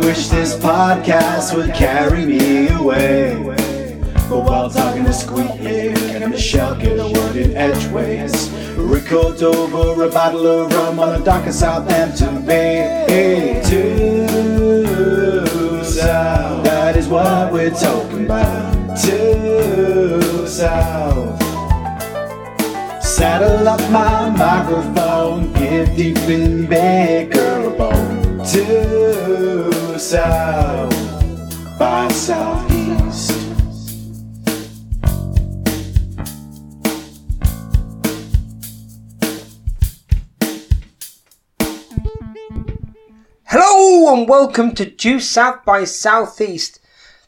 wish this podcast would carry me away. But while talking to Squeak and Michelle get a word in edgeways. Record over a bottle of rum on the dock of Southampton Bay. Two South, that is what we're talking about. Two South. Saddle up my microphone, give Deepin Baker a bone. Two South by Southeast. Hello and welcome to Due South by Southeast,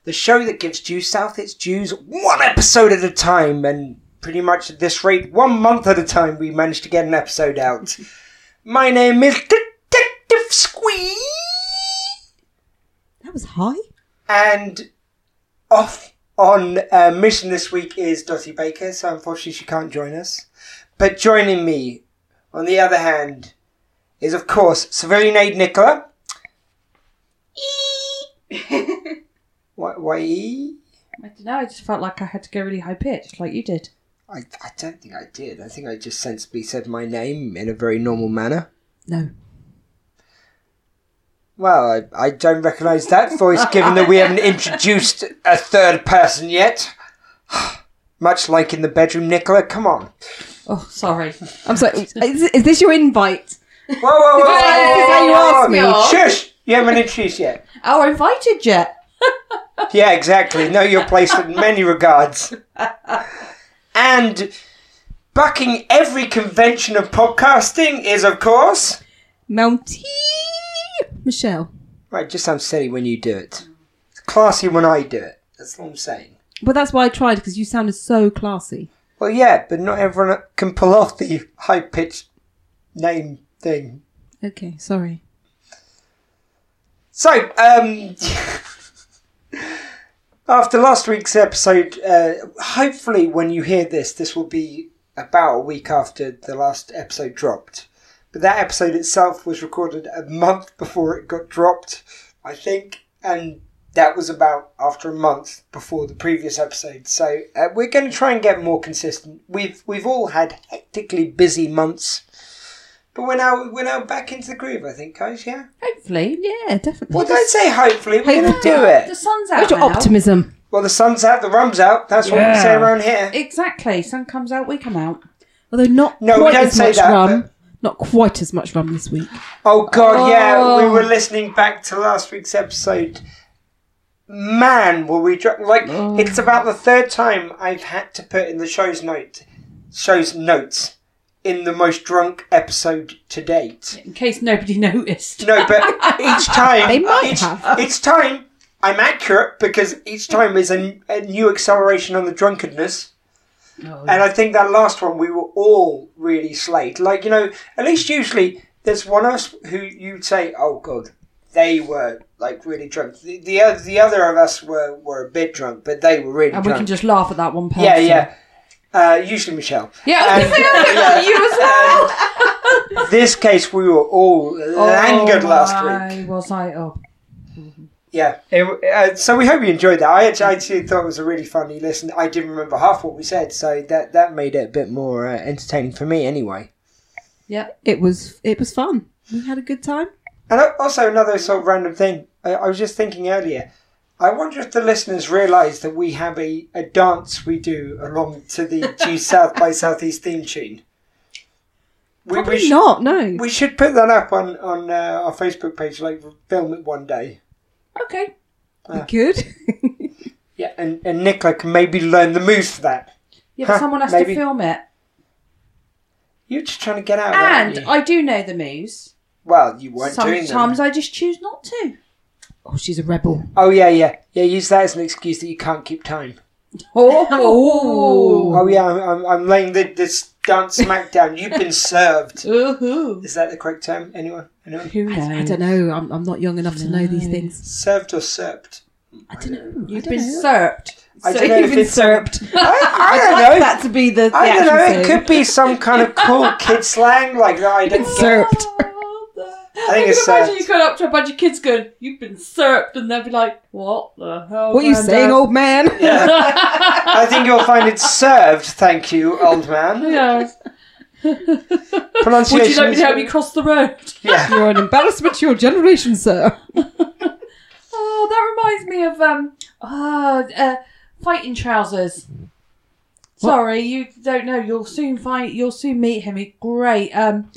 the show that gives Due South its dues one episode at a time, and pretty much at this rate, one month at a time, we manage to get an episode out. My name is Detective Squee, That was high. and off on a mission this week is Dottie Baker, so unfortunately she can't join us. But joining me, on the other hand, is of course Civilian Aid Nicola. Why? why? I don't know. I just felt like I had to go really high pitched, like you did. I, I don't think I did. I think I just sensibly said my name in a very normal manner. No. Well, I, I don't recognise that voice given that we haven't introduced a third person yet. Much like in the bedroom, Nicola. Come on. Oh, sorry. I'm sorry. Is, is this your invite? Whoa, whoa, whoa. whoa, This is how you whoa, ask me. whoa. Shush! You haven't introduced yet. Oh, I invited yet. Yeah, exactly. Know your place in many regards. And bucking every convention of podcasting is, of course. Mountie. Michelle. Right, it just sounds silly when you do it. It's classy when I do it. That's all I'm saying. Well, that's why I tried because you sounded so classy. Well, yeah, but not everyone can pull off the high pitched name thing. Okay, sorry. So, um, after last week's episode, uh, hopefully when you hear this, this will be about a week after the last episode dropped. But that episode itself was recorded a month before it got dropped, I think, and that was about after a month before the previous episode. So uh, we're going to try and get more consistent. We've we've all had hectically busy months, but we're now we're now back into the groove. I think, guys. Yeah. Hopefully, yeah, definitely. Well, don't say hopefully. We're going to do The it. sun's out Where's your now. optimism? Well, the sun's out, the rum's out. That's what we say Yeah. around here. Exactly. Sun comes out, we come out. Although not No, we quite don't as say much that, rum. Not quite as much rum this week. Oh God, yeah. We Oh. were listening back to last week's episode. Man, were we drunk? Like it's about the third time I've had to put in the show's note, show's notes, in the most drunk episode to date. In case nobody noticed. No, but each time They might each, have. each time I'm accurate because each time is a, a new acceleration on the drunkenness. And I think that last one, we were all really slayed. Like, you know, at least usually there's one of us who you'd say, oh, God, they were like really drunk. The, the, oth- the other of us were, were a bit drunk, but they were really and we drunk. can just laugh at that one person. yeah, yeah. Uh, usually Michelle. Yeah, I And- was gonna say, I looked at you as well. This case, we were all Oh langured last week. I was I oh. Yeah. It, uh, so we hope you enjoyed that. I actually, I actually thought it was a really funny listen. I didn't remember half what we said, so that, that made it a bit more uh, entertaining for me anyway. Yeah. It was it was fun. We had a good time. And I- also another sort of random thing. I, I was just thinking earlier. I wonder if the listeners realise that we have a, a dance we do along to the due South by Southeast theme tune. We, we, Probably should, not. No. we should put that up on on uh, our Facebook page, like film it one day. Okay. Good. Yeah, and and Nicola can maybe learn the moves for that. Yeah, but Huh, someone has maybe. to film it. You're just trying to get out. aren't And you? I do know the moves. well, you weren't doing them. Sometimes I just choose not to. Oh, she's a rebel. Oh yeah, yeah, yeah. Use that as an excuse that you can't keep time. Oh. Oh yeah, I'm, I'm, I'm laying the, this dance smack down. You've been served. Ooh. Is that the correct term? Anyone? Anyone? Who knows? I don't know. I'm, I'm not young enough to know these things. Served or serped? I don't know. You've I don't been know. served. I So don't know you've if been it's- served. I, I I'd don't like know. that to be the, the I don't actual know. It saying. could be some kind of cool kid slang like that. I don't. Served. Oh, the- I think can it's imagine sad. you going up to a bunch of kids going, "You've been serped," and they'll be like, "What the Oh, hell?" What are you saying, old man? yeah. I think you'll find it served, thank you, old man. Pronunciation. Would you like me is- to help you cross the road? Yeah. You're an embarrassment to your generation, sir. Oh, that reminds me of um, uh, uh fighting trousers. Sorry, you don't know. You'll soon find. You'll soon meet him. He's great. Um,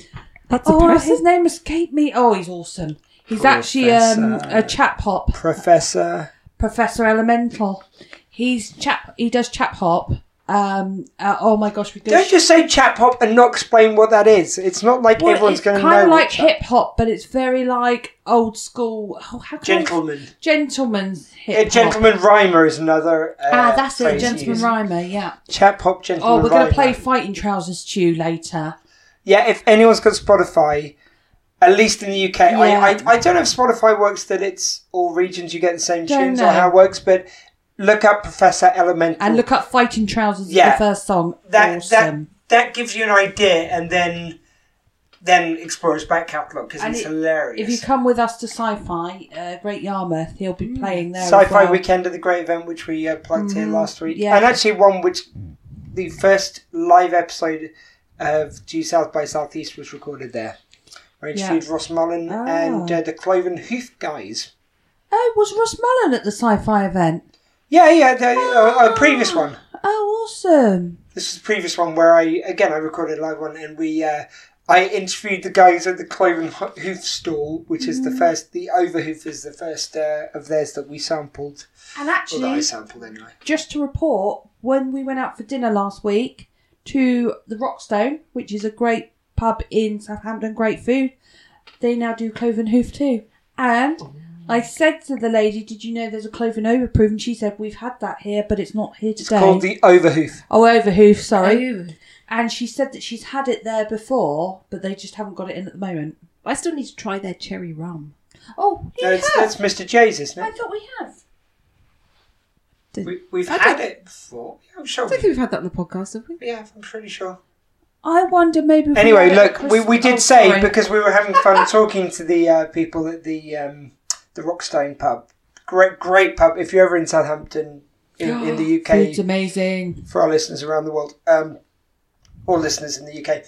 That's a oh, person. his name escaped me. Oh, he's awesome. He's actually um, Professor. a chap hop Professor. professor elemental. He's chap. He does chap hop. Um. uh, oh my gosh, we go. Don't just say chap hop and not explain what that is. It's not like Well, everyone's it's going to kind know. of what like chap- hip hop, but it's very like old school. Oh, how can I- Gentleman. gentleman's A hip hop. gentleman rhymer is another. Uh, Ah, that's it, phrase gentleman used. rhymer. Yeah. Chap hop, gentleman Oh, we're going rhymer. to play Fighting Trousers Chew later. Yeah, if anyone's got Spotify, at least in the UK, I, Yeah. I, I don't know if Spotify works that it's all regions you get the same Don't tunes know. or how it works, but look up Professor Elemental. And look up Fighting Trousers, Yeah. the first song. that awesome. that that gives you an idea, and then then explore his back catalogue because And it's it- hilarious. If you come with us to Sci Fi, uh, Great Yarmouth, he'll be playing there. as Mm. Sci-fi well. Mm-hmm. weekend at the Great Event, which we uh, plugged here last week, yeah. and actually one which the first live episode of Due South by Southeast was recorded there. I interviewed Ross Mullen Ah. and uh, the Cloven Hoof guys. Oh, was Ross Mullen at the Sci Fi event? Yeah, yeah, the, uh, uh, previous one. Oh, awesome. This is the previous one where I again I recorded a live one, and we uh, I interviewed the guys at the Cloven Ho- Hoof Stall, which is the first the Overhoof is the first uh, of theirs that we sampled, And or that I actually, sampled anyway. just to report, when we went out for dinner last week to the Rockstone, which is a great pub in Southampton, great food, they now do cloven hoof too. And I said to the lady, "Did you know there's a cloven overproof?" And she said, "We've had that here, but it's not here It's today." called the Overhoof. oh, overhoof, sorry. Oh, And she said that she's had it there before, but they just haven't got it in at the moment. I still need to try their cherry rum. Oh, No, yeah. it's, that's Mr. J's, isn't I it? thought we have. We, we've I had don't- it before. Yeah, I'm sure. I don't think we've had that on the podcast, have we? we- yeah, I'm pretty sure. I wonder maybe. if we Anyway, had it look, at we, we Christmas- did oh, say sorry. because we were having fun talking to the uh, people at the um, the Rockstone pub. Great, great pub. If you're ever in Southampton, in, in the UK, Food's amazing. for our listeners around the world, um, or listeners in the UK,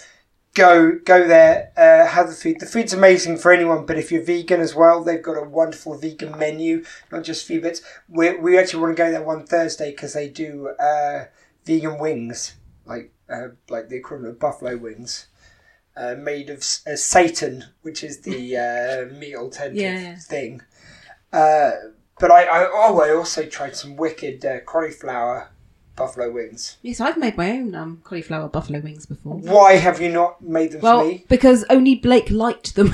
go go there, uh, have the food. The food's amazing for anyone, but if you're vegan as well, they've got a wonderful vegan menu, not just few bits. We, we actually want to go there one Thursday because they do uh, vegan wings, like uh, like the equivalent of buffalo wings. Uh, made of s- uh, Satan, which is the uh, meat alternative Yeah. thing. Uh, but I, I oh, I also tried some wicked uh, cauliflower buffalo wings. Yes, I've made my own um, cauliflower buffalo wings before. Why have you not made them for Well, me? because only Blake liked them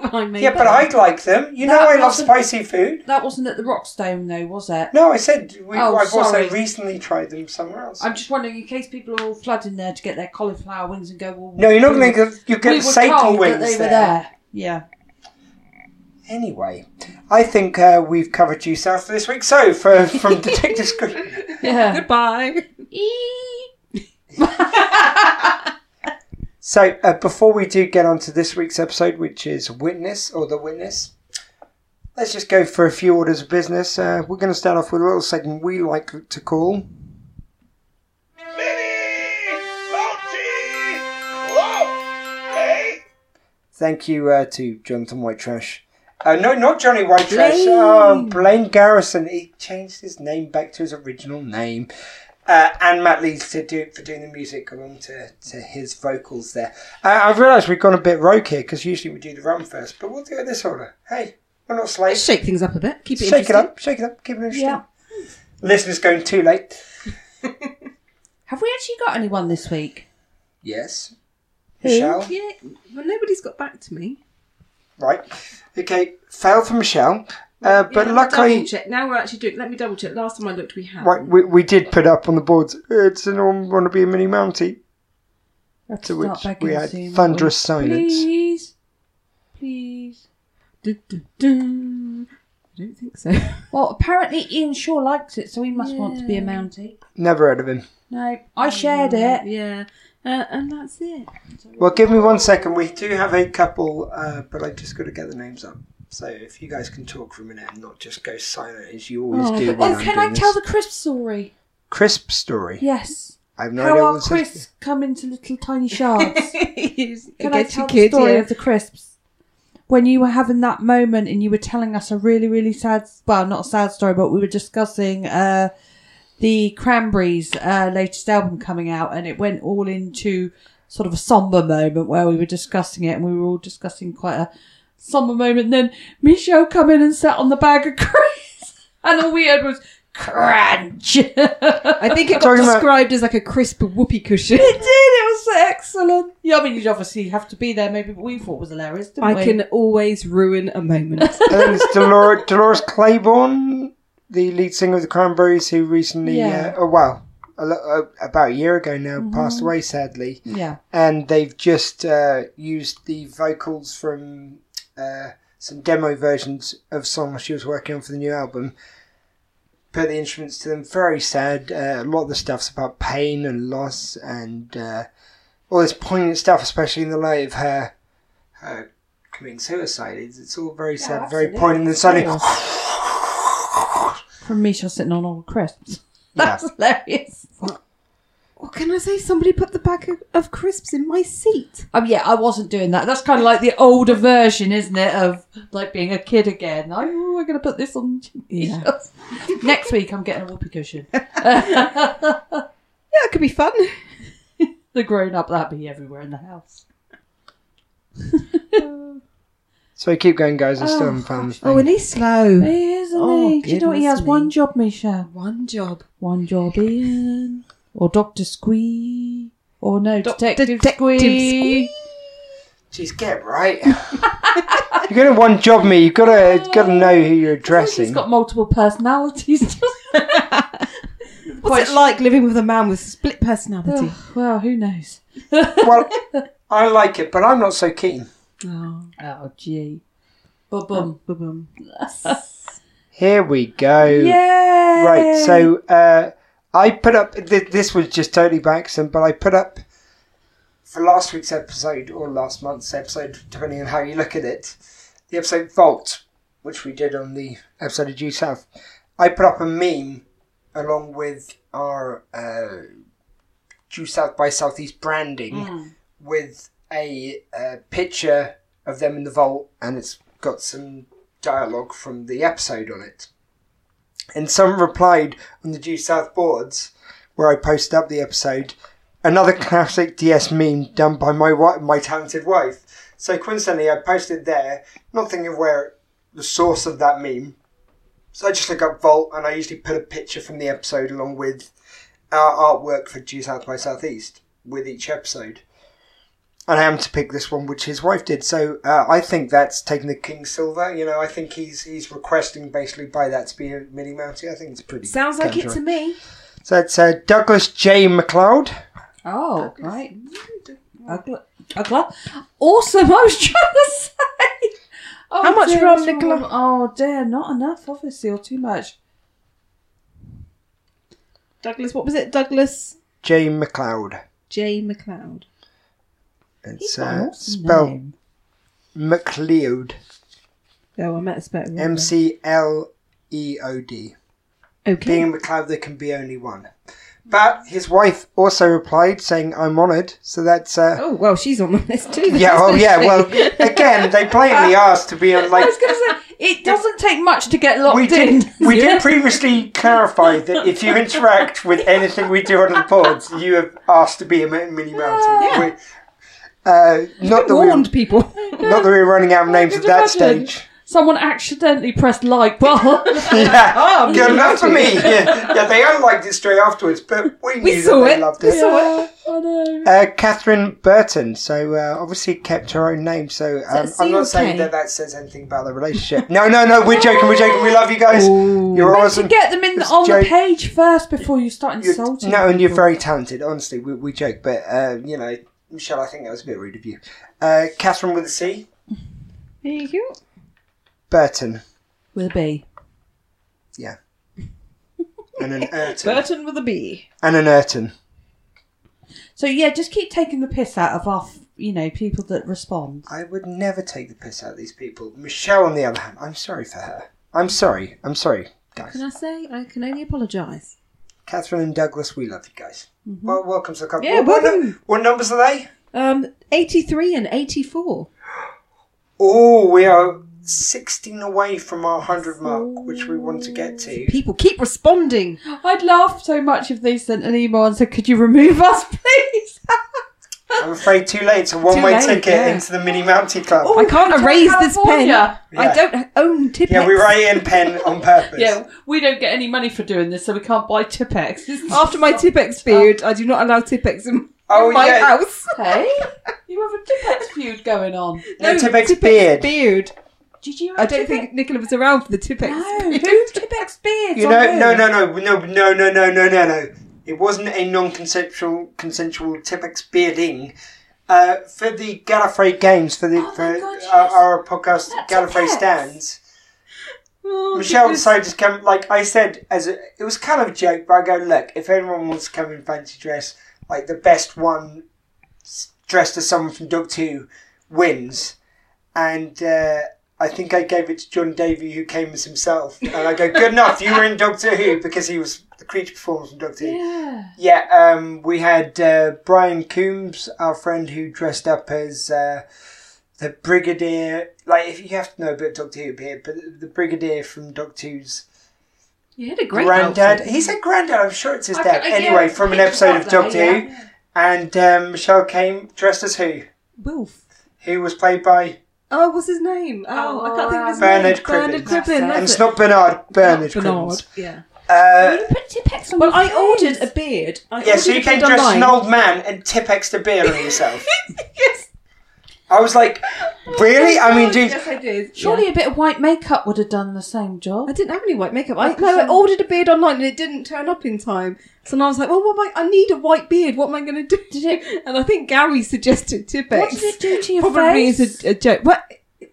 when I made Yeah, but them. I'd like them. You know That I love wasn't- spicy food. That wasn't at the Rockstone, though, was it? No, I said we, Oh, I've sorry. also recently tried them somewhere else. I'm just wondering, in case people are all flooding there to get their cauliflower wings and go, well, no, you're not we- going to you we get were Satan told wings that they there. were there. Yeah. Anyway, I think uh, we've covered you south for this week. So, for from Detective Screen, Yeah. Goodbye. So, uh, before we do get on to this week's episode, which is Witness or The Witness, let's just go for a few orders of business. Uh, we're going to start off with a little segment we like to call. Thank you uh, to Jonathan White Trash. Uh, no, not Johnny White Trash. Oh, Blaine Garrison. He changed his name back to his original name uh, and Matt Leeds to do for doing the music along to, to his vocals there. Uh, I've realised we've gone a bit rogue here because usually we do the rum first, but we'll do it this order. Hey, we're not Let's slaves. shake things up a bit. Keep it Shake it interesting. up, shake it up, keep it interesting. Yeah. Listeners going too late. Have we actually got anyone this week? Yes. Michelle. Yeah, well, nobody's got back to me. Right. Okay, fail for Michelle. Uh, but Yeah, double luckily, check. Now we're actually doing. Let me double check. Last time I looked, we had. right, we, we did put up on the boards, uh, does anyone want to be a mini Mountie? Have To start which back we in had soon. thunderous silence. Please. Please. Du- du- du. I don't think so. Well, apparently Ian Shaw likes it, so he must want to be a Yeah. Mountie. Never heard of him. No. I shared it. Yeah. Uh, and that's it. Well, give me one second. We do have a couple, uh, but I've just got to get the names up. So if you guys can talk for a minute and not just go silent as you always do. When Oh, I'm can doing I tell this. the crisp story? crisp story? Yes. I have no How idea our what this is. crisps come into little tiny shards. Can I Against tell your the kids, story yeah. of the crisps? When you were having that moment and you were telling us a really, really sad, well, not a sad story, but we were discussing uh, the Cranberries' uh, latest album coming out and it went all into sort of a somber moment where we were discussing it and we were all discussing quite a somber moment. And then Michelle come in and sat on the bag of crisps and all we heard was crunch. I think it got Talking about- described as like a crisp whoopee cushion. It did. It was excellent. Yeah, I mean, you obviously have to be there. Maybe but we thought it was hilarious, didn't we? I can always ruin a moment. I think it's Dolores, Dolores Claiborne, the lead singer of the Cranberries, who recently, Yeah. Mm-hmm. uh, oh well, a, lo- uh, about a year ago now, passed away sadly. Yeah. And they've just uh, used the vocals from uh, some demo versions of songs she was working on for the new album. Put the instruments to them. Very sad. Uh, a lot of the stuff's about pain and loss and uh, all this poignant stuff, especially in the light of her, her committing suicide. It's, it's all very sad, very poignant. And suddenly, From Michelle sitting on all the crisps. Yeah. That's hilarious. What can I say? Somebody put the bag of, of crisps in my seat. Um, yeah, I wasn't doing that. That's kind of like the older version, isn't it, of like being a kid again. I, oh, I'm going to put this on. Yeah. Next week, I'm getting a whoopee cushion. Yeah, it could be fun. the grown up, that'd be everywhere in the house. so keep going, guys. I still haven't found the thing. Oh, and he's slow. He is, isn't Oh, he? Do you know what? He goodness has one me. job, Michelle. One job. One job in. Or Dr. Squee. Or no, Detective, Detective Squee. Jeez, get it right. you're gonna one job me. You've gotta gotta know who you're He's addressing. got multiple personalities. What's it like living with a man with split personality? Ugh, well, who knows? well, I like it, but I'm not so keen. oh, Oh, gee. Bum bum, bum. bum, bum. Here we go. Yay! Right, so uh, I put up. Th- this was just totally by accident, but I put up for last week's episode or last month's episode, depending on how you look at it, the episode Vault, which we did on the episode of Due South. I put up a meme along with our uh, Due South by Southeast branding with a uh, picture of them in the vault, and it's got some dialogue from the episode on it and some replied on the Due South boards where I posted up the episode. Another classic DS meme done by my wife, my talented wife. So coincidentally, I posted there, not thinking of where the source of that meme. So I just look up Vault, and I usually put a picture from the episode along with our artwork for Due South by Southeast with each episode. And I am to pick this one, which his wife did. So uh, I think that's taking the King Silver. You know, I think he's he's requesting basically by that to be a mini Mountie. I think it's pretty. Sounds like it casual. to me. So that's uh, Douglas J. McLeod. Oh, right. Ugla. Ugla. Awesome. I was trying to say. Oh, How much dear, rum, what's wrong? Nicola? Oh, dear. Not enough, obviously, or too much. Douglas, what was it? Douglas J. McLeod. J. McLeod. It's He's got an uh, awesome spelled name. McLeod. Oh, I met a spec. M C L E O D. Okay. Being McLeod, there can be only one. But his wife also replied, saying, "I'm honoured." So that's uh, Oh well, she's on the list too. yeah, oh isn't yeah. she? Well, again, they play in the arse to be on I like was going to say, it doesn't take much to get locked we in. did. We did previously clarify that if you interact with anything we do on the pods, you have asked to be a mi- mini mountain. Yeah. We- uh, not that we warned people. Not that we were running out of names at could that imagine. stage. Someone accidentally pressed like button. Yeah, good enough for me. Yeah. yeah, they unliked it straight afterwards, but we, We knew saw that they it. loved We it. saw it. I know. Uh, Catherine Burton, so uh, obviously kept her own name. So um, that I'm not C or saying K? that that says anything about the relationship. No, no, no. We're joking. We're joking. We love you guys. You're Meant awesome. to get them in It's on joke. the page first before you start You're- insulting. no, and you're people. very talented. Honestly, we, we joke, but uh, you know, Michelle, I think that was a bit rude of you. Uh, Catherine with a C, There you go. Burton, with a B. and an Urton, Burton with a B. and an Urton. So yeah, just keep taking the piss out of our, f- you know, people that respond. I would never take the piss out of these people. Michelle, on the other hand, I'm sorry for her. I'm sorry. I'm sorry, guys. Can I say I can only apologise? Catherine and Douglas, we love you guys. Well, welcome to the couple. Yeah, what, what, welcome. what numbers are they? Um, 83 and 84. Oh, we are 16 away from our 100 mark, which we want to get to. People keep responding. I'd laugh so much if they sent an email and said, "Could you remove us, please?" I'm afraid too late. It's a one way late, ticket yeah. into the Mini Mountie Club. Oh, I can't Hotel erase this pen. California. Yeah. I don't own Tippex. yeah, we write in pen on purpose. Yeah, we don't get any money for doing this, so we can't buy Tipex. After my Tippex feud, I do not allow Tippex in Oh, my yeah. house. hey, you have a Tipex feud going on. No, Tippex beard. beard. Did you? I don't think Nicola was around for the Tippex. No, feud. who Tipex beards? You know, no, no, no, no, no, no, no, no, no, no. It wasn't a non-consensual, consensual Tippex bearding. Uh, for the Gallifrey games, for the Oh my for God, yes. our, our podcast, That's Gallifrey Tippex. stands. Oh, Michelle goodness. decided to come. Like I said, as a, it was kind of a joke, but I go, look, if anyone wants to come in fancy dress, like the best one s- dressed as someone from Doctor Who wins. And uh, I think I gave it to John Davy, who came as himself. And I go, good enough. You were in Doctor Who because he was the creature performance from Doctor Who. Yeah. Yeah. Um, we had uh, Brian Coombs, our friend, who dressed up as. Uh, the Brigadier, like if you have to know a bit of Doctor Who here, but the Brigadier from Doctor Who's You had a great granddad. outfit. He said granddad. I'm sure it's his I dad. can- I- anyway, yeah, from an I episode love of that, Doctor Who, yeah. and um, Michelle came dressed as who? Wolf. Who was played by? Oh, what's his name? Oh, I can't think of his Bernard name. Cribbins. Bernard Cribbin. That's and that's it's it. not Bernard. Bernard. Bernard. Cribbins. Yeah. Uh, You put Tipex on Well, your I ordered face. a beard. I yeah, so ordered you a came beard dressed as an online. old man and Tippex the beer on yourself. yes. Oh, I was like, really? I mean, dude, Yes, I did. Surely a bit of white makeup would have done the same job. I didn't have any white makeup. I no, I ordered a beard online and it didn't turn up in time. So now I was like, well, what am I? I need a white beard. What am I going to do? And I think Gary suggested Tippex. What did it do to your Probably face? is a, a joke, but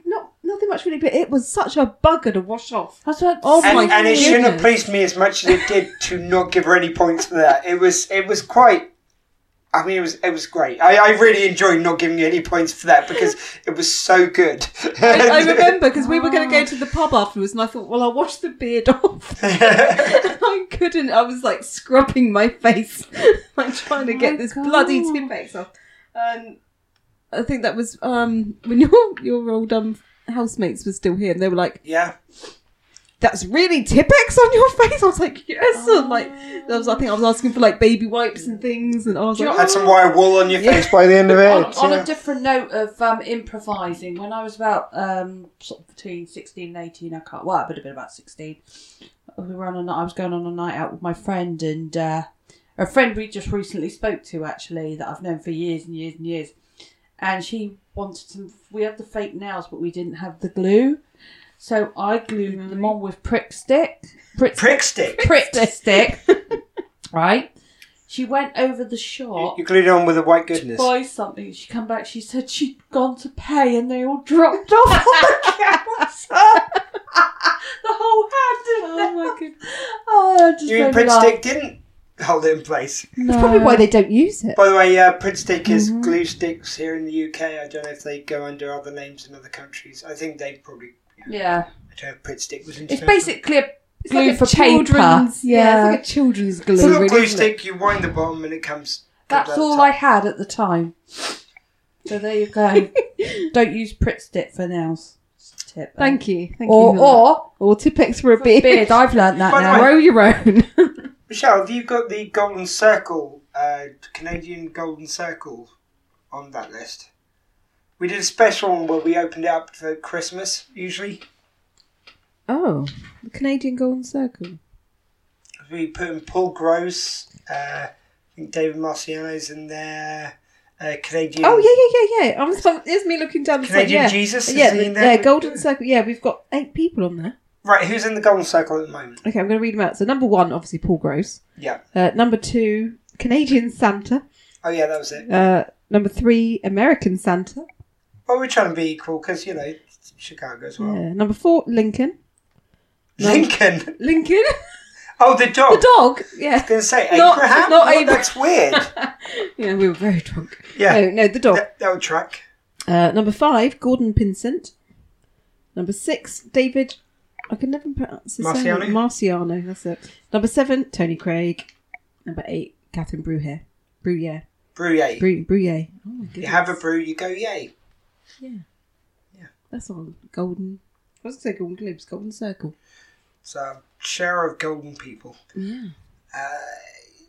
not nothing much really. But it was such a bugger to wash off. That's what. Oh and, my and it goodness. shouldn't have pleased me as much as it did to not give her any points for that. It was it was quite. I mean, it was it was great. I, I really enjoyed not giving you any points for that because it was so good. I, I remember because we were going to go to the pub afterwards, and I thought, well, I'll wash the beard off. I couldn't. I was like scrubbing my face. I'm trying to Oh get my this God. bloody Tipex off. And I think that was um, when your your old um, housemates were still here, and they were like, yeah, "That's really Tipex on your face." I was like, "Yes." And like, I was. I think I was asking for like baby wipes and things, and I was Do you like, had some wire wool on your face by the end of it. Oh, on, on yeah. a different note of um, improvising, when I was about um, sort of between 16 and 18, I can't, well, I would have been about 16. We were on a night, I was going on a night out with my friend, and uh, a friend we just recently spoke to, actually, that I've known for years and years and years. And she wanted some, we had the fake nails, but we didn't have the glue. So I glued them on with prick stick. Prick, Mm-hmm. prick stick. prick stick. right? She went over the shop You glued it on with a white goodness. buy something. She come back. She said she'd gone to pay, and they all dropped off on the counter. the whole hand. Didn't "Oh they? my goodness." Oh, that You just mean made me prick laugh. stick didn't hold it in place? That's probably why they don't use it. By the way, uh, prick stick is Mm-hmm. glue sticks here in the UK. I don't know if they go under other names in other countries. I don't think they probably. Yeah, I don't know if prick stick was it's international. basically a It's glue like a for paper. children's, yeah. it's like a children's glue. It's not really, glue isn't it? stick. You wind the bottom and it comes. comes That's out the all top. I had at the time. So there you go. Don't use prick stick for nails. Just a Tip. Thank you. Thank or you. for that. or or Tippex for a beard. beard. I've learnt that By the now. way- Grow your own. Michelle, have you got the Golden Circle, uh, Canadian Golden Circle, on that list? We did a special one where we opened it up for Christmas. Usually, oh, the Canadian Golden Circle. we put in Paul Gross, uh, I think David Marciano's in there, uh, Canadian. Oh yeah, yeah, yeah, yeah. I was like, there's me looking down. the Canadian yeah. Jesus is Yeah, he in the- there? yeah, Golden Circle. Yeah, we've got eight people on there. Right, who's in the Golden Circle at the moment? Okay, I'm going to read them out. So number one, obviously Paul Gross. Yeah. Uh, number two, Canadian Santa. Oh yeah, that was it. Uh, number three, American Santa. Well, we're trying to be equal because you know it's Chicago as well. Yeah. Uh, Number four, Lincoln. Yeah. Lincoln. Lincoln, Oh, the dog. the dog. Yeah. I was going to say Not- Abraham. not Well, Abra- That's weird. Yeah, we were very drunk. Yeah. No, no, the dog. That, that would track. Uh, number five, Gordon Pinsent. Number six, David. I can never pronounce his name. Marciano? Marciano, that's it. Number seven, Tony Craig. Number eight, Catherine Bruyere. Bruyere. Bruyere. Bru- Bruyere. Oh my goodness. you have a brew, you go yay. That's on Golden. I was going to say Golden Globes, Golden Circle. So share of golden people. Uh,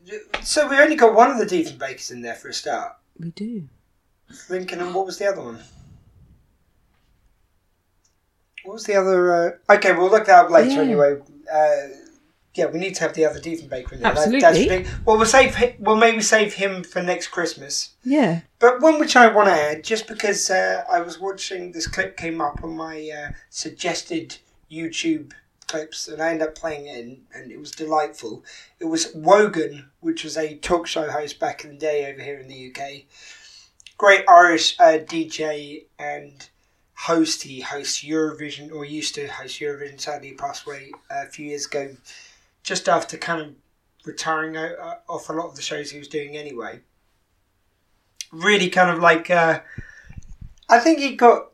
Yeah, So we only got one of the Diefenbakers in there for a start. we do. Lincoln and what was the other one? What was the other? Uh... Okay, we'll look that up later Yeah. anyway. Uh, yeah, we need to have the other Diefenbaker in there. That- Absolutely. the thing. well, we'll save. Him, we'll maybe save him for next Christmas. Yeah. But one which I want to add, just because uh, I was watching this clip came up on my uh, suggested YouTube clips, and I ended up playing it, and, and it was delightful. It was Wogan, which was a talk show host back in the day over here in the UK. Great Irish uh, DJ and host. He hosts Eurovision, or used to host Eurovision. Sadly, he passed away a few years ago, just after kind of retiring o- uh, off a lot of the shows he was doing anyway really kind of like uh, I think he got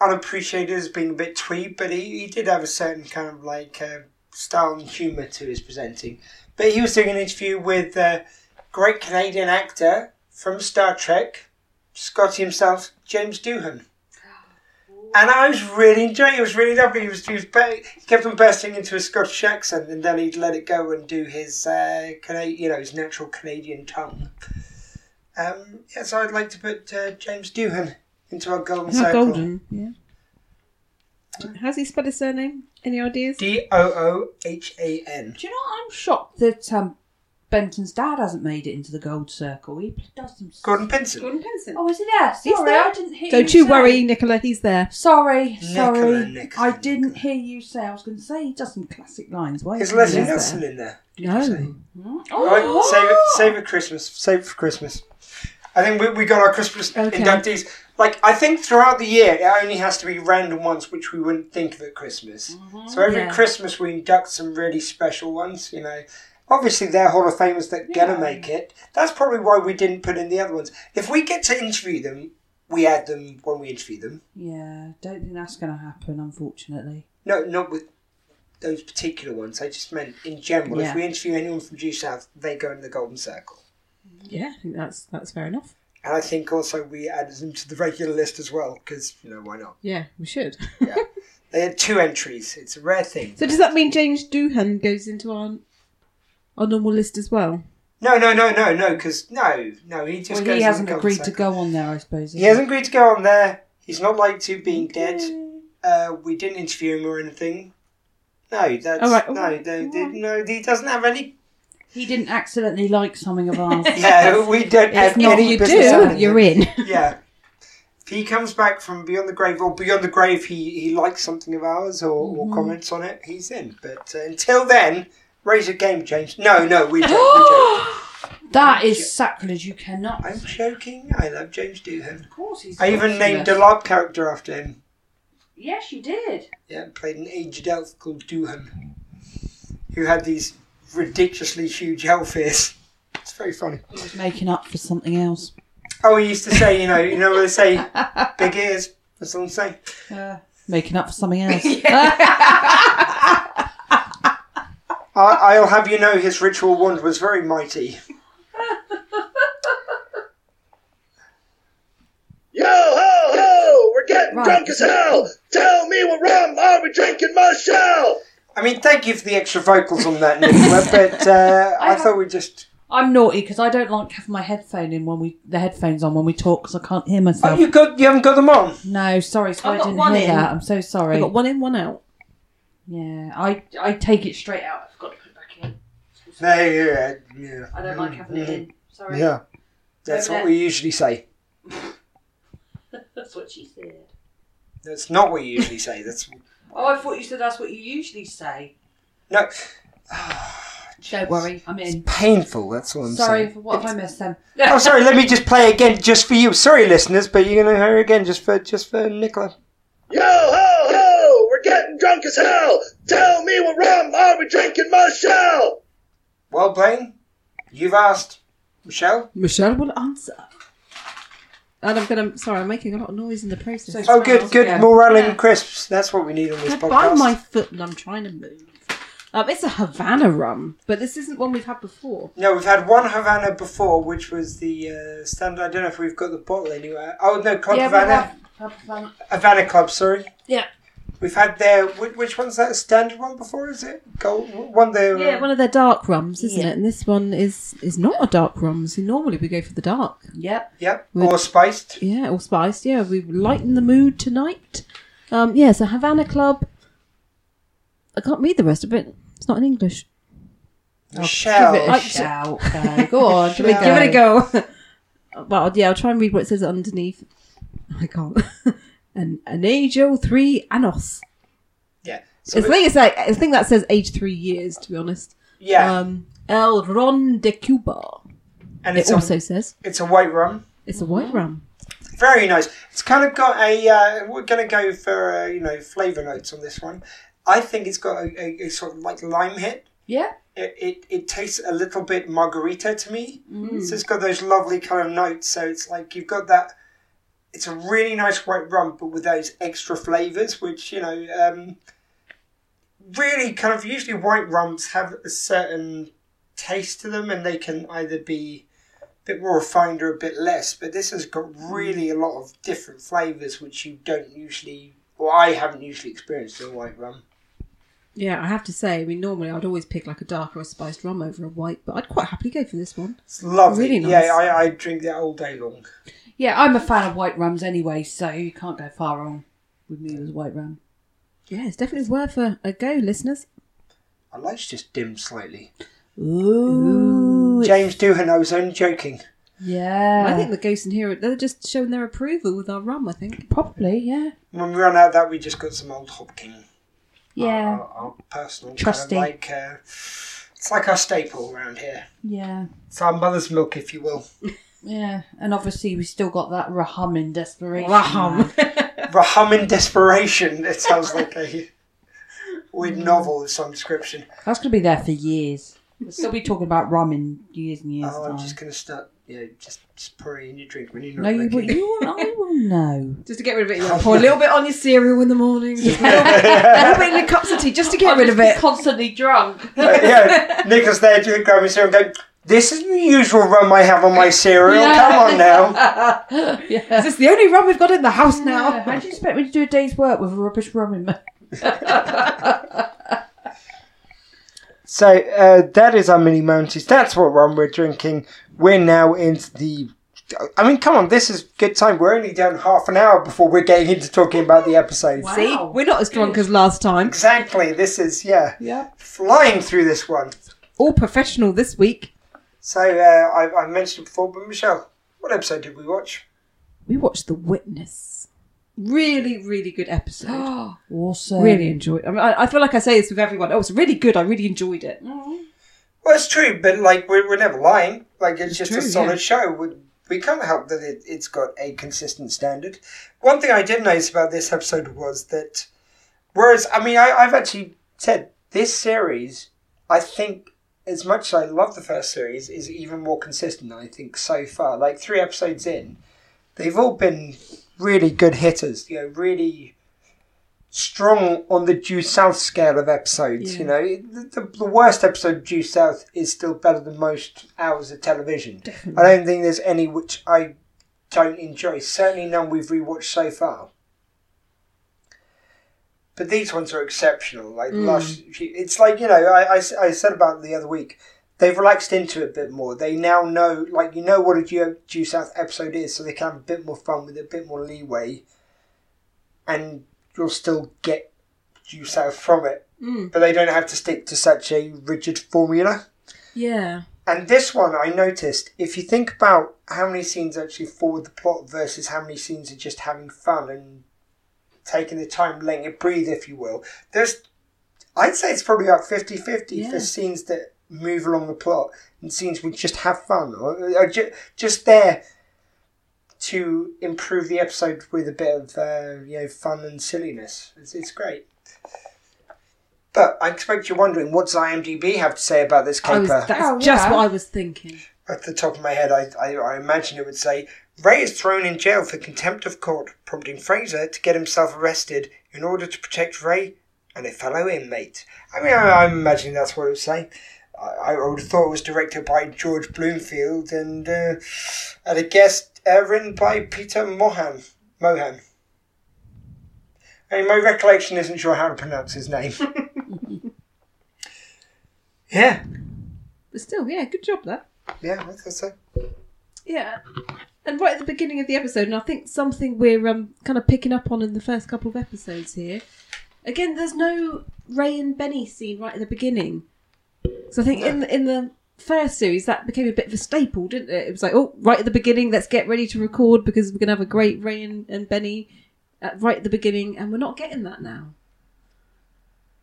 unappreciated as being a bit twee, but he, he did have a certain kind of like uh, style and humour to his presenting. But he was doing an interview with a great Canadian actor from Star Trek, Scotty himself, James Doohan. And I was really enjoying it. It was really lovely. He, was, he, was ba- he kept on bursting into a Scottish accent, and then he'd let it go and do his, uh, Cana- you know, his natural Canadian tongue. Um, yeah, so I'd like to put uh, James Doohan into our golden How circle. golden. Yeah. How's he spelled his surname? Any ideas? D O O H A N. Do you know what? I'm shocked that um, Benton's dad hasn't made it into the gold circle. He does some. Gordon Pinson. Pinsent. Oh, is he there? Sorry, He's there. I didn't hear. Don't you you say. worry, Nicola, he's there. Sorry, Nicola, sorry. Nicola, I didn't Nicola. hear you say. I was going to say he does some classic lines. Why Is isn't Leslie he there? Nelson in there? No. Oh. Right, save it, save it Christmas. Save it for Christmas. I think we, we got our Christmas Okay. inductees. Like, I think throughout the year, it only has to be random ones which we wouldn't think of at Christmas. So every Mm-hmm. Yeah. Christmas, we induct some really special ones, you know. Obviously, they're Hall of Famers that gonna make it. That's probably why we didn't put in the other ones. If we get to interview them, we add them when we interview them. Yeah, don't think that's going to happen, unfortunately. No, not with those particular ones. I just meant in general. If Yeah. we interview anyone from due south, they go into the golden circle. Yeah, I think that's that's fair enough. And I think also we added them to the regular list as well because you know why not? Yeah, we should. They had two entries. It's a rare thing. so does that mean James Doohan goes into our our normal list as well? No, no, no, no, no. Because no, no, he just Well, goes in he the hasn't golden agreed to circle. go on there, I suppose. has He hasn't agreed to go on there. He's not like to being dead. Uh, we didn't interview him or anything. No, that's All right, all no, right, no, all no, right. no. He doesn't have any. He didn't accidentally like something of ours. Yeah, we don't have not- any you business. do, having him. you're in. yeah. If he comes back from Beyond the Grave, or Beyond the Grave, he, he likes something of ours or, Mm-hmm. or comments on it, he's in. But uh, until then, raise your game, James. No, no, we don't. we don't. that is sacrilege. You cannot. I'm joking. I love James Doohan. Of course, he's. I even named a LARP character after him. Yes, you did. Yeah, played an aged elf called Doohan, who had these ridiculously huge elf ears. It's very funny. He was making up for something else. Oh, he used to say, you know, you know what they say, big ears. That's all I'm saying. Uh, making up for something else. I, I'll have you know his ritual wand was very mighty. Yo ho ho! We're getting Right. drunk as hell. Tell me what rum are we drinking, Michelle? I mean, thank you for the extra vocals on that, Nicola, but uh, I, I have- thought we'd just. I'm naughty because I don't like having my headphone in when we the headphones on when we talk because I can't hear myself. Oh, you got you haven't got them on. No, sorry, so I got didn't one hear in. that. I'm so I sorry. got one in, one out. Yeah, I I take it straight out. I've got to put it back in. No, yeah, yeah. Mm, I don't like having it in. Sorry, Yeah, that's what we usually say. that's what she said. That's not what you usually say. That's Oh, I thought you said that's what you usually say. no Don't worry, I'm in. painful. That's what I'm Sorry saying. for what have I missed then. Oh, sorry. Let me just play again, just for you. Sorry, listeners, but you're gonna hear again, just for just for Nicola. Yo ho ho! We're getting drunk as hell. Tell me what rum are we drinking, Michelle? Well playing. You've asked. Michelle? Michelle will answer. And I'm gonna. Sorry, I'm making a lot of noise in the process. Oh, good, good. Yeah. More Morale and crisps. That's what we need on this Goodbye, podcast. my foot, and I'm trying to move. Um, it's a Havana rum, but this isn't one we've had before. No, we've had one Havana before, which was the uh, standard. I don't know if we've got the bottle anywhere. Oh no, Club yeah, Havana, we have Havana. Havana Club. Sorry. Yeah. We've had their which, which one's that standard one before? Is it gold one? There. uh, Yeah, one of their dark rums, isn't Yeah. it? And this one is is not a dark rum. So normally we go for the dark. Yep. Yep. With- Oh, Or spiced. Yeah, all spiced. Yeah, we lighten the mood tonight. Um, yeah, so Havana Club. I can't read the rest of it. It's not in English. Michelle. Give it a I- shout. though. Go on. Give it, Give it a go. well, yeah, I'll try and read what it says underneath. I can't. An an age oh three anos. yeah. So It's we- like it's like I think that says age three years. To be honest. yeah. Um, El Ron de Cuba. and It it's a, also says it's a white rum. it's a white rum. Very nice. It's kind of got a. Uh, we're going to go for uh, you know flavor notes on this one. I think it's got a, a, a sort of like lime hit. Yeah. it, it, it tastes a little bit margarita to me. Mm. So it's got those lovely kind of notes. So it's like you've got that. It's a really nice white rum, but with those extra flavors, which you know, um, really kind of usually white rums have a certain taste to them, and they can either be a bit more refined or a bit less. But this has got Mm. really a lot of different flavors, which you don't usually, or I haven't usually experienced in a white rum. Yeah, I have to say, I mean, normally I'd always pick like a dark or a spiced rum over a white, but I'd quite happily go for this one. It's lovely. Really nice. Yeah, I, I drink that all day long. Yeah, I'm a fan of white rums anyway, so you can't go far wrong with me with white rum. Yeah, it's definitely worth a, a go, listeners. My lights just dimmed slightly. Ooh. James Doohan, I was only joking. Yeah. I think the ghosts in here, they're just showing their approval with our rum, I think. probably, yeah. When we ran out of that, we just got some old Hopkin. Yeah. Our, Uh, our personal Trusty. Kind of like, uh, it's like our staple around here. Yeah. It's our mother's milk, if you will. Yeah. And obviously, we still got that Raham in desperation. Raham. man. Raham in desperation. It sounds like a weird novel of some description. That's going to be there for years. We'll still be talking about rum in years and years. Oh, I'm time. just going to start, yeah, just, just pour it in your drink when you're No, not you, looking. you and I will know. Just to get rid of it, you pour a little bit on your cereal in the morning, just a little bit, a little bit in your cups of tea, just to get rid of it. Constantly drunk. Uh, yeah, Nicholas there doing grabbing cereal and going, this isn't the usual rum I have on my cereal. Come on now. yeah. This is the only rum we've got in the house now. oh, How do you expect me to do a day's work with a rubbish rum in my So uh, that is our mini mounties. That's what rum we're drinking. We're now into the. I mean, come on, this is good time. We're only down half an hour before we're getting into talking about the episodes. See, Wow. we're not as drunk as last time. Exactly. This is yeah, Yeah. flying through this one. All professional this week. So uh, I, I mentioned before, but Michelle, what episode did we watch? We watched The Witness. Really, really good episode. Awesome. really enjoyed. I, mean, I, I feel like I say this with everyone. Oh, it's really good. I really enjoyed it. Well, it's true, but like we're, we're never lying. Like it's, just true, a solid yeah. show. We, we can't help that it, it's got a consistent standard. One thing I did notice about this episode was that, whereas I mean I, I've actually said this series, I think as much as I love the first series, is even more consistent. I think so far, like three episodes in, they've all been really good hitters. You know, really strong on the due south scale of episodes. You know, the, the, the worst episode of due south is still better than most hours of television. I don't think there's any which I don't enjoy. Certainly none we've rewatched so far. But these ones are exceptional. Like lush, it's like you know, I, I s- I said about the other week. They've relaxed into it a bit more. They now know, like you know, what a due, due south episode is, so they can have a bit more fun with it, a bit more leeway, and you'll still get due south from it. But they don't have to stick to such a rigid formula. Yeah. And this one, I noticed, if you think about how many scenes actually forward the plot versus how many scenes are just having fun and taking the time, letting it breathe, if you will, there's, I'd say it's probably about 50 50 for Yeah. scenes that move along the plot and scenes which just have fun or, or ju- just there to improve the episode with a bit of uh, you know fun and silliness. It's, it's great. But I expect you're wondering, what does IMDb have to say about this caper? I was, that's Oh, just yeah. what I was thinking. at the top of my head, I, I, I imagine it would say Ray is thrown in jail for contempt of court, prompting Fraser to get himself arrested in order to protect Ray and a fellow inmate. I mean, I, I'm imagining that's what it would say. I, I would have thought it was directed by George Bloomfield and uh, had a guest uh, written by Peter Mohan. Mohan. I mean, my recollection isn't sure how to pronounce his name. yeah, But still, yeah, good job there. yeah, I think so. Yeah. And right at the beginning of the episode, and I think something we're um, kind of picking up on in the first couple of episodes here. Again, there's no Ray and Benny scene right at the beginning. So I think in in the first series that became a bit of a staple, didn't it? It was like, oh, right at the beginning, let's get ready to record because we're gonna have a great Ray and, and Benny at, right at the beginning, and we're not getting that now.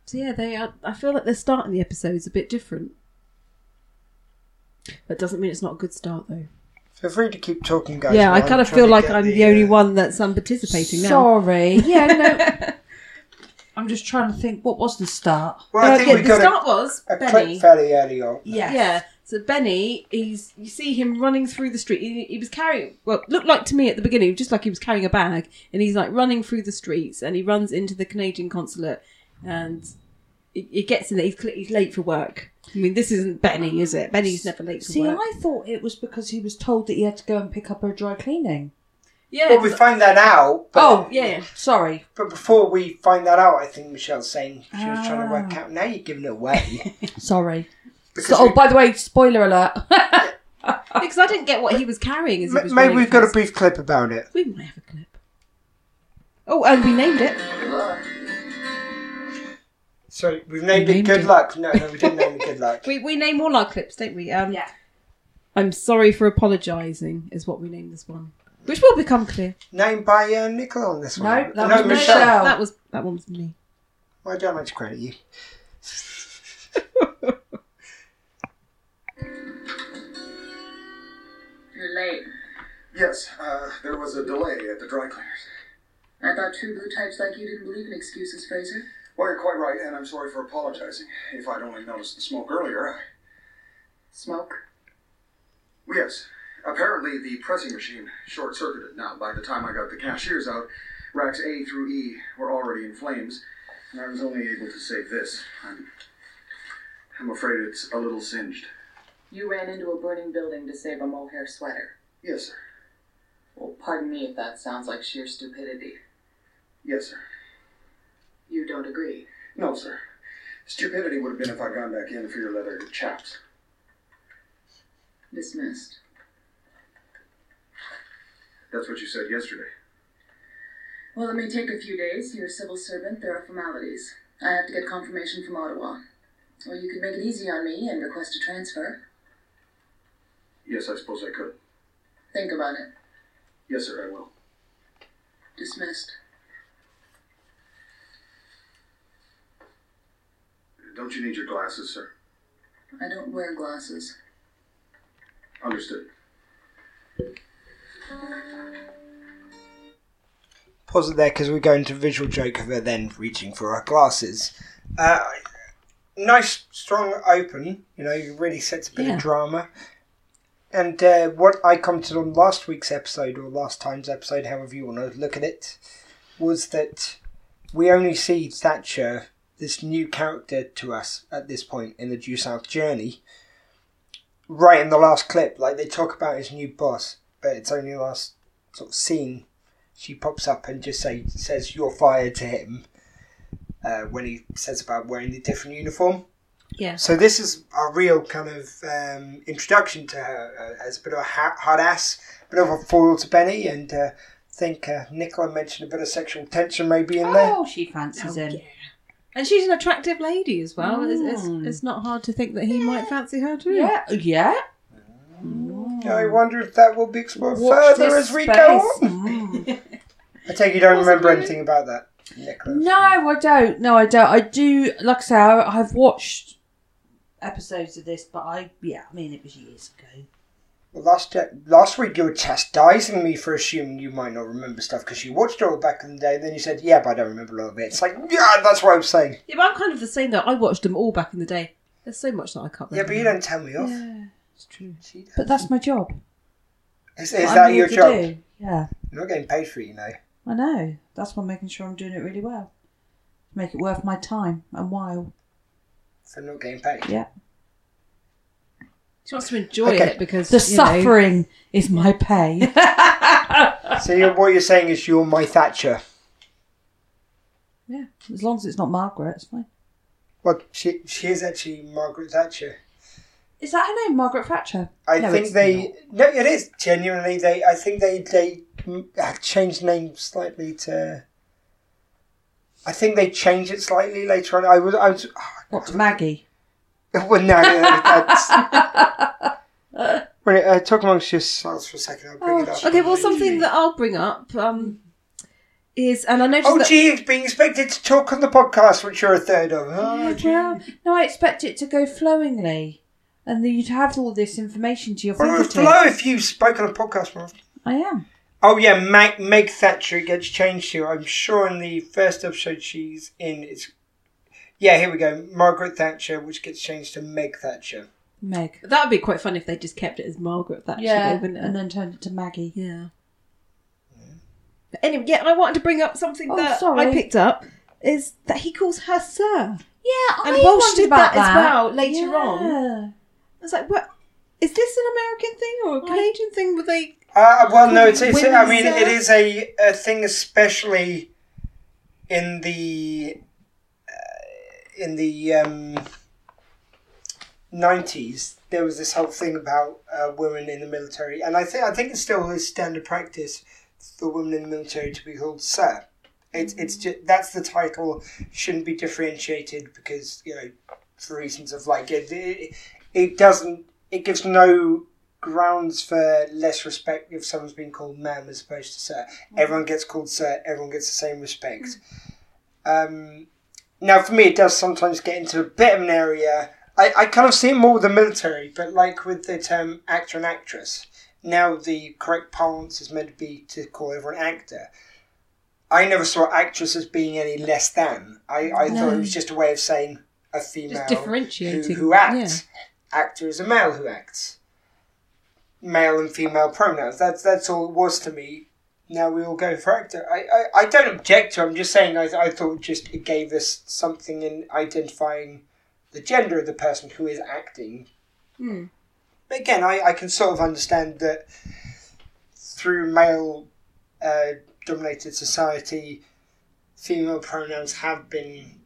So yeah, they are. I feel like they're starting the episodes a bit different. That doesn't mean it's not a good start though. Feel free to keep talking, guys. Yeah, I while I'm kind of trying feel to like get I'm the only uh, one that's um, participating now. Sorry. Yeah, no. I'm just trying to think. What was the start? Well, I think Uh, yeah, we the got start was a, a Benny. clip fairly early on. Yeah. So Benny, he's you see him running through the street. He, he was carrying well, looked like to me at the beginning, just like he was carrying a bag, and he's like running through the streets, and he runs into the Canadian consulate, and he, he gets in there. He's, cl- he's late for work. I mean, this isn't Benny, is it? Benny's never late for See, work. I thought it was because he was told that he had to go and pick up her dry cleaning. yeah. Well, we find that out. But, Oh, yeah, yeah. Sorry. But before we find that out, I think Michelle's saying she was trying to Ah. work out. Now you're giving it away. Sorry. Because So- oh, we- by the way, spoiler alert. because I didn't get what he was carrying. As he M- was maybe running we've got a through brief clip about it. the- We might have a clip. Oh, and we named it. So we've named We it named Good it. Luck. No, no, we didn't name it Good Luck. We, we name all our clips, don't we? Um, Yeah. I'm sorry for apologising, is what we name this one, which will become clear. Named by uh, Nicola on this one. No, that no was Michelle. Michelle. That was that one was me. Why don't I like to credit you? You're late. Yes, uh, there was a delay at the dry cleaners. I thought true blue types like you didn't believe in excuses, Fraser. Well, you're quite right, and I'm sorry for apologizing. If I'd only noticed the smoke earlier, I... Smoke. Yes. Apparently, the pressing machine short circuited. Now, by the time I got the cashiers out, racks A through E were already in flames, and I was only able to save this. I'm, I'm afraid it's a little singed. You ran into a burning building to save a mohair sweater. Yes, sir. Well, pardon me if that sounds like sheer stupidity. Yes, sir. You don't agree. No, sir. Stupidity would have been if I'd gone back in for your leather chaps. Dismissed. That's what you said yesterday. Well, it may take a few days. You're a civil servant. There are formalities. I have to get confirmation from Ottawa. Or you could make it easy on me and request a transfer. Yes, I suppose I could. Think about it. Yes, sir, I will. Dismissed. Don't you need your glasses, sir? I don't wear glasses. Understood. Pause it there because we're going to visual joke of her then reaching for our glasses. Uh, nice, strong open. You know, you really sets a bit Yeah. of drama. And uh, what I commented on last week's episode or last time's episode, however you want to look at it, was that we only see Thatcher, this new character to us at this point in the Due South journey, right in the last clip. Like they talk about his new boss, but it's only the last sort of scene she pops up and just say, says you're fired to him uh, when he says about wearing a different uniform. Yeah. So this is a real kind of um, introduction to her uh, as a bit of a ha- hard ass, bit of a foil to Benny, and uh, I think uh, Nicola mentioned a bit of sexual tension maybe in there. oh, she fancies him. And she's an attractive lady as well. It's, it's, Mm. it's not hard to think that he might fancy her too. Yeah. Oh, Yeah. I wonder if that will be explored Hmm. Watch further this as we go space. on. Mm. I take you don't remember anything about that, Nicola. No, I don't. No, I don't. I do. Like I say, I, I've watched episodes of this, but I yeah, I mean it was years ago. Well, last uh, last week you were chastising me for assuming you might not remember stuff because you watched it all back in the day, and then you said, "Yeah, but I don't remember a lot of it." It's like, yeah, that's what I'm saying. Yeah, but I'm kind of the same though. I watched them all back in the day. There's so much that I can't. Yeah, Remember. but you don't tell me off. Yeah. It's true. She does. But that's my job. Is, is What I'm that here your to job? do. Yeah, You're not getting paid for it, you know. I know. That's why I'm making sure I'm doing it really well. To make it worth my time and while. So not getting paid. Yeah. She wants to enjoy Okay. it because The you know- suffering is my pay. So you're, what you're saying is you're my Thatcher. yeah, as long as it's not Margaret, it's fine. Well, she she is actually Margaret Thatcher. Is that her name, Margaret Thatcher? I No, think it's they no, it is genuinely they. I think they they mm, had changed the name slightly to. I think they changed it slightly later on. I was I was ah, What to Maggie? Well, no, no, no, that's. Wait, uh, talk amongst yourselves for a second. I'll Oh, bring it up. Okay, well, something that I'll bring up um, is, and I noticed Oh, that gee, it's being expected to talk on the podcast, which you're a third of. Oh, gee. Well, no, I expect it to go flowingly, and then you'd have all this information to your Well, it would fingertips. blow if you spoke on a podcast more often. I am. Oh, yeah, Meg, Meg Thatcher gets changed to. I'm sure in the first episode she's in, it's. Yeah, here we go. Margaret Thatcher, which gets changed to Meg Thatcher. Meg. that would be quite fun if they just kept it as Margaret Thatcher, yeah, wouldn't it? and then turned it to Maggie. yeah. But anyway, yeah, I wanted to bring up something Oh, that sorry. I picked up is that he calls her Sir, Yeah, and Walsh did that, as well later on. I was like, what? Is this an American thing or a Canadian thing? Were they? Uh, well, no, it's, it's I Women's, mean, uh, it is a, a thing, especially in the uh, in the um, 90s. There was this whole thing about uh, women in the military, and I think I think it's still is standard practice for women in the military to be called sir. It's it's just, that's the title shouldn't be differentiated because you know for reasons of like it it, it doesn't it gives no grounds for less respect if someone's been called ma'am as opposed to sir. Everyone gets called sir. Everyone gets the same respect. Um, now, for me, it does sometimes get into a bit of an area. I, I kind of see it more with the military, but like with the term actor and actress. Now, the correct parlance is meant to be to call everyone actor. I never saw actress as being any less than. I, I thought it was just a way of saying a female who, differentiating, who acts. Actor is a male who acts. Male and female pronouns. That's that's all it was to me. Now we all go for actor. I, I, I don't object to. it. I'm just saying. I, I thought just it gave us something in identifying the gender of the person who is acting. Hmm. But again, I, I can sort of understand that through male uh, dominated society, female pronouns have been,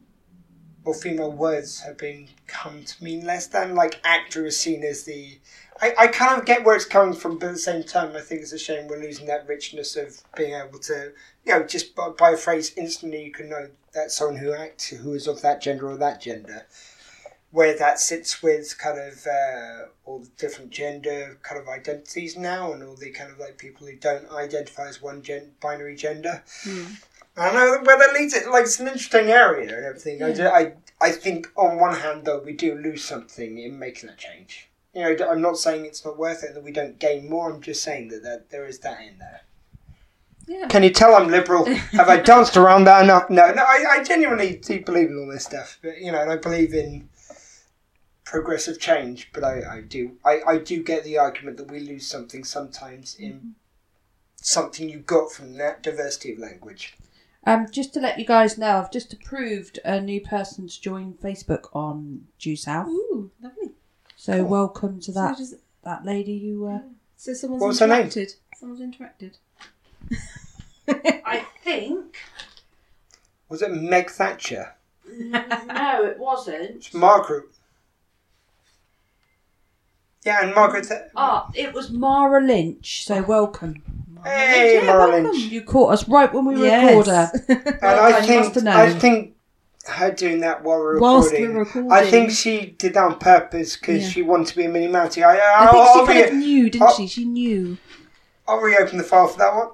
or female words have been come to mean less than. Like actor is seen as the. I, I kind of get where it's coming from, but at the same time, I think it's a shame we're losing that richness of being able to, you know, just by, by a phrase instantly you can know that's someone who acts, who is of that gender or that gender where that sits with kind of uh, all the different gender kind of identities now and all the kind of like people who don't identify as one gen- binary gender. I don't know where that leads it. Like, it's an interesting area and everything. I, ju- I, I think, on one hand, though, we do lose something in making that change. You know, I'm not saying it's not worth it that we don't gain more. I'm just saying that there, there is that in there. Yeah. Can you tell I'm liberal? Have I danced around that enough? No, no. I, I genuinely do believe in all this stuff, but you know, and I believe in progressive change, but I, I do I, I do get the argument that we lose something sometimes in something you got from that diversity of language. Um, just to let you guys know, I've just approved a new person to join Facebook on Due South. Ooh, lovely. So welcome to that So, just, that lady who. Uh, so someone's What was her name? interacted. Someone's interacted. I think. Was it Meg Thatcher? No, it wasn't. It's Margaret. Yeah, and Margaret. Th- Ah, it was Mara Lynch. So welcome. hey, Mara Lynch. You caught us right when we were Yes. record Oh, her. And I Well, you must think have known. I think her doing that while we're Whilst recording. we're recording. I think she did that on purpose because Yeah. she wanted to be a mini Mountie. I, I, I will think she I'll, kind of re- knew, didn't I'll- she? She knew. I'll reopen the file for that one.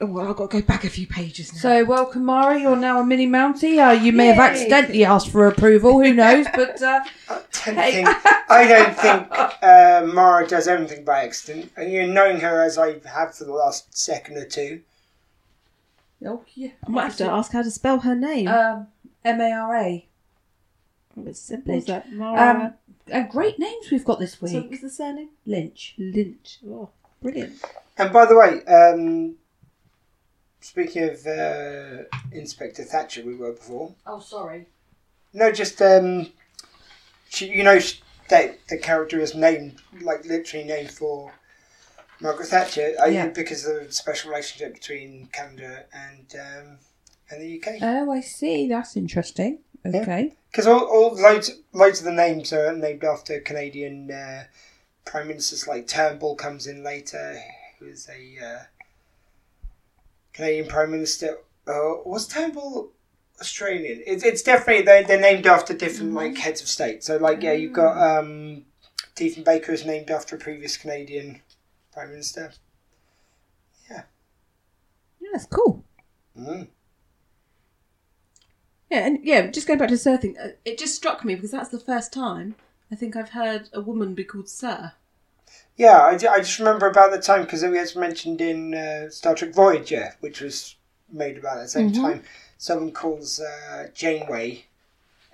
Oh, well, I've got to go back a few pages now. So welcome, Mara. You're now a mini Mountie. Uh, you may have Yay. accidentally asked for approval. Who knows? But uh, don't think, I don't think uh, Mara does anything by accident. And you know, knowing her as I have for the last second or two, oh yeah, I might have to ask how to Uh, spell her name. Um, M A R A. it's simple as that. Mara. Um, and great names we've got this week. So what was the surname? Lynch. Lynch. Oh, brilliant. And by the way, um, speaking of uh, Inspector Thatcher, we were before. Oh, sorry. No, just um, she, you know sh- that the character is named like literally named for Margaret Thatcher, only Yeah. because of the special relationship between Canada and um, and the UK. Oh, I see. That's interesting. Yeah. Okay. Because all, all loads loads of the names are named after Canadian uh, prime ministers. Like Turnbull comes in later, who is a uh, Canadian prime minister. Uh, was Turnbull Australian? It, it's definitely they they're named after different like heads of state. So like yeah, you've got um, Stephen Baker is named after a previous Canadian prime minister. Yeah, that's cool. Mm. Yeah, and yeah, just going back to Sir thing, uh, it just struck me because that's the first time I think I've heard a woman be called Sir. Yeah, I, ju- I just remember about the time because it was mentioned in uh, Star Trek Voyager, which was made about that same time. Someone calls uh, Janeway,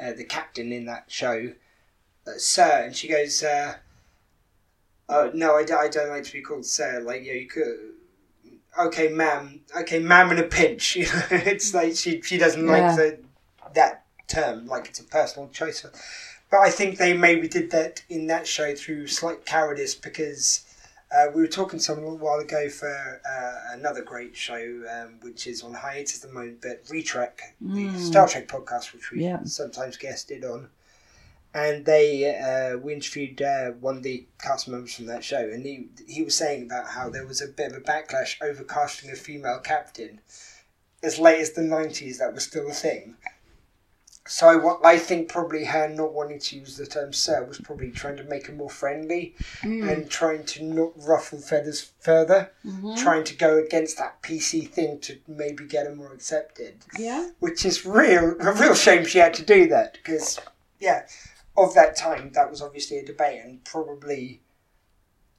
uh, the captain in that show, uh, Sir, and she goes, uh, "Oh no, I, d- I don't like to be called Sir. Like, yeah, you could." Okay, ma'am. Okay, ma'am, in a pinch. You know, it's like she she doesn't like Yeah. the, that term. Like it's a personal choice. But I think they maybe did that in that show through slight cowardice because uh, we were talking to someone a little while ago for uh, another great show, um, which is on hiatus at the moment, but Retrack, the Star Trek podcast, which we Yeah. sometimes guested on. And they, uh, we interviewed uh, one of the cast members from that show, and he he was saying about how there was a bit of a backlash over casting a female captain as late as the nineties. That was still a thing. So I, wa- I think probably her not wanting to use the term sir was probably trying to make her more friendly and trying to not ruffle feathers further, trying to go against that PC thing to maybe get her more accepted. Yeah. Which is real a real shame she had to do that because yeah, of that time that was obviously a debate and probably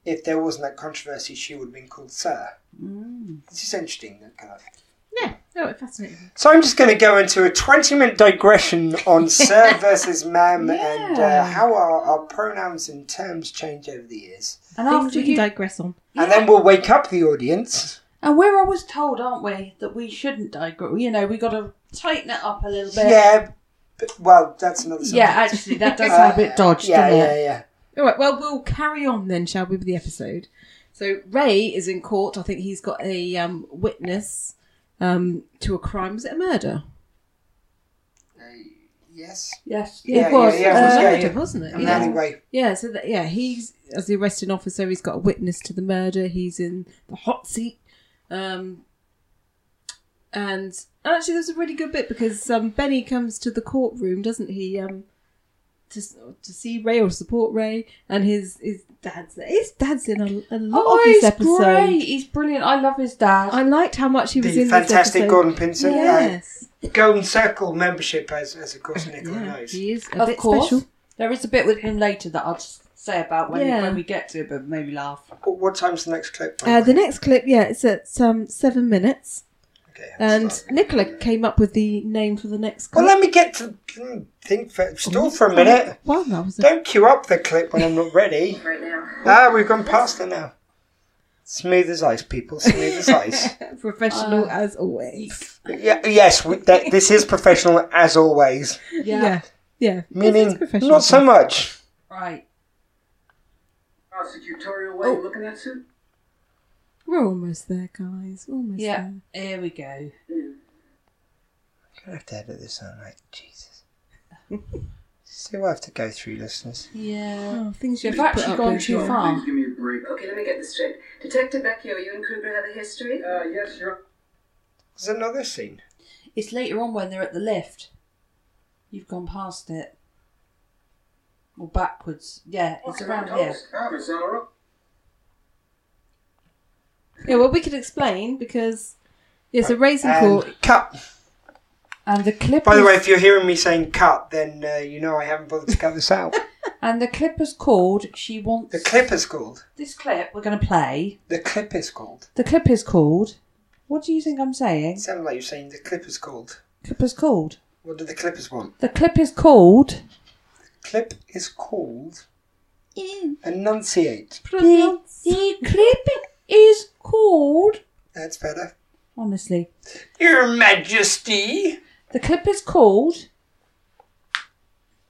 if there wasn't that controversy she would have been called sir. Mm. It's just interesting that kind of Yeah. Oh, it fascinated me. so I'm just going to go into a 20 minute digression on sir versus ma'am and uh, Yeah. how our, our pronouns and terms change over the years. And Things after we can you, digress on. And then we'll wake up the audience. and we're always told, aren't we, that we shouldn't digress. You know, we got to tighten it up a little bit. Yeah, but, well, that's another subject. Yeah, actually, that does Uh, sound a bit dodged, yeah, doesn't yeah, it? yeah. All right, well, we'll carry on then, shall we, with the episode? So Ray is in court. I think he's got a um, witness um, to a crime. Was it a murder? Uh, Yes. Yes, Yeah, it yeah, was. yeah, it was uh, a murder, yeah. wasn't it? And Yeah. anyway, Yeah, so that, yeah, he's as the arresting officer. He's got a witness to the murder. He's in the hot seat, um, and actually, there's a really good bit because um, Benny comes to the courtroom, doesn't he? Um, to to see Ray or support Ray, and his his dad's there. His dad's in a, a lot Oh, of he's this episode. great. He's brilliant. I love his dad. I liked how much he was the in fantastic this episode. Gordon Pinson. Yeah. Yes, Golden Circle membership, as, as of course Nicola yeah, knows. he is a of bit course. special. There is a bit with him later that I'll just say about when, Yeah. when we get to it, but made me laugh. What, what time's the next clip? by Uh, the the way? next clip, yeah, it's at um, seven minutes. Okay, I'll And start. Nicola came up with the name for the next Well, clip. let me get to mm, think for, stall for a Oh. minute. Wow, that was a... Don't queue up the clip when I'm not ready. Right now. Ah, we've gone past it now. Smooth as ice, people. Smooth as ice. professional Uh, as always. yeah, yes, we, that, this is professional as always. Yeah. yeah. This is Meaning, professional. not so much. Right. Prosecutorial way of looking at it? We're almost there, guys. Almost Yeah. there. Here we go. I have to edit this out, like, Jesus. See what I have to go through, listeners. Yeah. Oh, things you You've have to put actually up gone with. too Oh, far. Please give me a break. Okay, let me get this straight. Detective Vecchio, you and Kruger have a history? Uh, yes, Your There's another scene. It's later on when they're at the lift. You've gone past it. Or backwards. Yeah, it's around here. Ah, Miss Elra. Yeah, well, we could explain because it's a racing And court. cut. And the Clippers. By the way, if you're hearing me saying cut, then uh, you know I haven't bothered to cut this out. and the Clippers called. She wants the clip is called. this clip. We're going to play. The clip is called. The clip is called. What do you think I'm It saying? sounded like you're saying the clip is called. Clippers called. What do the clippers want? The clip is called. clip is called Enunciate. The, the clip is called. That's better. Honestly, Your Majesty. the clip is called.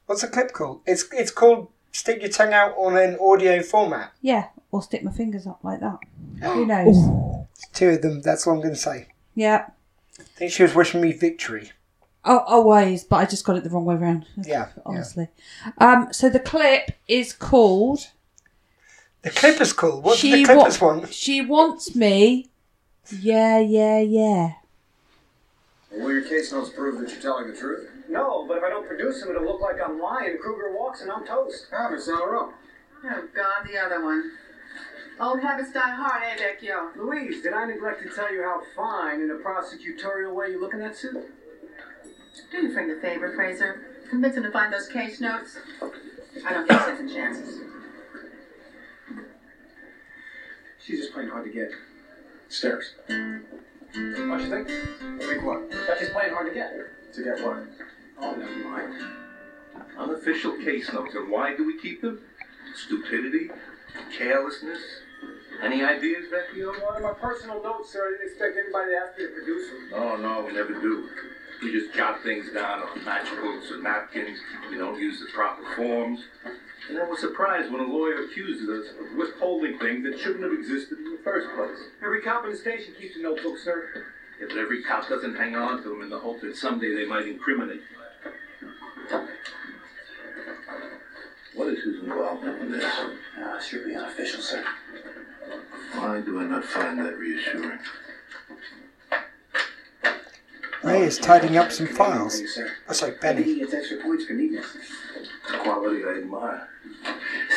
What's a clip called? It's it's called stick your tongue out on an audio format. Yeah, or stick my fingers up like that. Who knows? Two of them. That's what I'm going to say. Yeah, I think she was wishing me victory. oh, always, but I just got it the wrong way round. Yeah, yeah. honestly. Um, so the clip is called. The clip is cool. What's the clippers wa- one? She wants me. Yeah, yeah, yeah. Will your case notes prove that you're telling the truth? No, but if I don't produce them, it'll look like I'm lying. Kruger walks and I'm toast. Ah, it's not wrong. Oh, God, the other one. Old habits die hard, eh, Vecchio? Louise, did I neglect to tell you how fine in a prosecutorial way you look in that suit? Do you friend a favor, Fraser? Convince him to find those case notes. I don't give second chances. She's just playing hard to get. Stairs. What you think? Think what? That she's playing hard to get. To get what? Oh, never mind. Unofficial case notes, and why do we keep them? Stupidity? Carelessness? Any ideas, Vecchio? One of my personal notes, sir. I didn't expect anybody to ask me to produce them. Oh, no, we never do. We just jot things down on matchbooks or napkins. We don't use the proper forms. And then we're surprised when a lawyer accuses us of withholding things that shouldn't have existed in the first place. Every cop in the station keeps a notebook, sir. Yeah, but every cop doesn't hang on to them in the hope that someday they might incriminate you. What is his involvement in this? Ah, should be unofficial, sir. Why do I not find that reassuring? Ray is tidying up some files. sir. Oh, sorry, Benny. gets extra points for neatness. It's a quality I admire.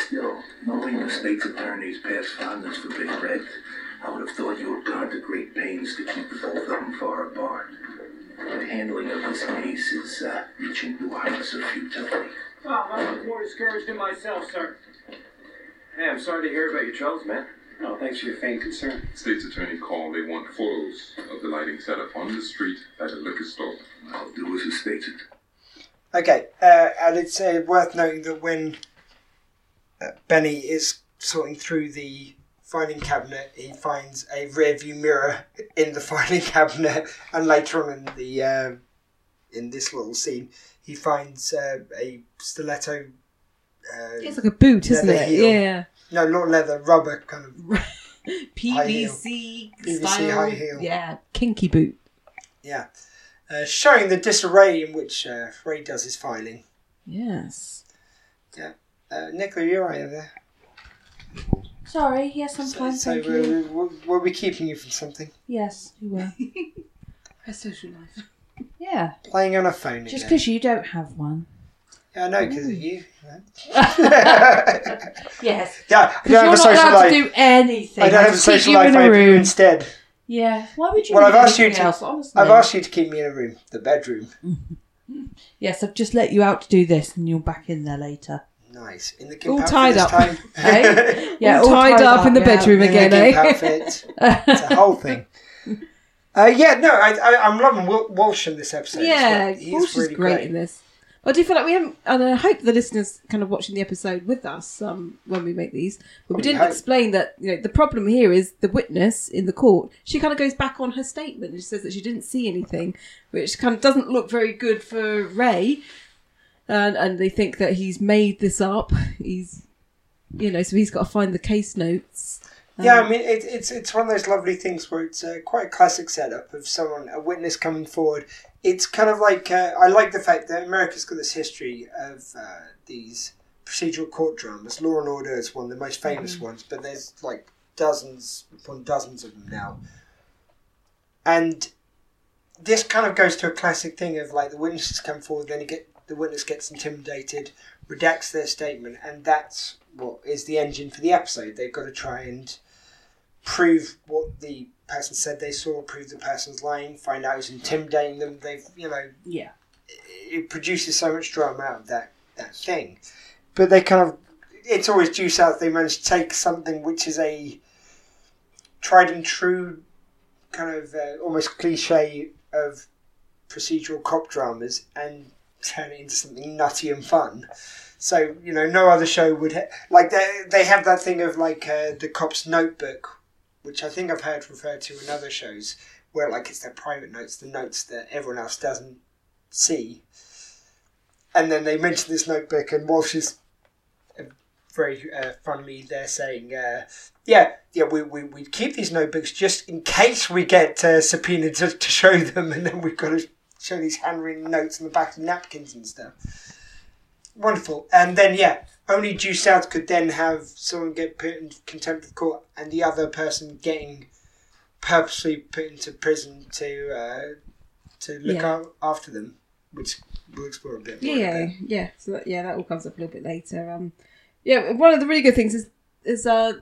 Still, knowing the state's attorney's past fondness for Big Red, I would have thought you had gone to great pains to keep both of them far apart. The handling of this case is uh, reaching new heights of futility. Oh, I was more discouraged than myself, sir. Hey, I'm sorry to hear about your troubles, man. No, thanks for your faint concern. State's attorney called. They want photos of the lighting setup on the street at a liquor store. I'll do as the state's attorney. Okay, uh, and it's uh, worth noting that when uh, Benny is sorting through the filing cabinet, he finds a rearview mirror in the filing cabinet, and later on in the uh, in this little scene, he finds uh, a stiletto. Uh, It's like a boot, isn't Leather it? heel. Yeah. no, not leather, rubber kind of. PVC PVC E style. E high heel. Yeah, kinky boot. Yeah, uh, showing the disarray in which uh, Ray does his filing. Yes. Uh, Nicola, you're right over there. Sorry, yes, I'm So, fine, so thank you. were, were, were we keeping you from something? Yes, you were. Her social life. Yeah, Playing on a phone just again. because you don't have one. Yeah, I know, because of you. right? Yes, yeah, I because don't you're have a not social allowed life. to do anything. I don't have a just social keep life. I You in a have you room. instead. Yeah, why would you? Well, need I've asked you anything to- Else, honestly? I've asked you to keep me in a room, the bedroom. Yes, I've just let you out to do this, and you're back in there later. Nice. In the All gimp outfit tied this up. time. Okay. All tied up in the bedroom. In the Again, gimp eh? outfit. It's a whole thing. Uh, yeah, no, I, I, I'm loving Wil- Walsh in this episode. as yeah, well. He's Walsh is really great, in this. But I do feel like we haven't, and I hope the listeners kind of watching the episode with us um, when we make these. But we We didn't hope. explain that you know the problem here is the witness in the court. She kind of goes back on her statement and she says that she didn't see anything, which kind of doesn't look very good for Ray. And and they think that he's made this up. He's you know, so he's got to find the case notes. Yeah, I mean, it, it's it's one of those lovely things where it's uh, quite a classic setup of someone, a witness coming forward. It's kind of like uh, I like the fact that America's got this history of uh, these procedural court dramas. Law and Order is one of the most famous ones, but there's like dozens upon dozens of them now. And this kind of goes to a classic thing of like the witnesses come forward, then you get the witness gets intimidated, redacts their statement, and that's what is the engine for the episode. They've got to try and prove what the person said they saw, prove the person's lying, find out who's intimidating them. They've, you know, Yeah. it produces so much drama out of that that thing. But they kind of, it's always due south. They manage to take something which is a tried and true kind of uh, almost cliche of procedural cop dramas and turn it into something nutty and fun. So you know, no other show would ha- like they they have that thing of like uh, the cop's notebook, which I think I've heard referred to in other shows, where like it's their private notes, the notes that everyone else doesn't see. And then they mention this notebook, and Walsh is uh, very uh, funnily there saying, uh, "Yeah, yeah, we, we we keep these notebooks just in case we get uh, subpoenaed to, to show them, and then we've got to show these handwritten notes on the back of napkins and stuff." Wonderful. And then, yeah, only due south could then have someone get put in contempt of court and the other person getting purposely put into prison to uh, to look Yeah. out after them, which we'll explore a bit more. Yeah, in a yeah, bit. yeah. So that, yeah, that all comes up a little bit later. Um, yeah, one of the really good things is is uh,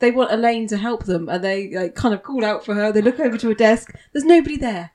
they want Elaine to help them, and they like, kind of call out for her. They look over to a desk. There's nobody there.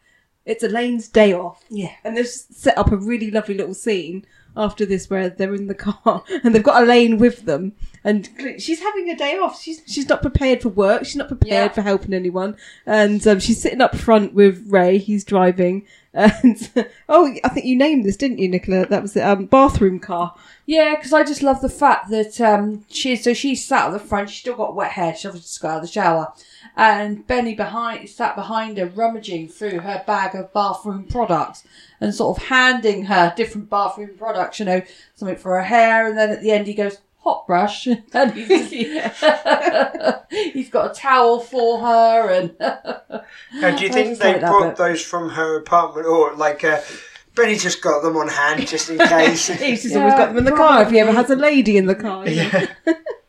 It's Elaine's day off. Yeah. and they've set up a really lovely little scene after this where they're in the car and they've got Elaine with them, and she's having a day off. She's she's not prepared for work. She's not prepared for helping anyone, and um, she's sitting up front with Ray. He's driving. And oh, I think you named this, didn't you, Nicola? That was the um, bathroom car. Yeah, because I just love the fact that um, she so she sat at the front. She still got wet hair. She obviously just got out of the shower, and Benny behind sat behind her, rummaging through her bag of bathroom products and sort of handing her different bathroom products. You know, something for her hair, and then at the end he goes hot brush, and he's, just- he's got a towel for her, and Now, do you I think just they like that brought bit. those from her apartment or like uh, Benny just got them on hand just in case? He's just always got them in the car if he ever has a lady in the car. Yeah.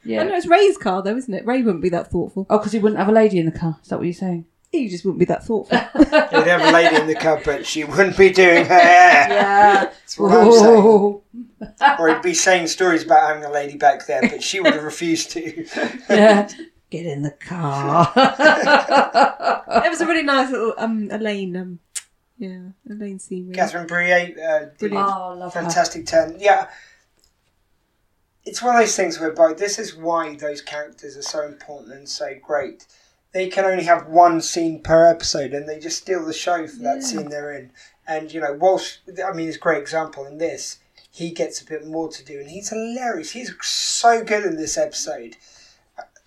Yeah. I know it's Ray's car though, isn't it? Ray wouldn't be that thoughtful. oh, because he wouldn't have a lady in the car. Is that what you're saying? He just wouldn't be that thoughtful. He'd have a lady in the car, but she wouldn't be doing her hair. Yeah. That's what I'm saying. Oh. Or he'd be saying stories about having a lady back there, but she would have refused to. Yeah. Get in the car. it was a really nice little um, Elaine, um, yeah, Elaine scene. Really. Catherine Brie uh, did a Oh, love her. fantastic turn. Yeah. It's one of those things whereby this is why those characters are so important and so great. They can only have one scene per episode and they just steal the show for that scene they're in. And, you know, Walsh, I mean, is a great example in this. He gets a bit more to do and he's hilarious. He's so good in this episode.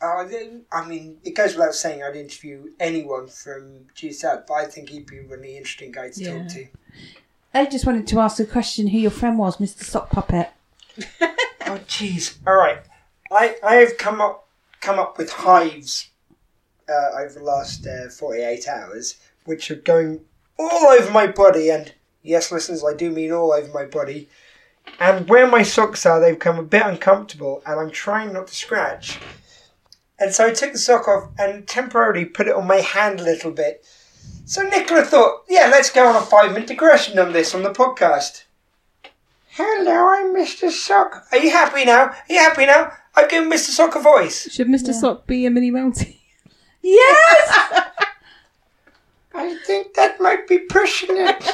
Uh, I mean, it goes without saying I'd interview anyone from GSAT, but I think he'd be a really interesting guy to Yeah. talk to. I just wanted to ask a question who your friend was, Mr. Sock Puppet. Oh jeez! All right, I I have come up come up with hives uh, over the last uh, forty eight hours, which are going all over my body, and yes, listeners, I do mean all over my body. And where my socks are, they've become a bit uncomfortable, and I'm trying not to scratch. And so I took the sock off and temporarily put it on my hand a little bit. So Nicola thought, yeah, let's go on a five minute digression on this on the podcast. Hello, I'm Mr. Sock. Are you happy now? Are you happy now? I've given Mr. Sock a voice. Should Mr. Sock be a mini mountie? Yes! I think that might be pushing it.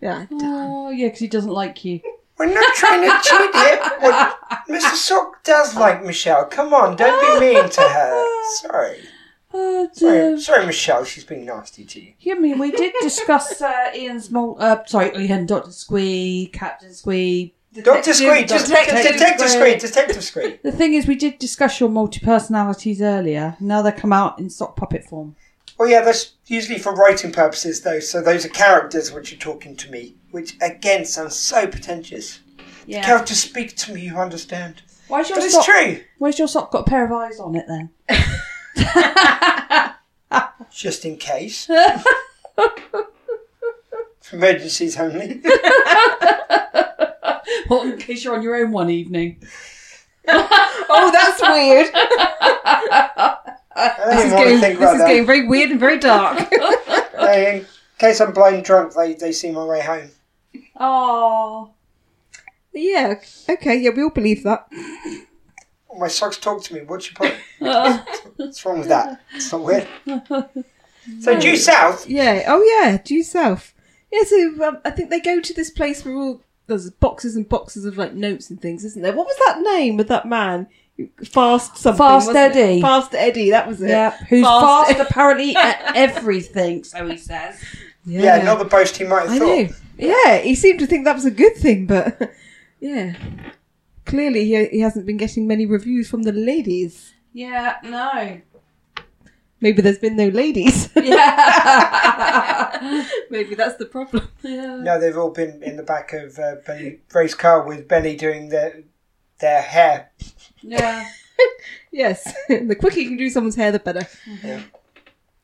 Yeah. oh, yeah, because he doesn't like you. We're not trying to cheat it. Well, Mr. Sock does like Michelle. Come on, don't be mean to her. Sorry. Oh, dear. Sorry, sorry Michelle, she's being nasty to you. You mean we did discuss uh, Ian's mol- uh, sorry, Ian, Dr. Squee, Captain Squee. Doctor Squee, just Detective Detective Squee. Squee, Detective Squee. The thing is, we did discuss your multi personalities earlier. Now they come out in sock puppet form. Well, yeah, that's usually for writing purposes, though. So those are characters which are talking to me, which again sounds so pretentious. Characters speak to me, you understand. Why's your But it's sock? true. Where's your sock got a pair of eyes on it then? Just in case. For emergencies only. Or in case you're on your own one evening. Oh, that's weird. I don't this even is want to getting think this about is that. getting very weird and very dark. Hey, in case I'm blind drunk, they, they see my way home. Oh. yeah. Okay. Yeah, we all believe that. Oh, my socks talk to me. What's your point? Uh. What's wrong with that? It's not weird. So due south. Yeah. Oh, yeah. Due south. Yeah. So um, I think they go to this place where all there's boxes and boxes of like notes and things, isn't there? What was that name of that man? Fast something. Fast wasn't it? Eddie. Fast Eddie. That was it. Yeah, who's Fast- fast, apparently at everything, so he says. Yeah, not the boast he might have I thought. know. Yeah, he seemed to think that was a good thing, but yeah, clearly he he hasn't been getting many reviews from the ladies. Yeah, no. Maybe there's been no ladies. Yeah. Maybe that's the problem. yeah. No, they've all been in the back of uh, Benny, Ray's car with Benny doing their their hair. Yeah. Yes, the quicker you can do someone's hair, the better. Yeah.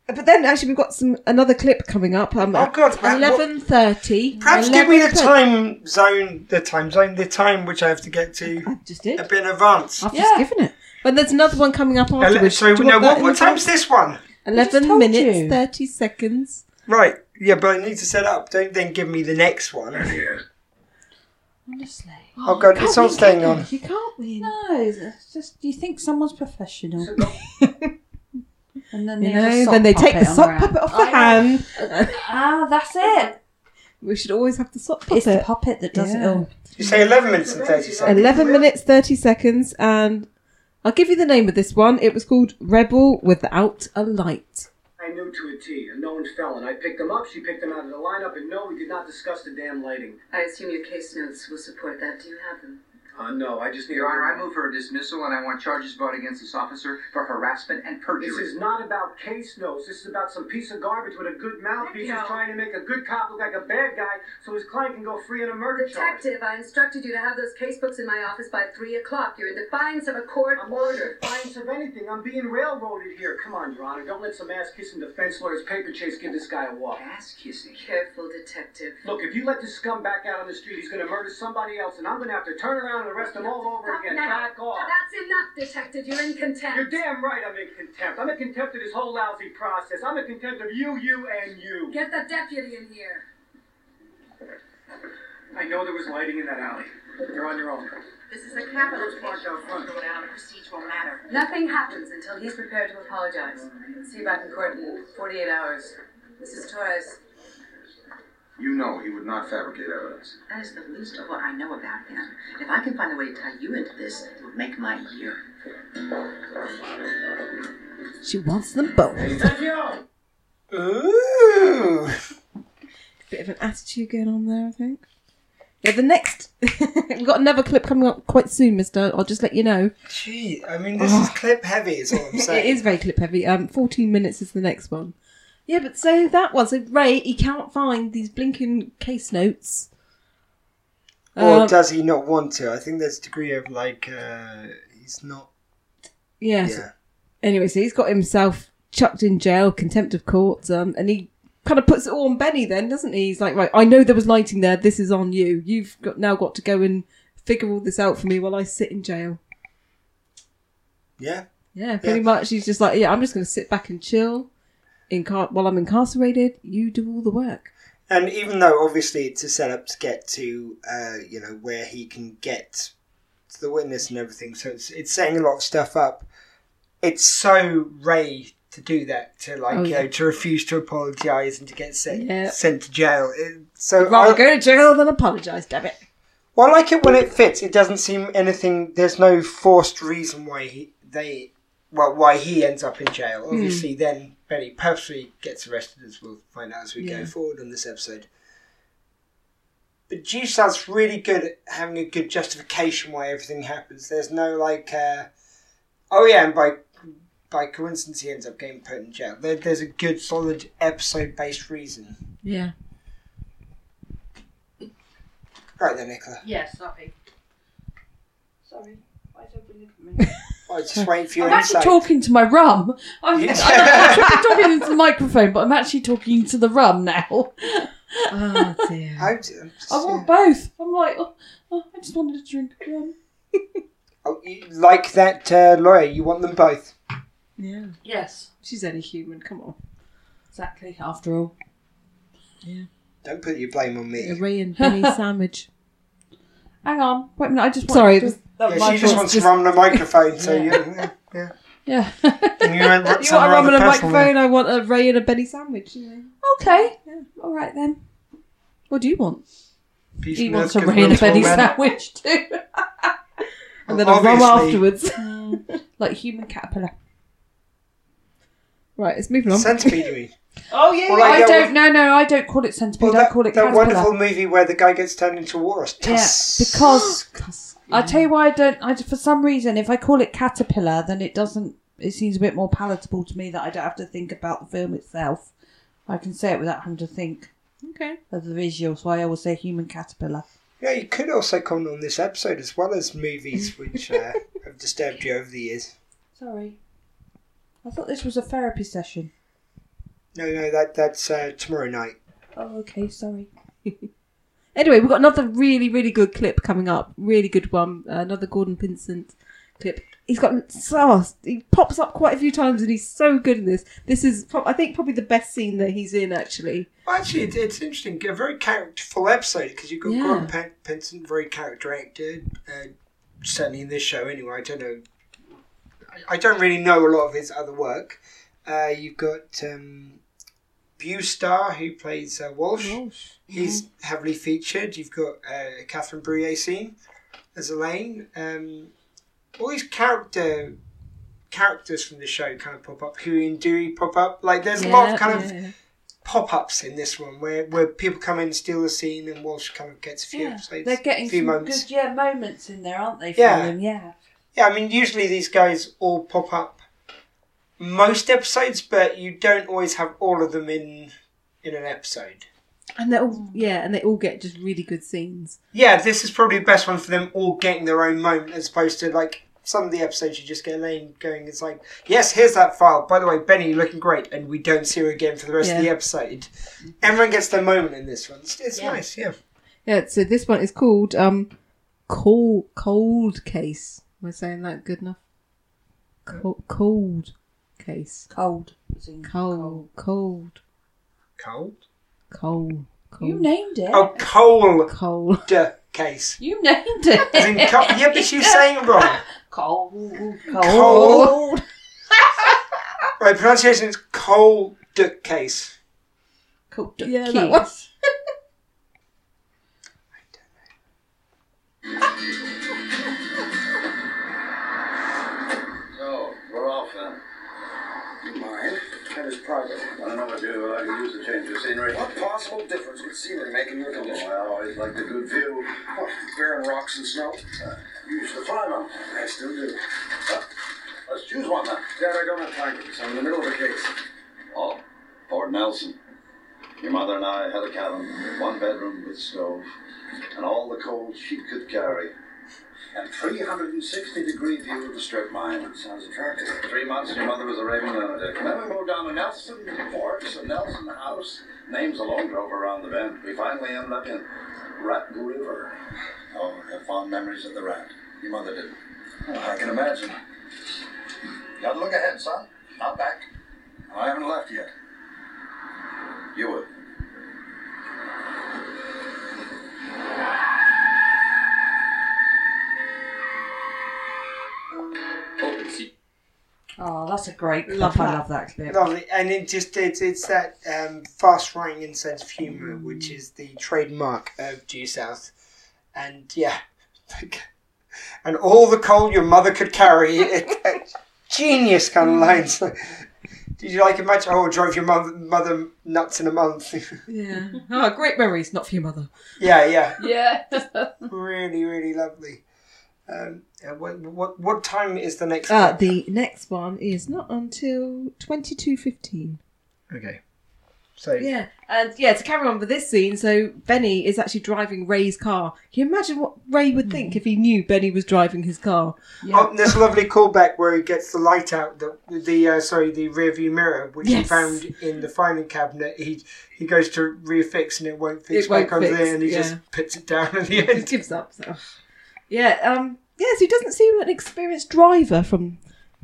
But then, actually, we've got some another clip coming up. Um, Oh, God, Matt, what- eleven thirty. Perhaps give me the time zone, the time zone, the time which I have to get to I just did. a bit in advance. I've Yeah. just given it. But there's another one coming up Ele- afterwards. so Do you no, want that what, in what the time's time? this one? just Eleven told minutes you. thirty seconds. Right, yeah, but I need to set up. Don't then give me the next one. Yes. Honestly. Oh god, it's all staying on. You can't win. No, it's just you think someone's professional. and then You they know, then they take the sock puppet off the hand. Ah, that's it. We should always have the sock It's the puppet. puppet that does it Yeah. all. You say eleven minutes and thirty seconds. 11 minutes 30 seconds and I'll give you the name of this one. It was called Rebel Without a Light. I knew to a T. A known felon. I picked him up. She picked him out of the lineup, and no, we did not discuss the damn lighting. I assume your case notes will support that. Do you have them? Uh, no, I just need. Your Honor, I move for a dismissal and I want charges brought against this officer for harassment and perjury. This is not about case notes. This is about some piece of garbage with a good mouthpiece who's trying to make a good cop look like a bad guy so his client can go free on a murder charge. Detective, I instructed you to have those case books in my office by 3 o'clock. You're in defiance of a court I'm not in order. defiance of anything. I'm being railroaded here. Come on, Your Honor. Don't let some ass kissing defense lawyer's paper chase give this guy a walk. ass kissing. Careful, Detective. Look, if you let this scum back out on the street, he's going to murder somebody else, and I'm going to have to turn around and arrest him all over Stop again. now. Back off. That's enough, Detective. You're in contempt. You're damn right I'm in contempt. I'm in contempt of this whole lousy process. I'm in contempt of you, you, and you. Get the deputy in here. I know there was lighting in that alley. You're on your own. This is a capital charge on a procedural matter. Nothing happens until he's prepared to apologize. See you back in court in 48 hours. Mrs. Torres, You know he would not fabricate evidence. That is the least of what I know about him. If I can find a way to tie you into this, it would make my year. She wants them both. Thank you. Ooh. Bit of an attitude going on there, I think. Yeah, the next. We've got another clip coming up quite soon, mister. I'll just let you know. Gee, I mean, this is clip heavy, is all I'm It saying. is very clip heavy. Um, 14 minutes is the next one. Yeah, but so that one. So Ray, he can't find these blinking case notes. Or Um, does he not want to? I think there's a degree of like, uh, he's not. yeah. so- Yeah. anyway, so he's got himself chucked in jail, contempt of court, um, and he kind of puts it all on Benny then, doesn't he? He's like, right, I know there was lighting there. This is on you. You've got now got to go and figure all this out for me while I sit in jail. Yeah. Yeah, pretty much. He's just like, yeah, I'm just going to sit back and chill. In car- while I'm incarcerated, you do all the work. And even though obviously it's a setup to get to, uh, you know, where he can get to the witness and everything, so it's it's setting a lot of stuff up. It's so Ray to do that to like Oh, you yeah. know to refuse to apologize and to get sent Yeah. sent to jail. It, so Rather I- go to jail than apologise, damn it. Well, I like it when it fits. It doesn't seem anything. There's no forced reason why he they well why he ends up in jail. Hmm. Obviously, then Benny purposely gets arrested, as we'll find out as we Yeah. go forward on this episode. But Juice sounds really good at having a good justification why everything happens. There's no like, uh, oh yeah, and by by coincidence he ends up getting put in jail. There, there's a good solid episode based reason. Yeah. Right there, Nicola. Yeah, sorry. Sorry. Why is everybody looking at me? I was just waiting for your I'm actually insight. talking to my rum. I'm, Yeah. I'm not talking into the microphone, but I'm actually talking to the rum now. Oh, dear. I'm just- I'm just- I want both. I'm like, oh, oh, I just wanted a drink of rum. Oh, you- like that uh, lawyer, you want them both. yeah. yes. She's only human, come on. Exactly. After all, Don't put your blame on A me. Ray and Benny sandwich. hang on. Wait a minute. I just Sorry, wanted it was- To, that was Yeah, my she just fault. wants to run the microphone, so you, yeah, yeah. Yeah. And you went You want a rum rather and a personal microphone, I want a Ray and a Benny sandwich. You know. okay. All right then. What do you want? piece He of wants nerve a 'cause rain we're Benny small men. sandwich too. And then a rum Obviously. afterwards. like human caterpillar. right, it's moving on. Centipede, you mean? Oh yeah, Or like I that don't. No, no, I don't call it centipede. I call it that caterpillar. wonderful movie where the guy gets turned into a walrus. Yeah, because I tell you why I don't. I for some reason, if I call it caterpillar, then it doesn't. It seems a bit more palatable to me that I don't have to think about the film itself. I can say it without having to think okay. of the visual. So I always say human caterpillar. Yeah, you could also comment on this episode as well as movies which uh, have disturbed you over the years. Sorry, I thought this was a therapy session. No, no, that that's uh, tomorrow night. Oh, okay. Sorry. Anyway, we've got another really, really good clip coming up. Really good one. Uh, another Gordon Pinsent clip. He's got so he pops up quite a few times, and he's so good in this. This is, pro- I think, probably the best scene that he's in actually. Well, actually, it's, it's interesting. A very characterful episode because you've got Yeah. Gordon Pen- Penson, very character actor. Uh, certainly in this show, anyway. I don't know. I, I don't really know a lot of his other work. Uh, you've got um, Star, who plays uh, Walsh. Oh, He's Mm-hmm. heavily featured. You've got uh, Catherine Brouillet scene as Elaine. Um, all these character characters from the show kind of pop up. Huey and Dewey pop up. Like there's a lot of kind of pop-ups in this one where, where people come in steal the scene and Walsh kind of gets a few episodes they're getting a few some moments good yeah moments in there, aren't they? From Yeah. them? yeah. yeah I mean usually these guys all pop up most episodes but you don't always have all of them in in an episode and they all yeah, and they all get just really good scenes. yeah this is probably the best one for them all getting their own moment as opposed to like some of the episodes you just get Elaine going it's like yes here's that file by the way Benny you're looking great and we don't see her again for the rest of the Yeah. episode everyone gets their moment in this one it's, it's nice yeah Yeah, so this one is called um, cold cold case. Am I saying that good enough? Cold, cold case. Cold. Cold. Cold. cold Cold. cold. You named it. Oh, coal. Coal. Case. You named it. As in co- yeah, but she's saying it wrong. Cold. Cold. Cold. Right, pronunciation is coal duck case. Cold. Yeah, Keys. that one. So, we're off then. Mine? That is private. I don't know what to do, but I could use a change of scenery. What possible difference would scenery make in your condition? Oh, I always like the good view. What, barren rocks and snow? Uh, You used to climb them. I still do. Let's choose one then. Dad, I don't have time for this. I'm in the middle of a case. Oh, Fort Nelson. Your mother and I had a cabin, one bedroom with stove, and all the coal she could carry. And 360 degree view of the strip mine. Sounds attractive. Three months, your mother was a raving lunatic. Then we moved down to Nelson Forks and Nelson House. Names alone drove her around the bend. We finally ended up in Rat River. Oh, I have fond memories of the rat. Your mother did. Oh, I can imagine. Gotta look ahead, son. Out back. I haven't left yet. You would. Open sea. Oh, that's a great clip. Love I that. love that clip. Lovely, and it just it's, it's that um, fast running and sense of humour, which is the trademark of Due South, and yeah, like, and all the coal your mother could carry. It, it- genius kind of lines. Did you like it much? Oh, drove your mother, mother nuts in a month. Yeah. Oh, great memories, not for your mother. yeah, yeah, Yeah. really, really lovely. Um, uh, what, what what time is the next? Uh, clip? the next one is not until twenty two fifteen. Okay. So Yeah, and yeah, to carry on with this scene, so Benny is actually driving Ray's car. Can you imagine what Ray would think if he knew Benny was driving his car? Oh, and this lovely callback where he gets the light out the the uh, sorry the rear view mirror which he Yes. found in the filing cabinet. He he goes to refix and it won't fix It won't back onto fix, there and he yeah. just puts it down at the He end. gives up. So. Yeah, um, yeah, so he doesn't seem an experienced driver from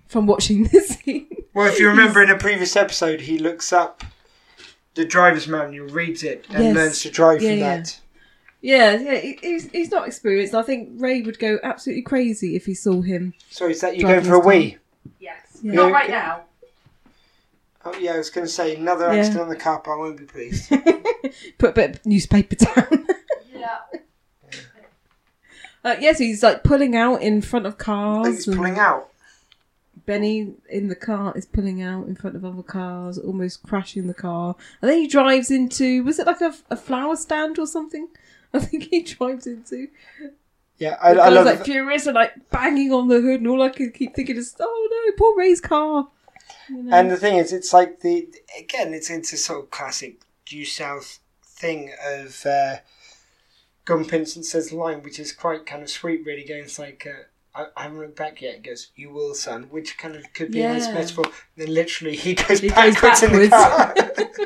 from watching this scene. Well, if you remember in a previous episode, he looks up the driver's manual, reads it, and Yes. learns to drive Yeah, from yeah. that. Yeah, yeah, he, he's, he's not experienced. I think Ray would go absolutely crazy if he saw him. So is that you going Driving for a his wee? car. Yes. Yeah. Not right now. Oh yeah, I was going to say another Yeah. accident on the car park. I won't be pleased. Put a bit of newspaper down. Yeah. uh, yeah, so he's like pulling out in front of cars. He's and- pulling out. Benny in the car is pulling out in front of other cars, almost crashing the car, and then he drives into was it like a, a flower stand or something? I think he drives into. Yeah, I, the I car's, love like it. furious and like banging on the hood, and all I could keep thinking is, "Oh no, poor Ray's car." You know? And the thing is, it's like the again, it's it's a sort of classic due south thing of uh, Gun says line, which is quite kind of sweet, really. Going it's like, uh, I, I haven't looked back yet. It goes, "You will, son," which kind of could be in this Yeah. metaphor. Then literally, he goes He goes backwards, in the car. backwards.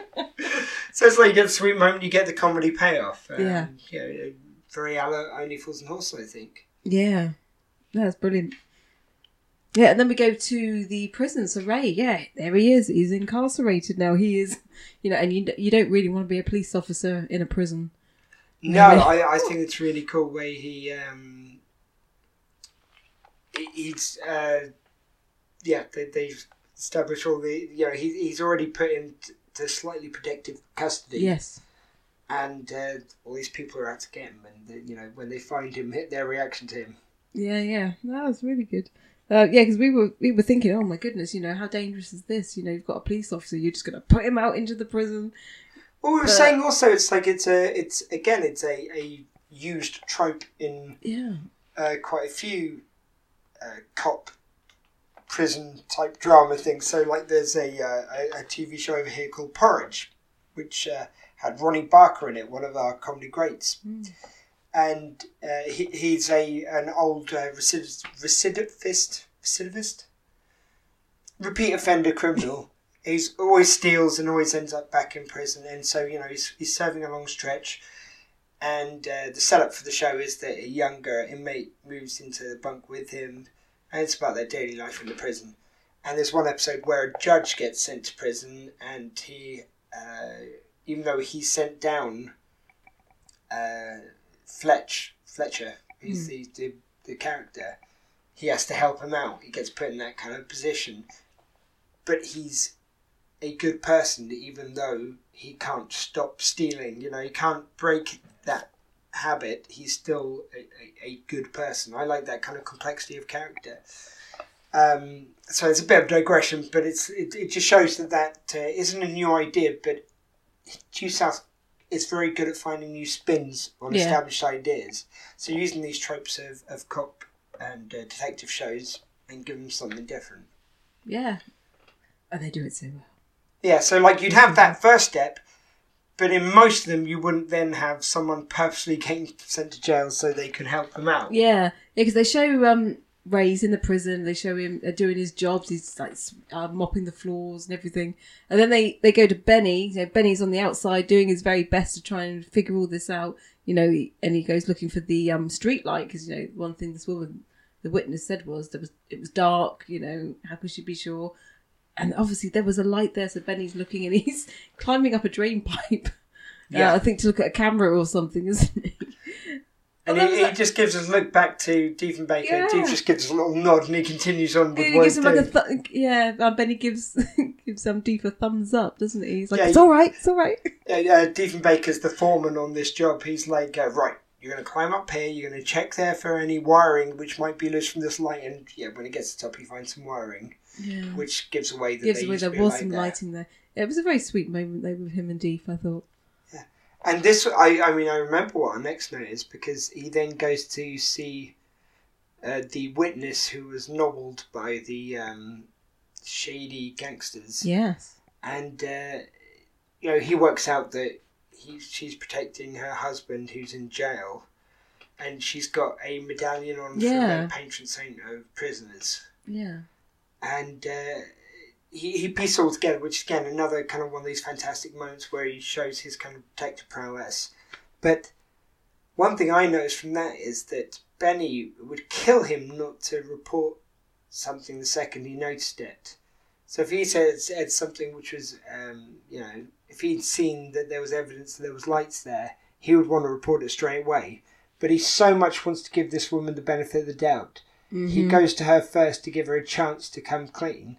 so it's like you get the sweet moment, you get the comedy payoff. Um, Yeah. you know, very alla only fools and horses, I think. Yeah, that's brilliant. Yeah, and then we go to the prison. So Ray, yeah, there he is. He's incarcerated now. He is, you know, and you you don't really want to be a police officer in a prison. No, I, I think it's really cool way he um he- he's uh yeah they they've established all the you know he, he's already put into slightly protective custody yes, and uh, all these people are out to get him and they, you know when they find him hit their reaction to him yeah, yeah. That was really good. Uh, yeah, because we were we were thinking, oh my goodness, you know, how dangerous is this? You know, you've got a police officer. You're just going to put him out into the prison. well we were But- saying also it's like it's a it's again it's a a used trope in Yeah, uh, quite a few uh, cop prison type drama things. So like there's a, uh, a a TV show over here called Porridge, which uh, had Ronnie Barker in it, one of our comedy greats, and uh, he, he's a an old uh, recidiv- recidivist recidivist repeat offender criminal. He's always steals and always ends up back in prison, and so you know he's, he's serving a long stretch and uh, the setup for the show is that a younger inmate moves into the bunk with him, and it's about their daily life in the prison. And there's one episode where a judge gets sent to prison, and he, uh, even though he sent down uh, Fletch, Fletcher, he's the, the, the character, he has to help him out. He gets put in that kind of position. But he's a good person, even though he can't stop stealing. You know, he can't break that habit. He's still a, a, a good person. I like that kind of complexity of character. Um, so it's a bit of digression, but it's it, it just shows that that uh, isn't a new idea, but Due South is very good at finding new spins on Yeah. established ideas. So using these tropes of, of cop and uh, detective shows and give them something different. yeah, and they do it so well. Yeah, so like you'd have Mm-hmm. that first step, but in most of them you wouldn't then have someone purposely getting sent to jail so they could help them out. Yeah, because they show um, Ray's in the prison. They show him uh, doing his jobs. He's like s- uh, mopping the floors and everything. And then they they go to Benny. You know, Benny's on the outside doing his very best to try and figure all this out. You know, he- and he goes looking for the um, street light because you know one thing this woman, the witness said was there was it was dark. You know, how could she be sure? And obviously there was a light there, so Benny's looking and he's climbing up a drain pipe. Yeah, Yeah. I think to look at a camera or something, isn't it? And Well, that he, he just gives us a look back to Diefenbaker. Yeah. He just gives us a little nod and he continues on with He what gives he's him like a doing. th- yeah. Uh, Benny gives gives um, Deep a thumbs up, doesn't he? He's like, Yeah, it's you- all right, it's all right. Yeah, yeah, Diefenbaker's the foreman on this job. He's like, uh, right, you're going to climb up here, you're going to check there for any wiring which might be loose from this light. And yeah, when he gets to the top, he finds some wiring, Yeah, which gives away that Mm. gives they away used to there be was like some that. lighting there. Yeah, It was a very sweet moment though with him and Deep. I thought, And this, I, I mean, I remember what our next note is because he then goes to see uh, the witness who was nobbled by the um, shady gangsters, yes, and uh, you know he works out that he she's protecting her husband who's in jail, and she's got a medallion on for Yeah. the patron saint of prisoners yeah, and uh, he, he pieces it all together, which is again another kind of one of these fantastic moments where he shows his kind of detective prowess. But one thing I noticed from that is that Benny would kill him not to report something the second he noticed it. So if he said, said something which was, um, you know, if he'd seen that there was evidence that there was lights there, he would want to report it straight away. But he so much wants to give this woman the benefit of the doubt Mm-hmm. he goes to her first to give her a chance to come clean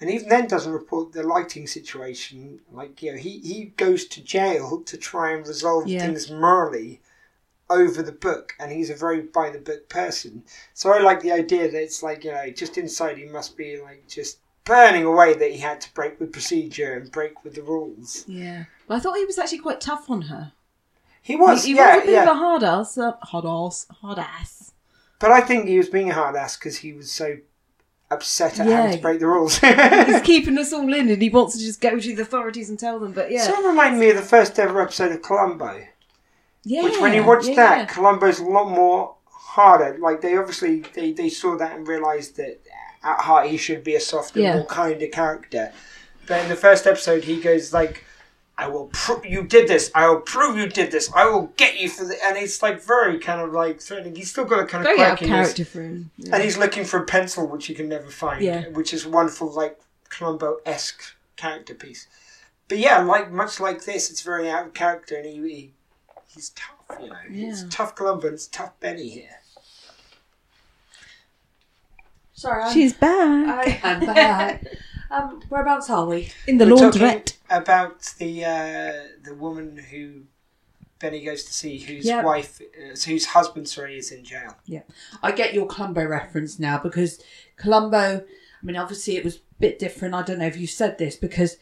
and even then doesn't report the lighting situation like you know he, he goes to jail to try and resolve Yeah. things morally over the book, and he's a very by the book person. So I like the idea that it's like you know, just inside he must be like just burning away that he had to break with procedure and break with the rules. Yeah. Well, I thought he was actually quite tough on her. He was, He, he yeah, was a bit yeah. of a hard ass. Uh, hard ass. Hard ass. But I think he was being a hard ass because he was so upset at Yeah. having to break the rules. He's keeping us all in, and he wants to just go to the authorities and tell them. But yeah, Sort of reminded me of the first ever episode of Columbo. yeah. Which, when you watch yeah, that, yeah. Columbo's a lot more harder. Like they obviously they, they saw that and realised that at heart he should be a softer, Yeah. more kinder character. But in the first episode, he goes like, "I will prove you did this. I will prove you did this. I will get you for the." And it's like very kind of like threatening. He's still got a kind of very out of quirkiness. character for him. Yeah. And he's looking for a pencil, which he can never find, Yeah. which is a wonderful, like Columbo esque character piece. But yeah, like much like this, it's very out of character, and he, he he's tough, you know. He's Yeah. tough Columbo, and it's tough Benny here. Sorry, Um, I'm, She's back. I am back. um, whereabouts are we? in the We're laundrette. talking about the uh, the woman who Benny goes to see, whose Yeah. wife, uh, whose husband, sorry, is in jail. Yeah, I get your Columbo reference now because Columbo. I mean, obviously it was a bit different. I don't know if you said this because,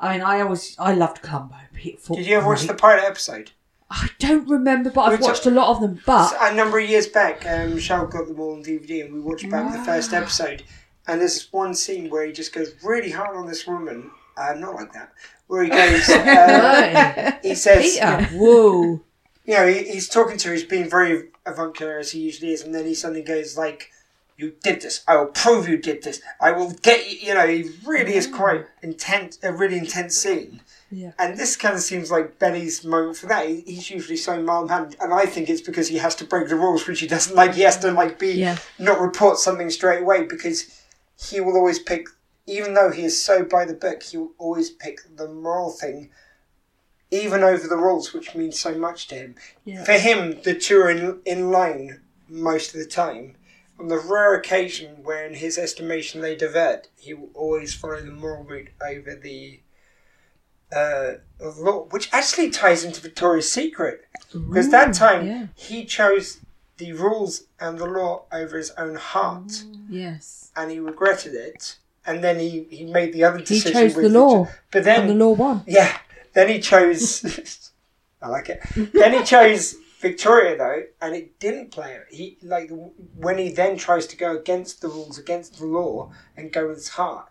I mean, I always I loved Columbo. People, Did you ever watch the pilot episode? I don't remember, but I've Which- watched a lot of them. But So, a number of years back, um, Michelle got them all on DVD, and we watched back the first episode. And there's one scene where he just goes really hard on this woman. Uh, not like that. Where he goes, uh, he says, Peter, whoa, you know, he, he's talking to her, he's being very avuncular as he usually is, and then he suddenly goes like, "You did this. I will prove you did this. I will get you." You know, he really is quite intense, a really intense scene. Yeah. And this kind of seems like Benny's moment for that. He, he's usually so mild-handed, and I think it's because he has to break the rules, which he doesn't like. He has to like be Yeah. not report something straight away because he will always pick, even though he is so by the book, he will always pick the moral thing, even over the rules, which means so much to him. Yeah. For him, the two are in, in line most of the time. On the rare occasion where, in his estimation, they divert, he will always follow the moral route over the uh, law, which actually ties into Victoria's Secret. Because that time, yeah. he chose the rules and the law over his own heart Mm. Yes. and he regretted it. And then he, he made the other he decision. chose with the law, But and then, the law won. yeah, then he chose. I like it. Then he chose Victoria though, and it didn't play out. He like when he then tries to go against the rules, against the law, and go with his heart.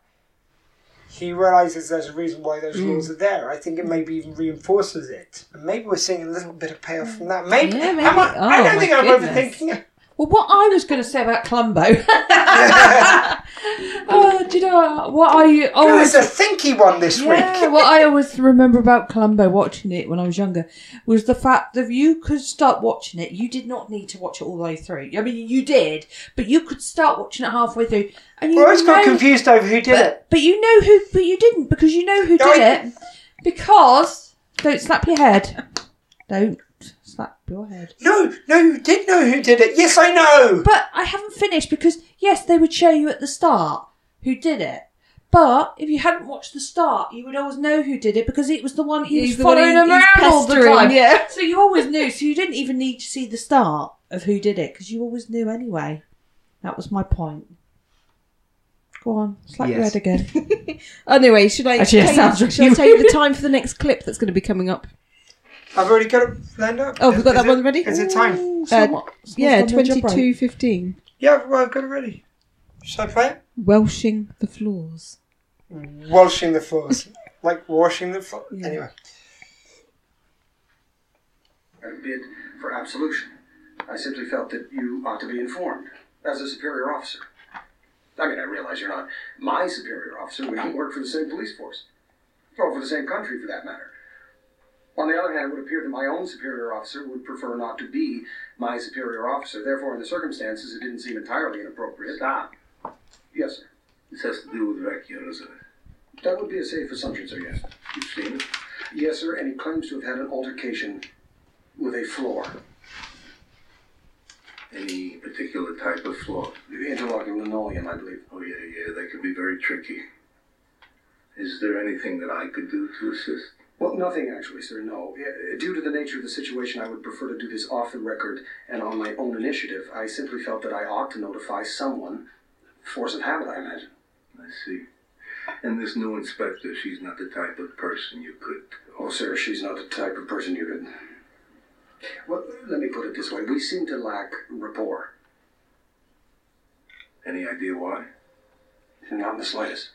He realizes there's a reason why those Mm. rules are there. I think it maybe even reinforces it. And maybe we're seeing a little bit of payoff from that. Maybe, Yeah, maybe. am I, I Oh, don't my think I'm goodness. overthinking it. Well, what I was going to say about Columbo. Oh, do you know what I Oh, it's always? a thinky one this week. Yeah, what I always remember about Columbo watching it when I was younger was the fact that if you could start watching it, you did not need to watch it all the way through. I mean, you did, but you could start watching it halfway through, and you Well, I always got know- confused over who did but, it. but you know who, but you didn't because you know who No, did I- it because don't slap your head, don't slap your head. No, no, you did know who did it. Yes, I know. But I haven't finished because yes, they would show you at the start who did it. But if you hadn't watched the start, you would always know who did it because it was the one he He's was the one following he- he's around all the pestering, time. yeah. So you always knew. So you didn't even need to see the start of who did it because you always knew anyway. That was my point. Go on, slap your Yes. head again. Anyway, should I Actually, that tell sounds you, really should I tell you the time for the next clip that's going to be coming up? I've already got it planned up. Oh, we've got Is that it- one ready? Is it time? Uh, what- what's yeah, done with your brain? twenty-two fifteen. Yeah, well, I've got it ready. Should I play it? Welshing the floors. Washing the floors. like washing the floor. Yeah. Anyway. at a bid for absolution. I simply felt that you ought to be informed as a superior officer. I mean, I realize you're not my superior officer. We don't work for the same police force, or for the same country, for that matter. On the other hand, it would appear that my own superior officer would prefer not to be my superior officer. Therefore, in the circumstances, it didn't seem entirely inappropriate. Ah, yes, sir. This has to do with vacuum, doesn't it? That would be a safe assumption, sir. Yes, You've seen it? yes, sir. And he claims to have had an altercation with a floor, Any particular type of floor? the interlocking linoleum, I believe. Oh, yeah, yeah, that can be very tricky. Is there anything that I could do to assist? Well, nothing actually, sir, no. Uh, Due to the nature of the situation, I would prefer to do this off the record and on my own initiative. I simply felt that I ought to notify someone. Force of habit, I imagine. I see. And this new inspector, she's not the type of person you could. Oh, sir, she's not the type of person you could. Well, let me put it this way we seem to lack rapport. Any idea why? Not in the slightest.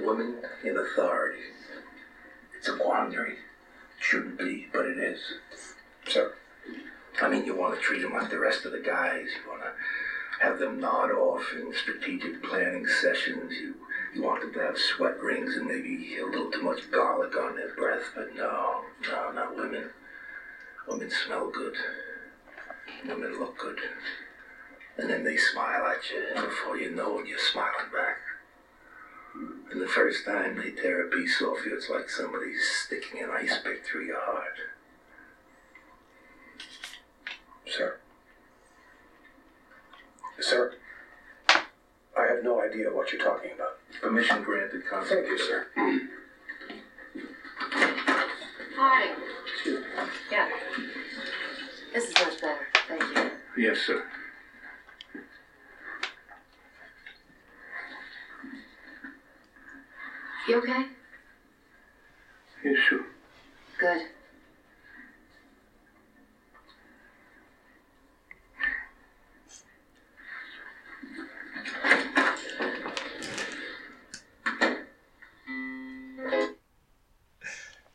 Women in authority. It's a quandary. Shouldn't be, but it is. So, I mean, you want to treat them like the rest of the guys. You want to have them nod off in strategic planning sessions. You you want them to have sweat rings and maybe a little too much garlic on their breath. But no, no, not women. Women smell good. Women look good. And then they smile at you, and before you know it, you're smiling back. And the first time they tear a piece off you, it's like somebody's sticking an ice pick through your heart. Sir. Sir, I have no idea what you're talking about. Permission granted, Constable. Thank you, sir. Hi. Yeah. This is much better. Thank you. Yes, sir. You okay? Yes, sure. Good.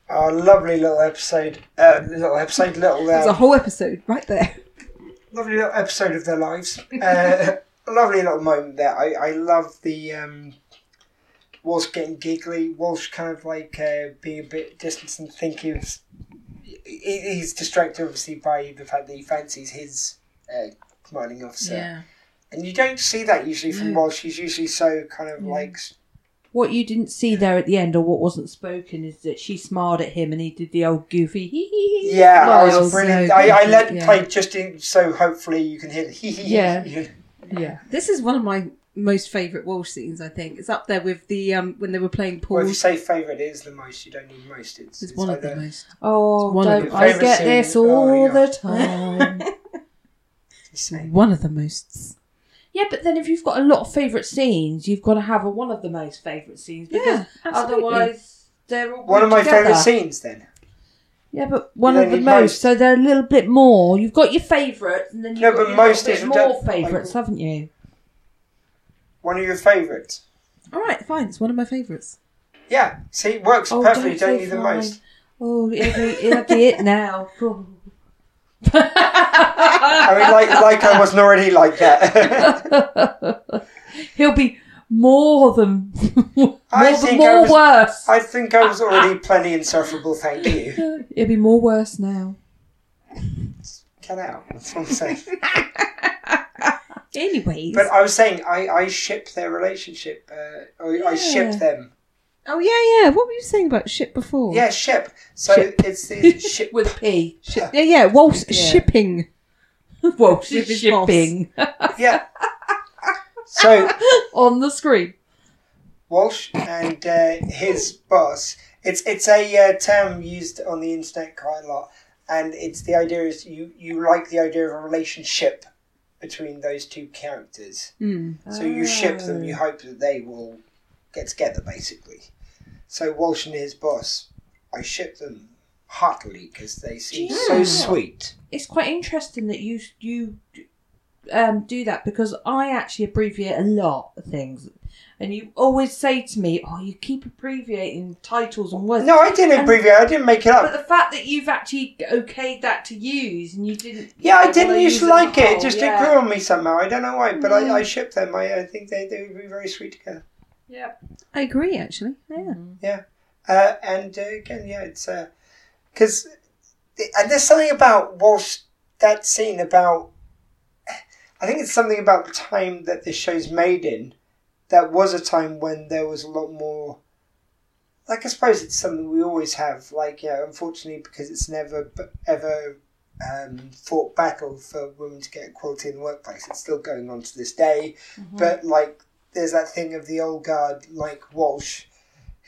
Our lovely little episode, uh, little episode, little There's a um, whole episode right there. lovely little episode of their lives. Uh, a lovely little moment there. I, I love the um, Walsh getting giggly. Walsh kind of like uh, being a bit distant and thinking. he- He's distracted obviously by the fact that he fancies his uh, commanding officer. Yeah. And you don't see that usually from Walsh. He's usually so kind of like What you didn't see there at the end, or what wasn't spoken, is that she smiled at him and he did the old goofy hee hee. hee. Yeah, I smile. was brilliant. So I, I goofy, let yeah. play just in, so hopefully you can hear the hee hee. Yeah. hee. Yeah. This is one of my most favourite Walsh scenes, I think. It's up there with the um when they were playing pool. Well, if you say favourite, it is the most. You don't need most. It's, it's one of like the the- most. Oh, It's one of don't the I favourite get scene. this Oh, all yeah. the time? One of the most. yeah, but then if you've got a lot of favourite scenes, you've got to have a, one of the most favourite scenes because Yeah, absolutely. otherwise they're all One of my together. favourite scenes. Then Yeah, but one You of the don't need most, most. so they're a little bit more. You've got your favourites, and then you've No, but got your most little is- bit more favourites, haven't you? one of your favourites. All right, fine. It's one of my favourites. Yeah, see, it works Oh, perfectly. don't Don't, say need the fine. most. Oh, it'll be, it'll be it now. Cool. I mean, like like I wasn't already like that. He'll be more than more, I than, think I more was- worse. I think I was already plenty insufferable. Thank you. It'll be more worse now. Get out. That's what I'm saying. Anyways. But I was saying I I ship their relationship. Uh, I, I Yeah. ship them. oh yeah, yeah. What were you saying about ship before? Yeah, ship. So Ship. it's the ship. With P. Ship- yeah, yeah. Walsh shipping. Well, With his shipping Yeah. So on the screen. Walsh and uh, his boss. It's it's a uh, term used on the internet quite a lot, and it's the idea is you you like the idea of a relationship between those two characters. Mm. So you ship them. Oh. Ah. You hope that they will get together, basically. So Walsh and his boss, I ship them heartily because they seem Do you so know- sweet. It's quite interesting that you you um, do that because I actually abbreviate a lot of things, and you always say to me, "Oh, you keep abbreviating titles and words." No, I didn't abbreviate. I didn't make it But up. the fact that you've actually okayed that to use and you didn't. Yeah, I well, didn't use used to as a like it. It whole, just it yeah. Mm. grew on me somehow. I don't know why, but I, I ship them. I, I think they, they would be very sweet together. I agree, actually. Yeah. Uh, and uh, again, yeah, it's because and there's something about Walsh that scene about. I think it's something about the time that this show's made in. That was a time when there was a lot more. Like I suppose it's something we always have. Like yeah, unfortunately, because it's never b- ever um, fought battle for women to get equality in the workplace. It's still going on to this day, but like there's that thing of the old guard like Walsh,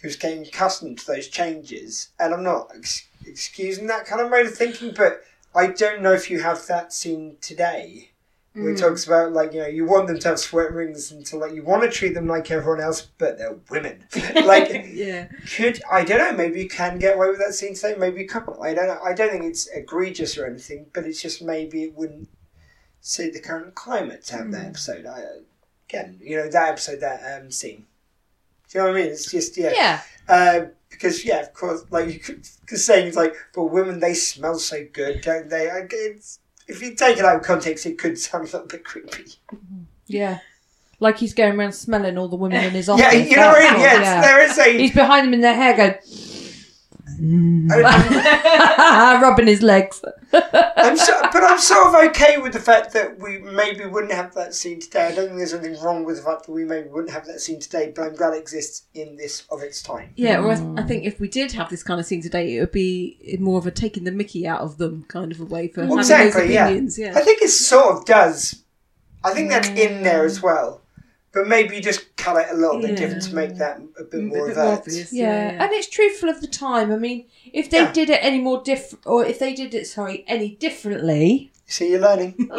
who's getting accustomed to those changes. And I'm not ex- excusing that kind of mode of thinking, but I don't know if you have that scene today. Where it Mm. talks about like you know you want them to have sweat rings and to like you want to treat them like everyone else, but they're women. like yeah. could I don't know. Maybe you can get away with that scene today. Maybe you couldn't. I don't know. I don't think it's egregious or anything, but it's just maybe it wouldn't suit the current climate to have that episode. I again, you know, that episode, that um, scene. Do you know what I mean? It's just yeah, Yeah. Uh, because yeah, of course, like you could, cause saying it's like, but women they smell so good, don't they? I, it's, if you take it out of context, it could sound a little bit creepy. Yeah. Like he's going around smelling all the women in his Yeah, office. you know what I mean? That's- Yeah, it's- there is a- He's behind them in their hair going, Mm. rubbing his legs. I'm so, but I'm sort of okay with the fact that we maybe wouldn't have that scene today. I don't think there's anything wrong with the fact that we maybe wouldn't have that scene today, but I'm glad it exists in this of its time. Yeah, or I, th- I think if we did have this kind of scene today, it would be more of a taking the mickey out of them kind of a way for having exactly. those Yeah. opinions. Yeah. I think it sort of does. I think that's in there as well, but maybe you just cut it a little bit Yeah. different to make that a bit more Mm, bit of more overt. obvious, Yeah. and it's truthful of the time. I mean, if they did it any more different, or if they did it, sorry, any differently. See, you're learning,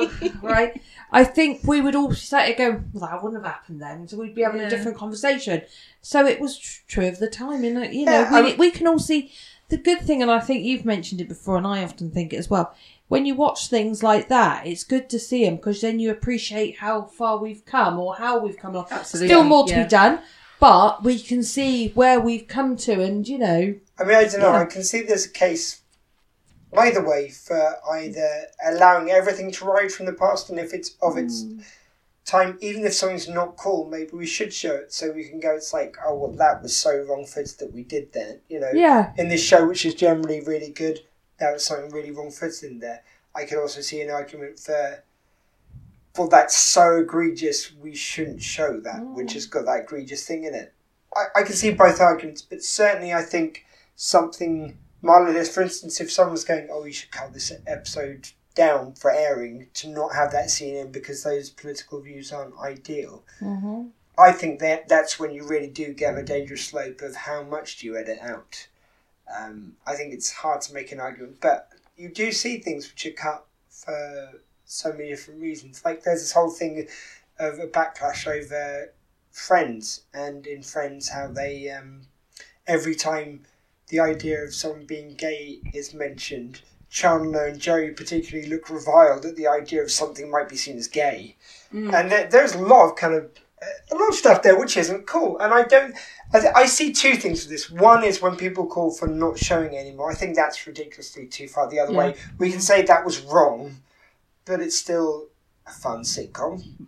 right? I think we would all sit and go, "Well, that wouldn't have happened then." So we'd be having a different conversation. So it was tr- true of the time, and uh, you know, Yeah, we, I- we can all see the good thing, and I think you've mentioned it before, and I often think it as well. When you watch things like that, it's good to see them because then you appreciate how far we've come or how we've come along. Absolutely, Still more to yeah. be done, but we can see where we've come to, and you know, I mean, I don't know. Yeah. I can see there's a case either way for either allowing everything to ride from the past, and if it's of its time, even if something's not cool, maybe we should show it so we can go. It's like, oh well, that was so wrong footed that we did then. You know, Yeah. In this show, which is generally really good, that was something really wrong footed in there. I could also see an argument for. Well, that's so egregious. We shouldn't show that, which has got that egregious thing in it. I, I can see both arguments, but certainly I think something minor this. For instance, if someone's going, "Oh, you should cut this episode down for airing to not have that scene in because those political views aren't ideal," Mm-hmm. I think that that's when you really do get a dangerous slope of how much do you edit out. Um, I think it's hard to make an argument, but you do see things which are cut for so many different reasons. Like there's this whole thing of a backlash over Friends and in Friends how they um, every time the idea of someone being gay is mentioned, Chandler and Joey particularly look reviled at the idea of something might be seen as gay, and there, there's a lot of kind of a lot of stuff there which isn't cool. And I don't, I, th- I see two things with this. One is when people call for not showing anymore. I think that's ridiculously too far the other way. Yeah. We can say that was wrong, but it's still a fun sitcom.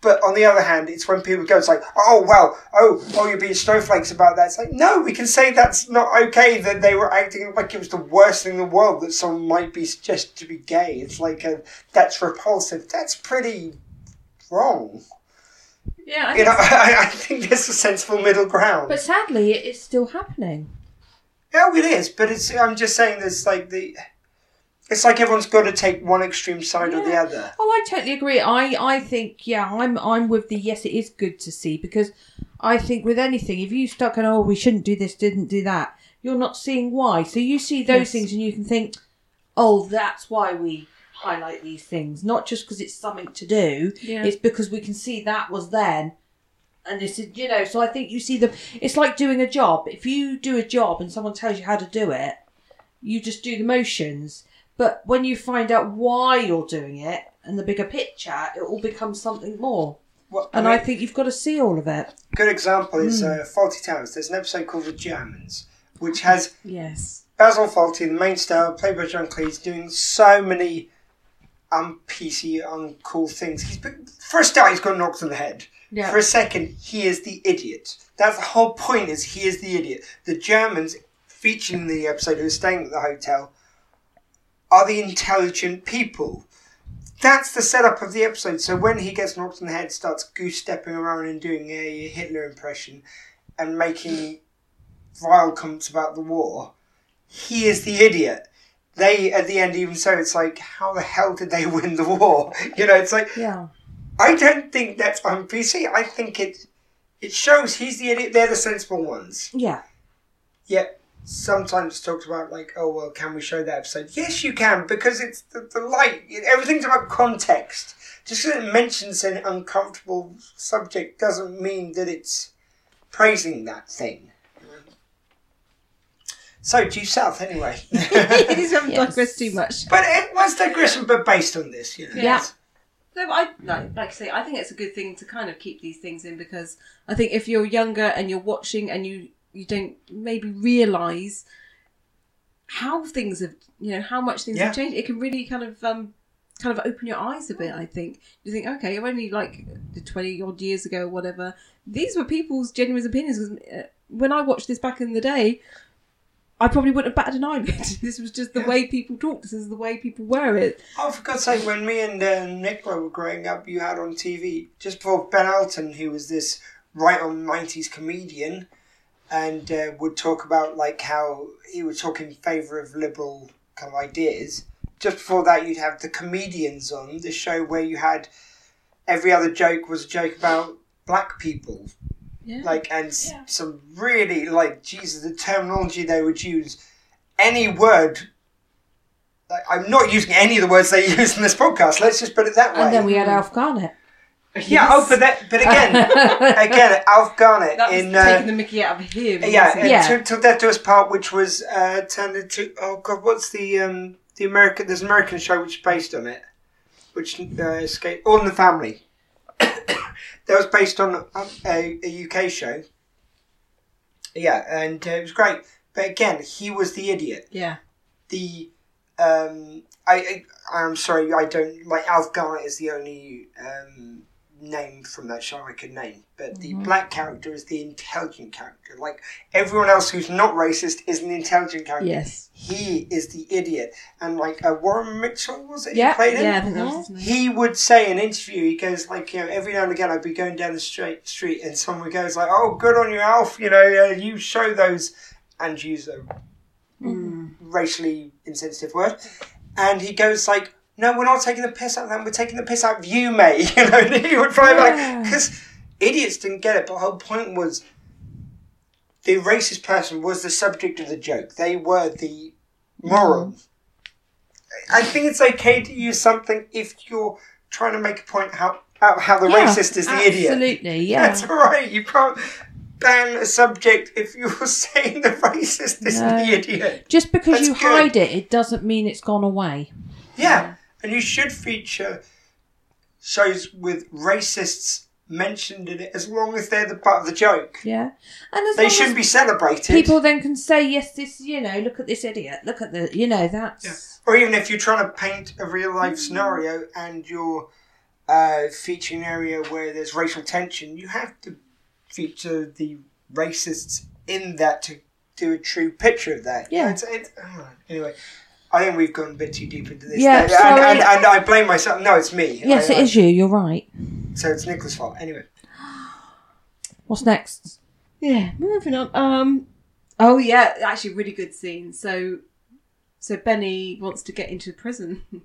But on the other hand, it's when people go, it's like, oh, well, oh, oh, you're being snowflakes about that. It's like, no, we can say that's not okay that they were acting like it was the worst thing in the world that someone might be suggested to be gay. It's like, a, that's repulsive. That's pretty wrong. Yeah, I You think know, I, I think there's a sensible middle ground. but sadly, it is still happening. Yeah, it is, but it's. I'm just saying, there's like the. It's like everyone's got to take one extreme side or the other. Oh, I totally agree. I, I think yeah, I'm I'm with the yes. It is good to see because I think with anything, if you start going, oh, we shouldn't do this, didn't do that, you're not seeing why. So you see those Yes. things and you can think, oh, that's why we highlight these things, not just because it's something to do. Yeah. It's because we can see that was then. And this is, you know, so I think you see them. It's like doing a job. If you do a job and someone tells you how to do it, you just do the motions. But when you find out why you're doing it and the bigger picture, it all becomes something more. What, and I I, mean- think you've got to see all of it. Good example is Mm. uh, Faulty Towers. There's an episode called The Germans, which has Yes. Basil Fawlty, the main star, played by John Cleese, doing so many un PC, uncool things. He's been, for a start, he's got knocked on the head. Yeah. For a second, he is the idiot. That's the whole point. Is he is the idiot? The Germans featured in the episode who are staying at the hotel are the intelligent people. That's the setup of the episode. So when he gets knocked on the head, starts goose stepping around and doing a Hitler impression and making vile comments about the war, he is the idiot. They at the end even so it's like how the hell did they win the war? You know, it's like Yeah. I don't think that's on PC. I think it it shows he's the idiot. They're the sensible ones. Yeah. Yet sometimes it's talked about like, oh well, can we show that episode? Yes, you can because it's the, the light. Everything's about context. Just because it mentions an uncomfortable subject doesn't mean that it's praising that thing. So due south anyway. it is haven't digressed too much. But it was digression, but based on this, you know. Yeah. No, but I like, like I say, I think it's a good thing to kind of keep these things in because I think if you're younger and you're watching and you you don't maybe realise how things have you know how much things Yeah. have changed, it can really kind of um kind of open your eyes a bit. I think you think okay, only like the twenty odd years ago, or whatever. These were people's genuine opinions. 'cause, uh, When I watched this back in the day. I probably wouldn't have batted an eyelid. This was just the way people talked. This is the way people were. It Oh, for God's sake, when me and uh, Nicola were growing up, you had on TV, just before Ben Alton, who was this right on 90s comedian, and uh, would talk about like how he would talk in favour of liberal kind of ideas. Just before that, you'd have the comedians on the show where you had every other joke was a joke about black people Yeah. like and s some really like jesus the terminology they would use any word like, i'm not using any of the words they use in this podcast let's just put it that way And then we had Alf Garnett. yeah oh but that but again again alf garnett that was in taking uh, the Mickey out of him. yeah, wasn't it? yeah. To, to Death Do Us Part, which was uh, turned into oh god, what's the um the American? There's an American show which is based on it, which uh, escaped All in the Family. that was based on um, a, a UK show. Yeah, and uh, it was great. But again, he was the idiot yeah. the um I, I I'm sorry I don't like Alf Garnett is the only um name from that show I can name but the black character is the intelligent character like everyone else who's not racist is an intelligent character Yes. he is the idiot and like uh, Warren Mitchell was it Yeah, he played him Yeah, I think that was his name. he would say in an interview, he goes like, you know, every now and again I'd be going down the straight street and someone goes like, oh, good on you, Alf, you know, uh, you show those and use a racially insensitive word. And he goes like, no, we're not taking the piss out of them, we're taking the piss out of you, mate. You know, and he would probably be like, because idiots didn't get it, but the whole point was the racist person was the subject of the joke. They were the moral. Mm-hmm. I think it's okay to use something if you're trying to make a point how how, how the Yeah, racist is the idiot. Absolutely, yeah. That's all right. You can't ban a subject if you're saying the racist is No. the idiot. Just because That's you good. hide it, it doesn't mean it's gone away. Yeah, and you should feature shows with racists mentioned in it as long as they're the part of the joke. Yeah. And as They long should as be celebrated. people then can say, yes, this, you know, look at this idiot, look at the, you know, that's. or even if you're trying to paint a real life scenario and you're uh, featuring an area where there's racial tension, you have to feature the racists in that to do a true picture of that. Yeah. It's, it's, oh, anyway, I think we've gone a bit too deep into this. Yeah, and, and, and, sorry. and I blame myself. No, it's me. Yes, I- it is you, you're right. I- So it's Nicholas' fault. Anyway, What's next? Yeah, moving on. Um, oh yeah, actually, really good scene. So, so Benny wants to get into prison.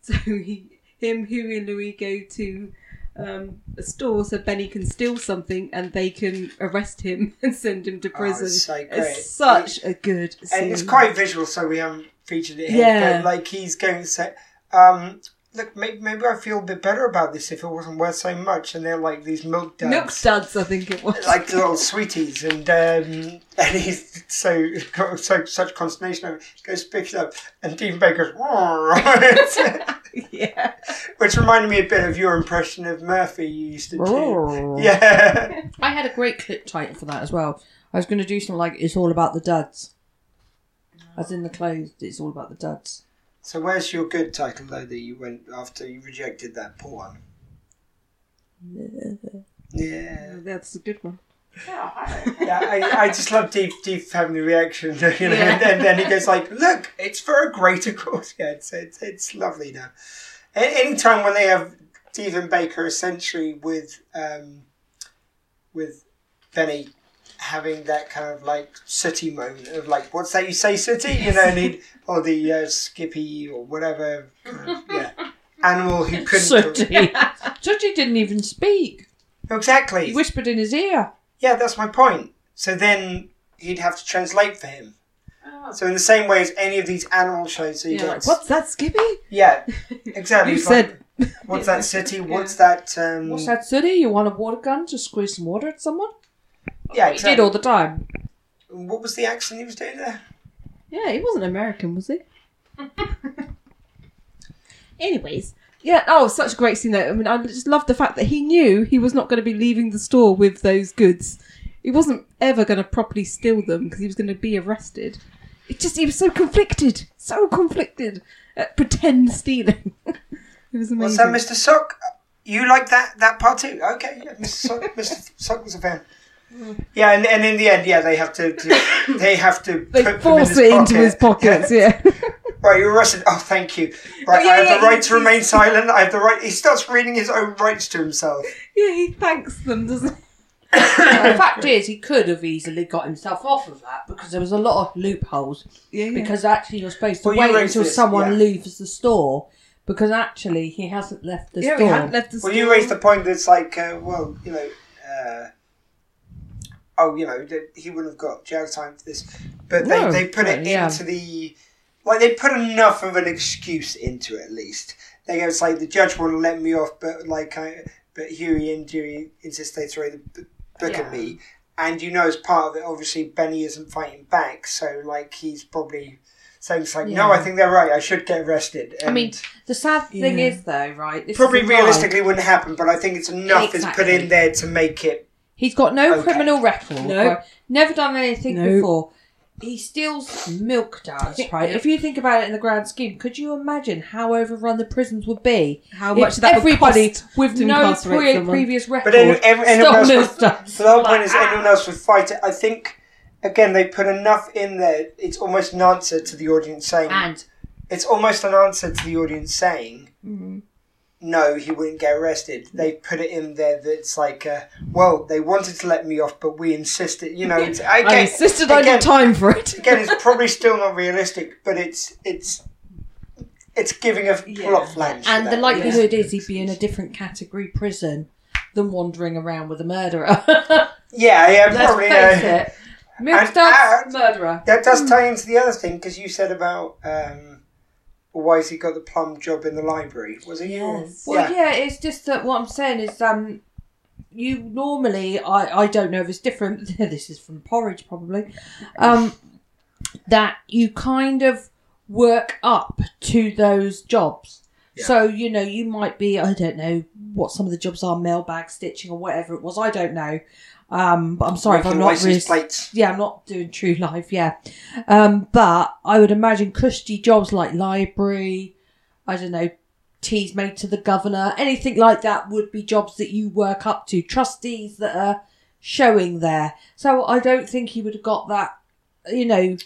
So he, him, Huey, and Louis go to um, a store so Benny can steal something and they can arrest him and send him to Oh, prison. it's so great. It's such a good scene. and it's quite visual, so we haven't featured it here. Mm. Yeah. But like he's going to say, um, look, maybe, maybe I feel a bit better about this if it wasn't worth so much. And they're like these milk duds. milk duds. I think it was. like the little sweeties, and um, and he's so got so such consternation over it. He goes picks it up, and Dean Baker's yeah. which reminded me a bit of your impression of Murphy you used to do. Yeah, I had a great clip title for that as well. I was going to do something like, it's all about the duds. As in the clothes, it's all about the duds. so where's your good title though that you went after you rejected that poor one? Yeah, That's a good one. yeah I, I just love Deep Deep having the reaction, you know, and then, then he goes like, "Look, it's for a greater cause." Yeah, it's it's, it's lovely now. A- Any time when they have Stephen Baker essentially with um, with Benny having that kind of like sooty moment of like, "What's that you say, sooty?" You know, and he'd, or the uh, Skippy or whatever, kind of, yeah, animal who couldn't. Sooty. Dudley didn't even speak. Exactly. He whispered in his ear. Yeah, that's my point. So then he'd have to translate for him. So in the same way as any of these animal shows, so you Yeah, yeah, like, what's that, Skippy? Yeah, exactly. You It's like, what's that city? What's that? Um, What's that city? You want a water gun to squeeze some water at someone? Yeah, He did all the time. What was the accent he was doing there? Yeah, he wasn't American, was he? Anyways, yeah. Oh, such a great scene though. I mean, I just love the fact that he knew he was not going to be leaving the store with those goods. He wasn't ever going to properly steal them because he was going to be arrested. It just he was so conflicted, so conflicted at pretend stealing. it was amazing. What's that, Mr. Sock? You like that that part too? Okay, yeah, Mr. Sock, Mr. Sock was a fan. Yeah, and, and in the end, yeah, they have to, to they have to They put force them it in into his pockets. Yeah. Right, you're arrested. Oh, thank you. Right, yeah, I have yeah, the right he- to remain silent. I have the right. He starts reading his own rights to himself. yeah, he thanks them, doesn't he? the fact is, he could have easily got himself off of that because there was a lot of loopholes. yeah. Because actually, you're supposed to Well, you wait raised until this, someone yeah. leaves the store because actually he hasn't left the Yeah, store. he hadn't left the Well, store. you raised the point that's like, uh, well, you know, uh, oh, you know, that he wouldn't have got jail time for this, but they, No, they put it but, yeah. into the like they put enough of an excuse into it at least. They go, it's like the judge wouldn't let me off, but like, I, but Huey and Dewey insist they throw the b- book at me, and you know, as part of it, obviously Benny isn't fighting back, so like he's probably. saying it's like, no, Yeah. I think they're right. I should get arrested. I mean, and- the sad thing Yeah. is though, right? this is probably a guy- realistically wouldn't happen, but I think it's enough is put Exactly. in there to make it. He's got no Okay. criminal record. No. right? Never done anything No. before. He steals milk does, right? If you think about it in the grand scheme, could you imagine how overrun the prisons would be? How If much that would everybody cost with to no incarcerate pre- someone. previous record But any, every, anyone stole else milk would, does. so the whole point is Like, ah. anyone else would fight it. I think again they put enough in there. It's almost an answer to the audience saying. And it's almost an answer to the audience saying. No, he wouldn't get arrested. They put it in there that's like, uh, well, they wanted to let me off, but we insisted. You know, it's, I, I get- insisted I again, had time for it. again, it's probably still not realistic, but it's it's it's giving a plot flange. to and the that. likelihood is he'd be in a different category prison than wandering around with a murderer. yeah, yeah, Let's probably. face uh, it. Hmm. Milk And- does and- murderer. That does tie into the other thing because you said about um, why has he got the plum job in the library? Was he? Yes. Oh, Well, yeah. yeah. it's just that what I'm saying is, um, you normally, I, I don't know if it's different. this is from porridge, probably. Um, that you kind of work up to those jobs. So you know, you might be, I don't know what some of the jobs are, mailbag stitching or whatever it was. I don't know. Um, but I'm sorry if I'm Making not license really plates. yeah, I'm not doing true life, yeah. Um, but I would imagine cushy jobs like library, I don't know, teas made to the governor, anything like that would be jobs that you work up to, trustees that are showing there. So I don't think he would have got that, you know.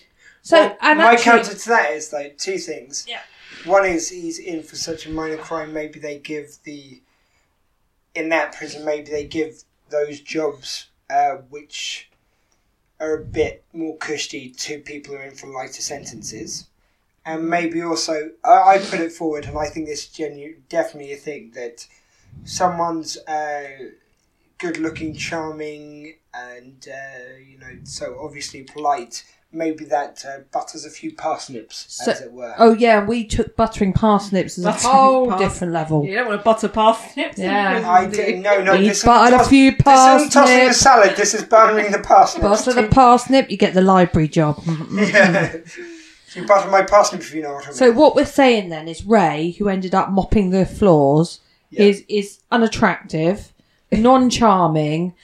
So, Well, and my actually, counter to that is though two things. Yeah. One is he's in for such a minor crime. Maybe they give the in that prison. Maybe they give those jobs uh, which are a bit more cushy to people who are in for lighter sentences. And maybe also, I, I put it forward, and I think this is genu- definitely a thing that someone's uh, good-looking, charming, and uh, you know, so obviously polite. Maybe that uh, butters a few parsnips, as So- it were. oh yeah, we took buttering parsnips as a Buttering whole pars- different level. You don't want to butter parsnips. in Yeah. prison, I do you? didn't. No, no. We This is buttered a toss- few This isn't tossing the parsnips. salad. This is buttering the parsnips. Butter the parsnip, you get the library job. Yeah. you butter my parsnip if you know what I mean. So what we're saying then is Ray, who ended up mopping the floors, Yeah. is is unattractive, non-charming,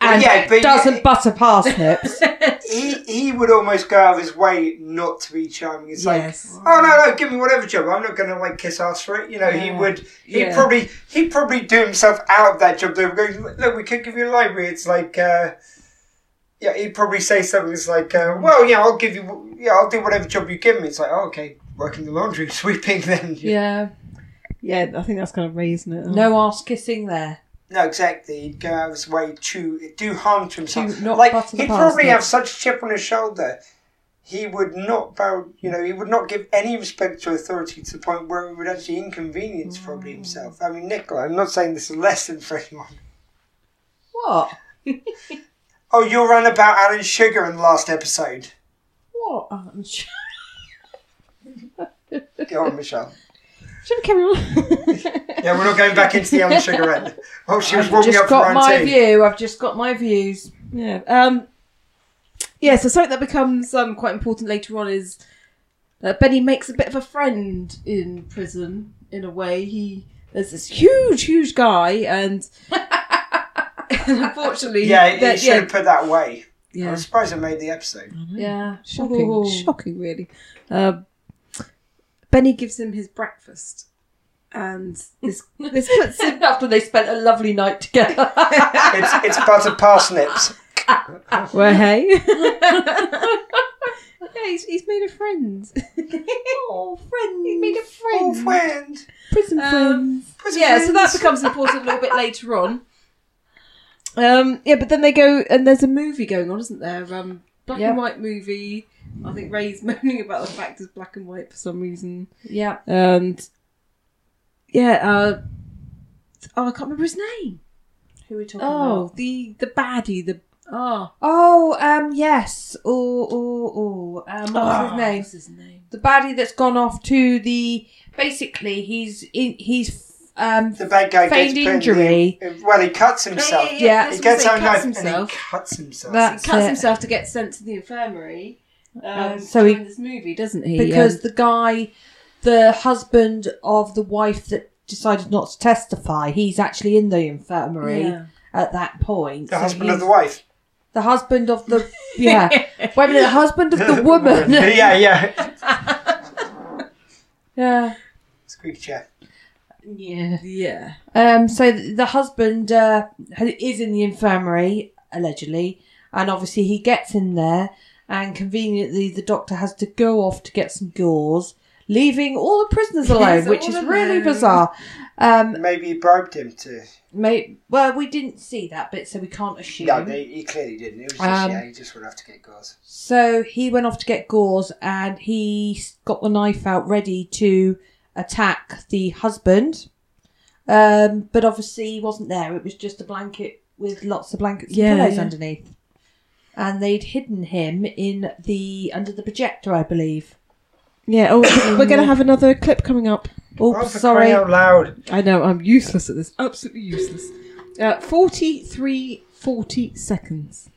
Well, and yeah, but- doesn't butter parsnips. he he would almost go out of his way not to be charming. It's Yes. like, oh no, no, give me whatever job. I'm not going to like kiss ass for it. You know, he would. He Yeah. would probably he would probably do himself out of that job. They would go, look, we could give you a library. It's like, uh, yeah, he'd probably say something. It's like, uh, well, yeah, I'll give you, yeah, I'll do whatever job you give me. It's like, oh, okay, working the laundry, sweeping, then. yeah, Yeah, I think that's kind of raising it. no ass kissing there. No, exactly. He'd go out of his way to do harm to himself. To not like butter the he'd probably parsnip. have such a chip on his shoulder. he would not bow, you know, he would not give any respect to authority to the point where it would actually inconvenience Mm. probably himself. I mean, Nicola, I'm not saying this is less than for anyone. What? Oh, you're on about Alan Sugar in the last episode. What? Oh, I'm sure. Go on, Michelle. Should we carry on? Yeah, we're not going back into the Alan Sugar end. Oh, she was I've warming just up for got round my two. view. I've just got my views. Yeah. Um, yeah, so something that becomes um, quite important later on is that Benny makes a bit of a friend in prison, in a way. He There's this huge, huge guy, and unfortunately. Yeah, you that- should Oh. have put that away. Yeah. I'm surprised I made the episode. Yeah, shocking, Ooh. shocking, really. Um, Benny gives him his breakfast, and this this puts him After they spent a lovely night together. It's, it's butter parsnips. well, hey, yeah, he's, he's made a friend, oh, friends. He's made a Oh, friend, friend. prison Um, friends. Prison Yeah, so that friends. becomes important a little bit later on. Um, yeah, but then they go and there's a movie going on, isn't there? Um, black Yeah. and white movie. I think Ray's moaning about the fact it's black and white for some reason. Yeah. and yeah, uh, oh, I can't remember his name. Who are we talking Oh, about? the the baddie, the oh, Oh, um, yes. Oh, oh, oh. Um, what was oh, his name? what's his name? The baddie that's gone off to the. Basically, he's in, he's um The bad guy feigned gets put in injury. the- well, he cuts himself. yeah, yeah, that's He what I'm gets saying, out a cuts knife and himself. he cuts himself. That's He cuts it. himself to get sent to the infirmary. Um, so so he- he this movie doesn't he? because Um, the guy, the husband of the wife that decided not to testify, he's actually in the infirmary Yeah. at that point. the So husband he's- of the wife. The husband of the yeah. Wait a minute, the husband of the woman. yeah, yeah. yeah. Squeaky chair. Yeah. yeah, Um. So th- the husband uh, is in the infirmary allegedly, and obviously he gets in there, and conveniently the doctor has to go off to get some gauze, leaving all the prisoners alone, all which is really alone. bizarre. Um. Maybe he bribed him to. May well, we didn't see that bit, so we can't assume. No, they, he clearly didn't. It was just, Mm-hmm. Um, yeah, he just would have to get gauze. So he went off to get gauze, and he s- got the knife out ready to attack the husband. Um, but obviously, he wasn't there. It was just a blanket with lots of blankets Yeah, and pillows yeah. underneath, and they'd hidden him in the under the projector, I believe. yeah. Oh, we're gonna have another clip coming up. Oops, Oh, for sorry. crying out loud. I know I'm useless at this. Absolutely useless. Uh, 43, 40 seconds.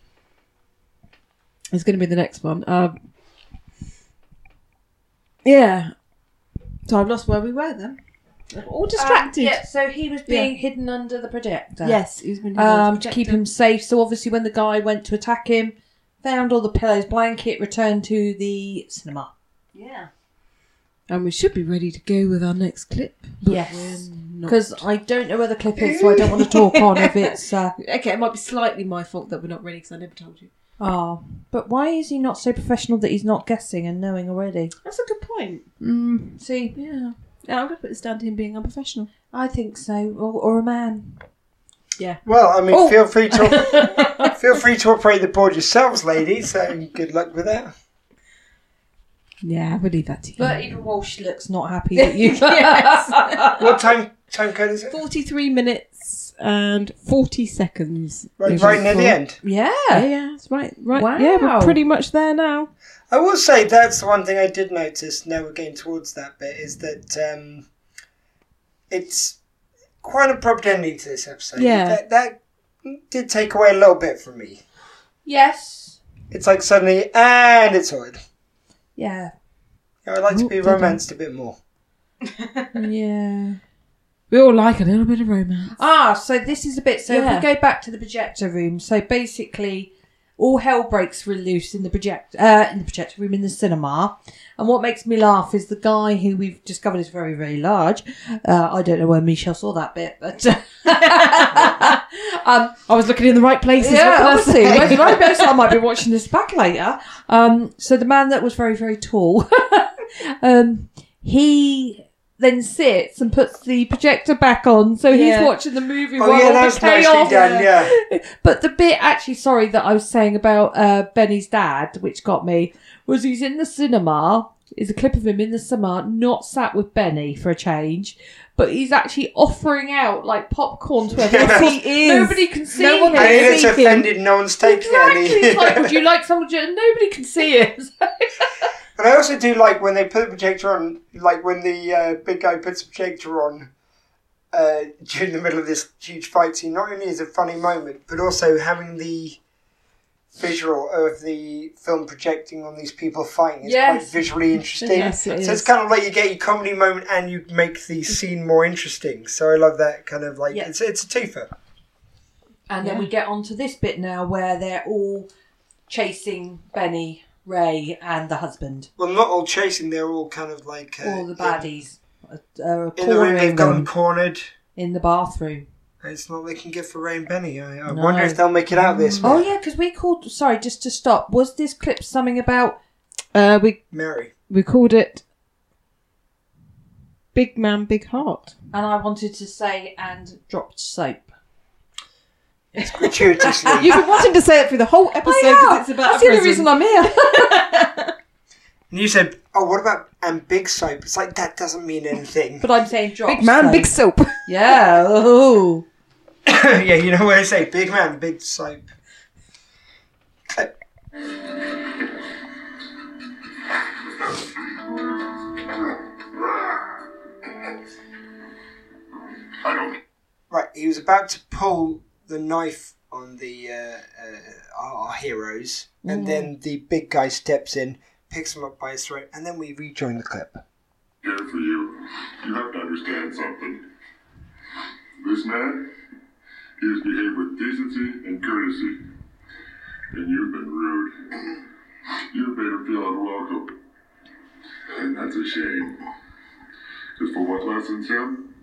Is going to be the next one. Um, yeah. So I've lost where we were then. We're all Uh, distracted. Um, yeah, so he was being hidden under the projector. Yes, he's been um, to keep him safe. So obviously, when the guy went to attack him, found all the pillows, blanket, returned to the cinema. Yeah. And we should be ready to go with our next clip. but Yes. we're not. Because I don't know where the clip is, so I don't want to talk on if it's. Uh, okay, it might be slightly my fault that we're not ready because I never told you. oh, but why is he not so professional that he's not guessing and knowing already? That's a good point. Mm, see, Yeah. Yeah, I'm going to put this down to him being unprofessional. I think so, or, or a man. Well, I mean, Oh. feel free to feel free to operate the board yourselves, ladies. So good luck with that. Yeah, I would leave that to you. But even Walsh looks not happy that you. Yes. What time time code is it? 43 minutes and 40 seconds. Right, Is right it near full? the end. yeah. Yeah, yeah, that's right. right. Wow. Yeah, we're pretty much there now. I will say that's the one thing I did notice. Now we're getting towards that bit is that um, it's quite an abrupt ending to this episode. Yeah. that, that did take away a little bit from me. Yes. It's like suddenly, and it's over. Yeah. Yeah, I'd like to Oh, be did I? romanced a bit more. Yeah. We all like a little bit of romance. Ah, so this is a bit. So Yeah. if we go back to the projector room, so basically, all hell breaks loose in the project uh, in the projector room in the cinema. And what makes me laugh is the guy who we've discovered is very very large. Uh, I don't know where Michelle saw that bit, but um, I was looking in the right places. what yeah, can I obviously. say? Maybe I guess I might be watching this back later. Um, so the man that was very, very tall, um, he then sits and puts the projector back on, so Yeah. he's watching the movie Oh, while yeah, all that the was nicely chaos- done, yeah. but the bit actually, sorry, that I was saying about uh, Benny's dad, which got me, was he's in the cinema. Is a clip of him in the cinema, not sat with Benny for a change, but he's actually offering out like popcorn to everyone. Yes, he is. Nobody can see no one him. Any that's offended, no one's taking Exactly. It's any. like, would you like some? Nobody can see it. But I also do like when they put the projector on, like when the uh, big guy puts the projector on uh, during the middle of this huge fight scene. Not only is it a funny moment, but also having the visual of the film projecting on these people fighting is Yes. quite visually interesting. Yes, it so it's is. Mm-hmm. kind of like you get your comedy moment and you make the scene more interesting. So I love that kind of like Yeah. it's it's a twofer. And then we get onto this bit now where they're all chasing Benny, Ray, and the husband. Well, not all chasing; they're all kind of like uh, all the baddies are, in, are in the room. They've cornering gone them cornered. in the bathroom. It's not looking good for Ray and Benny. I, I No. wonder if they'll make it out this. Oh one. yeah, because we called. Sorry, just to stop. Was this clip something about? Uh, we Mary. We called it Big Man, Big Heart. and I wanted to say and dropped soap. Gratuitously. You've been wanting to say it through the whole episode because it's about Oh, a That's the only prison. reason I'm here. And you said, oh, what about and big soap? It's like that doesn't mean anything. But I'm saying dropped. Big man, soap. big soap. Yeah. Oh. yeah, you know what they say, big man, big soap. Right, he was about to pull the knife on the uh, uh, our, our heroes, and then the big guy steps in, picks him up by his throat, and then we rejoin the clip. Good for you. You have to understand something. This man, he has behaved with decency and courtesy. And you've been rude. You've made him feel unwelcome. And that's a shame. Because for what lessens him,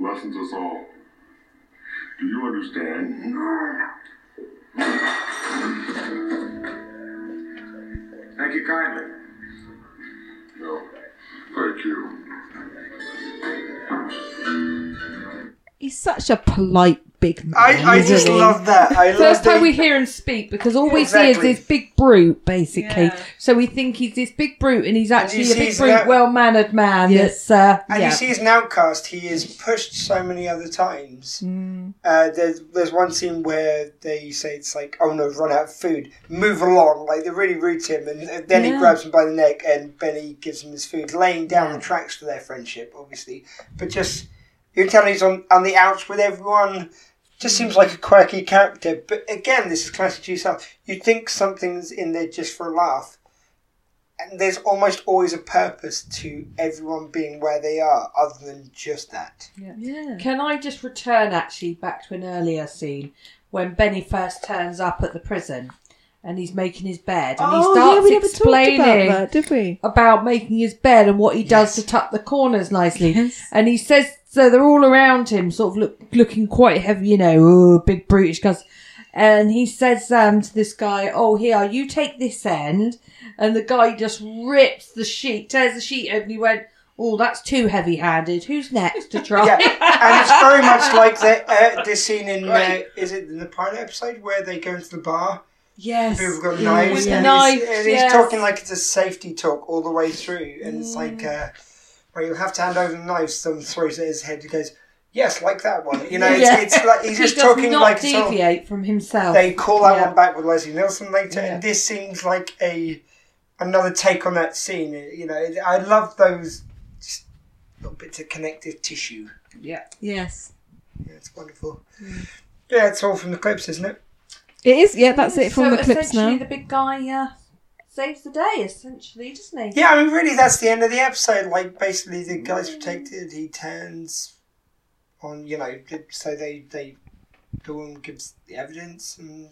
lessens us all. Do you understand? Thank you kindly. No. Thank you. He's such a polite big man. I, I isn't just he? love that. I First love time the, we hear him speak because all we see Exactly. is this big brute, basically. Yeah. So we think he's this big brute, and he's you actually see a big he's brute, that- well mannered man. Yes. That's uh, And yeah. you see, he's an outcast. He is pushed so many other times. Uh, there's there's one scene where they say it's like, "Oh no, run out of food, move along!" Like they really root him, and uh, then he Yeah. grabs him by the neck, and Benny gives him his food, laying down the tracks for their friendship, obviously. But just you're telling he's on on the outs with everyone. Just seems like a quirky character. But again, this is classic to yourself. You think something's in there just for a laugh, and there's almost always a purpose to everyone being where they are other than just that Yeah. Can I just return actually back to an earlier scene when Benny first turns up at the prison and he's making his bed and he starts Oh, we never explaining talked about that, did we? about making his bed and what he does to tuck the corners nicely. Yes. And he says, so they're all around him, sort of look, looking quite heavy, you know, oh, big brutish guys. And he says um, to this guy, oh, here, you take this end. And the guy just rips the sheet, tears the sheet open. He went, oh, that's too heavy handed. Who's next to try? yeah and it's very much like the, uh, this scene in uh, is it in the pilot episode where they go into the bar Yes. people have got knives With and, knives, he's, and he's yes. Mm. talking like it's a safety talk all the way through and it's like uh, well you'll have to hand over the knives someone throws it at his head and goes yes like that one you know it's, Yeah. it's like he's He just does talking not like it's all- deviate from himself. they call that Yeah. one back with Leslie Nielsen later, Yeah. and this seems like a another take on that scene. You know, it- I love those just little bits of connective tissue. Yes. Yeah, it's wonderful. Yeah, it's all from the clips, isn't it? It is. Yeah, that's it from so the clips essentially now. the big guy uh, saves the day, essentially, doesn't he? Yeah, I mean, really, that's the end of the episode. Like, basically, the guy's protected. He turns on, you know, so they they Dawn gives the evidence and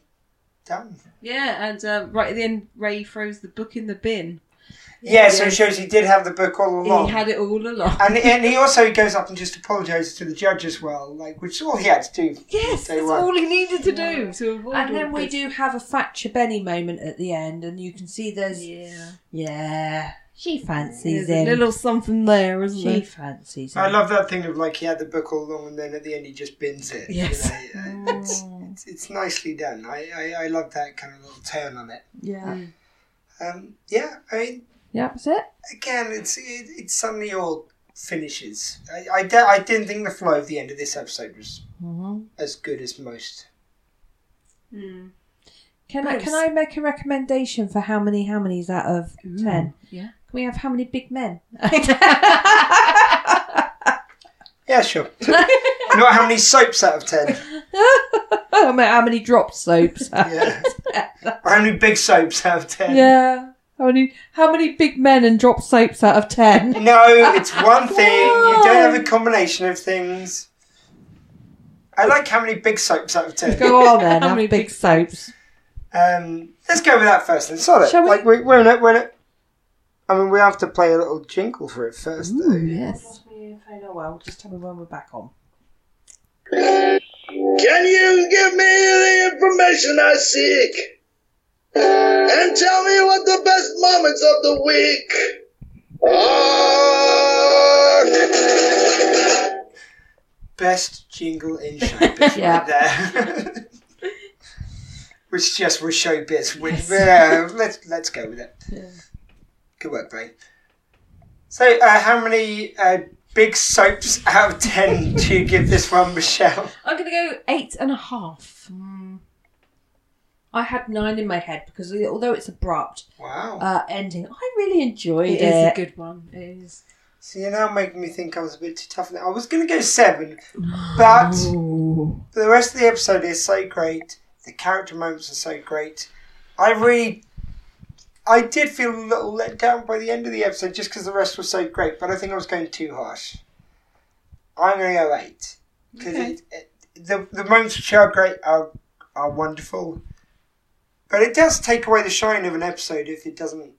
done. Yeah, and uh, right at the end, Ray throws the book in the bin. Yeah, so it shows he did have the book all along. He had it all along. And, and he also goes up and just apologises to the judge as well, like which is all he had to do. yes, They that's were. all he needed to do to avoid. And then all we this. do have a Thatcher Benny moment at the end, and you can see there's yeah, Yeah. She fancies There's a him. little something there, isn't she there? fancies him. I love that thing of like he had the book all along and then at the end he just bins it. you Yes. know, uh, it's, it's, it's nicely done. I, I, I love that kind of little turn on it. Yeah. Um, yeah, I mean, Yeah, that's it. again, it's it, it suddenly all finishes. I, I, de- I didn't think the flow of the end of this episode was Mm-hmm. as good as most. Can I Perhaps- can I make a recommendation for how many how many's out of ten? Yeah. Can we have how many big men? Yeah, sure. Not how many soaps out of ten. how many how many drop soaps? Yeah. or how many big soaps out of ten. yeah. How many how many big men and drop soaps out of ten? No, it's one thing. You don't have a combination of things. I like how many big soaps out of ten. Go on then, How have many big, soaps. Um, let's go with that first then. Solid. Shall we? Like we, we're not, we're not, I mean, we have to play a little jingle for it first, though. Yes. Oh well, just tell me when we're back on. Can you give me the information I seek? And tell me what the best moments of the week are? Best jingle in showbiz Yeah. right there. Which just was showbiz. Which, yeah, let's let's go with it. Good work, Blaine. So, uh, how many uh, big soaps out of ten do you give this one, Michelle? I'm gonna go eight and a half. I had nine in my head because although it's abrupt Wow. uh, ending, I really enjoyed it. it is a good one. It is. So you're now making me think I was a bit too tough. on it. I was going to go seven, but the rest of the episode is so great. The character moments are so great. I really, I did feel a little let down by the end of the episode just because the rest was so great. But I think I was going too harsh. I'm going to go eight because Okay. it, it, the the moments which are great are are wonderful, but it does take away the shine of an episode if it doesn't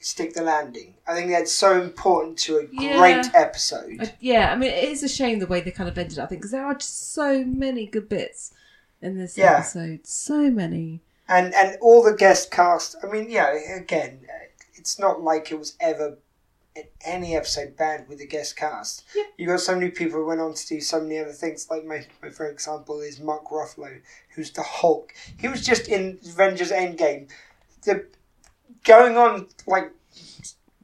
stick the landing. I think that's so important to a Yeah. great episode. I- Uh, yeah, I mean, it is a shame the way they kind of ended. it, I think because there are just so many good bits in this Yeah. episode. So many. and and all the guest cast. I mean, yeah, again, it's not like it was ever in any episode bad with the guest cast. Yeah. You got so many people who went on to do so many other things. Like my, my for example is Mark Ruffalo, who's the Hulk. He was just in Avengers Endgame. The going on like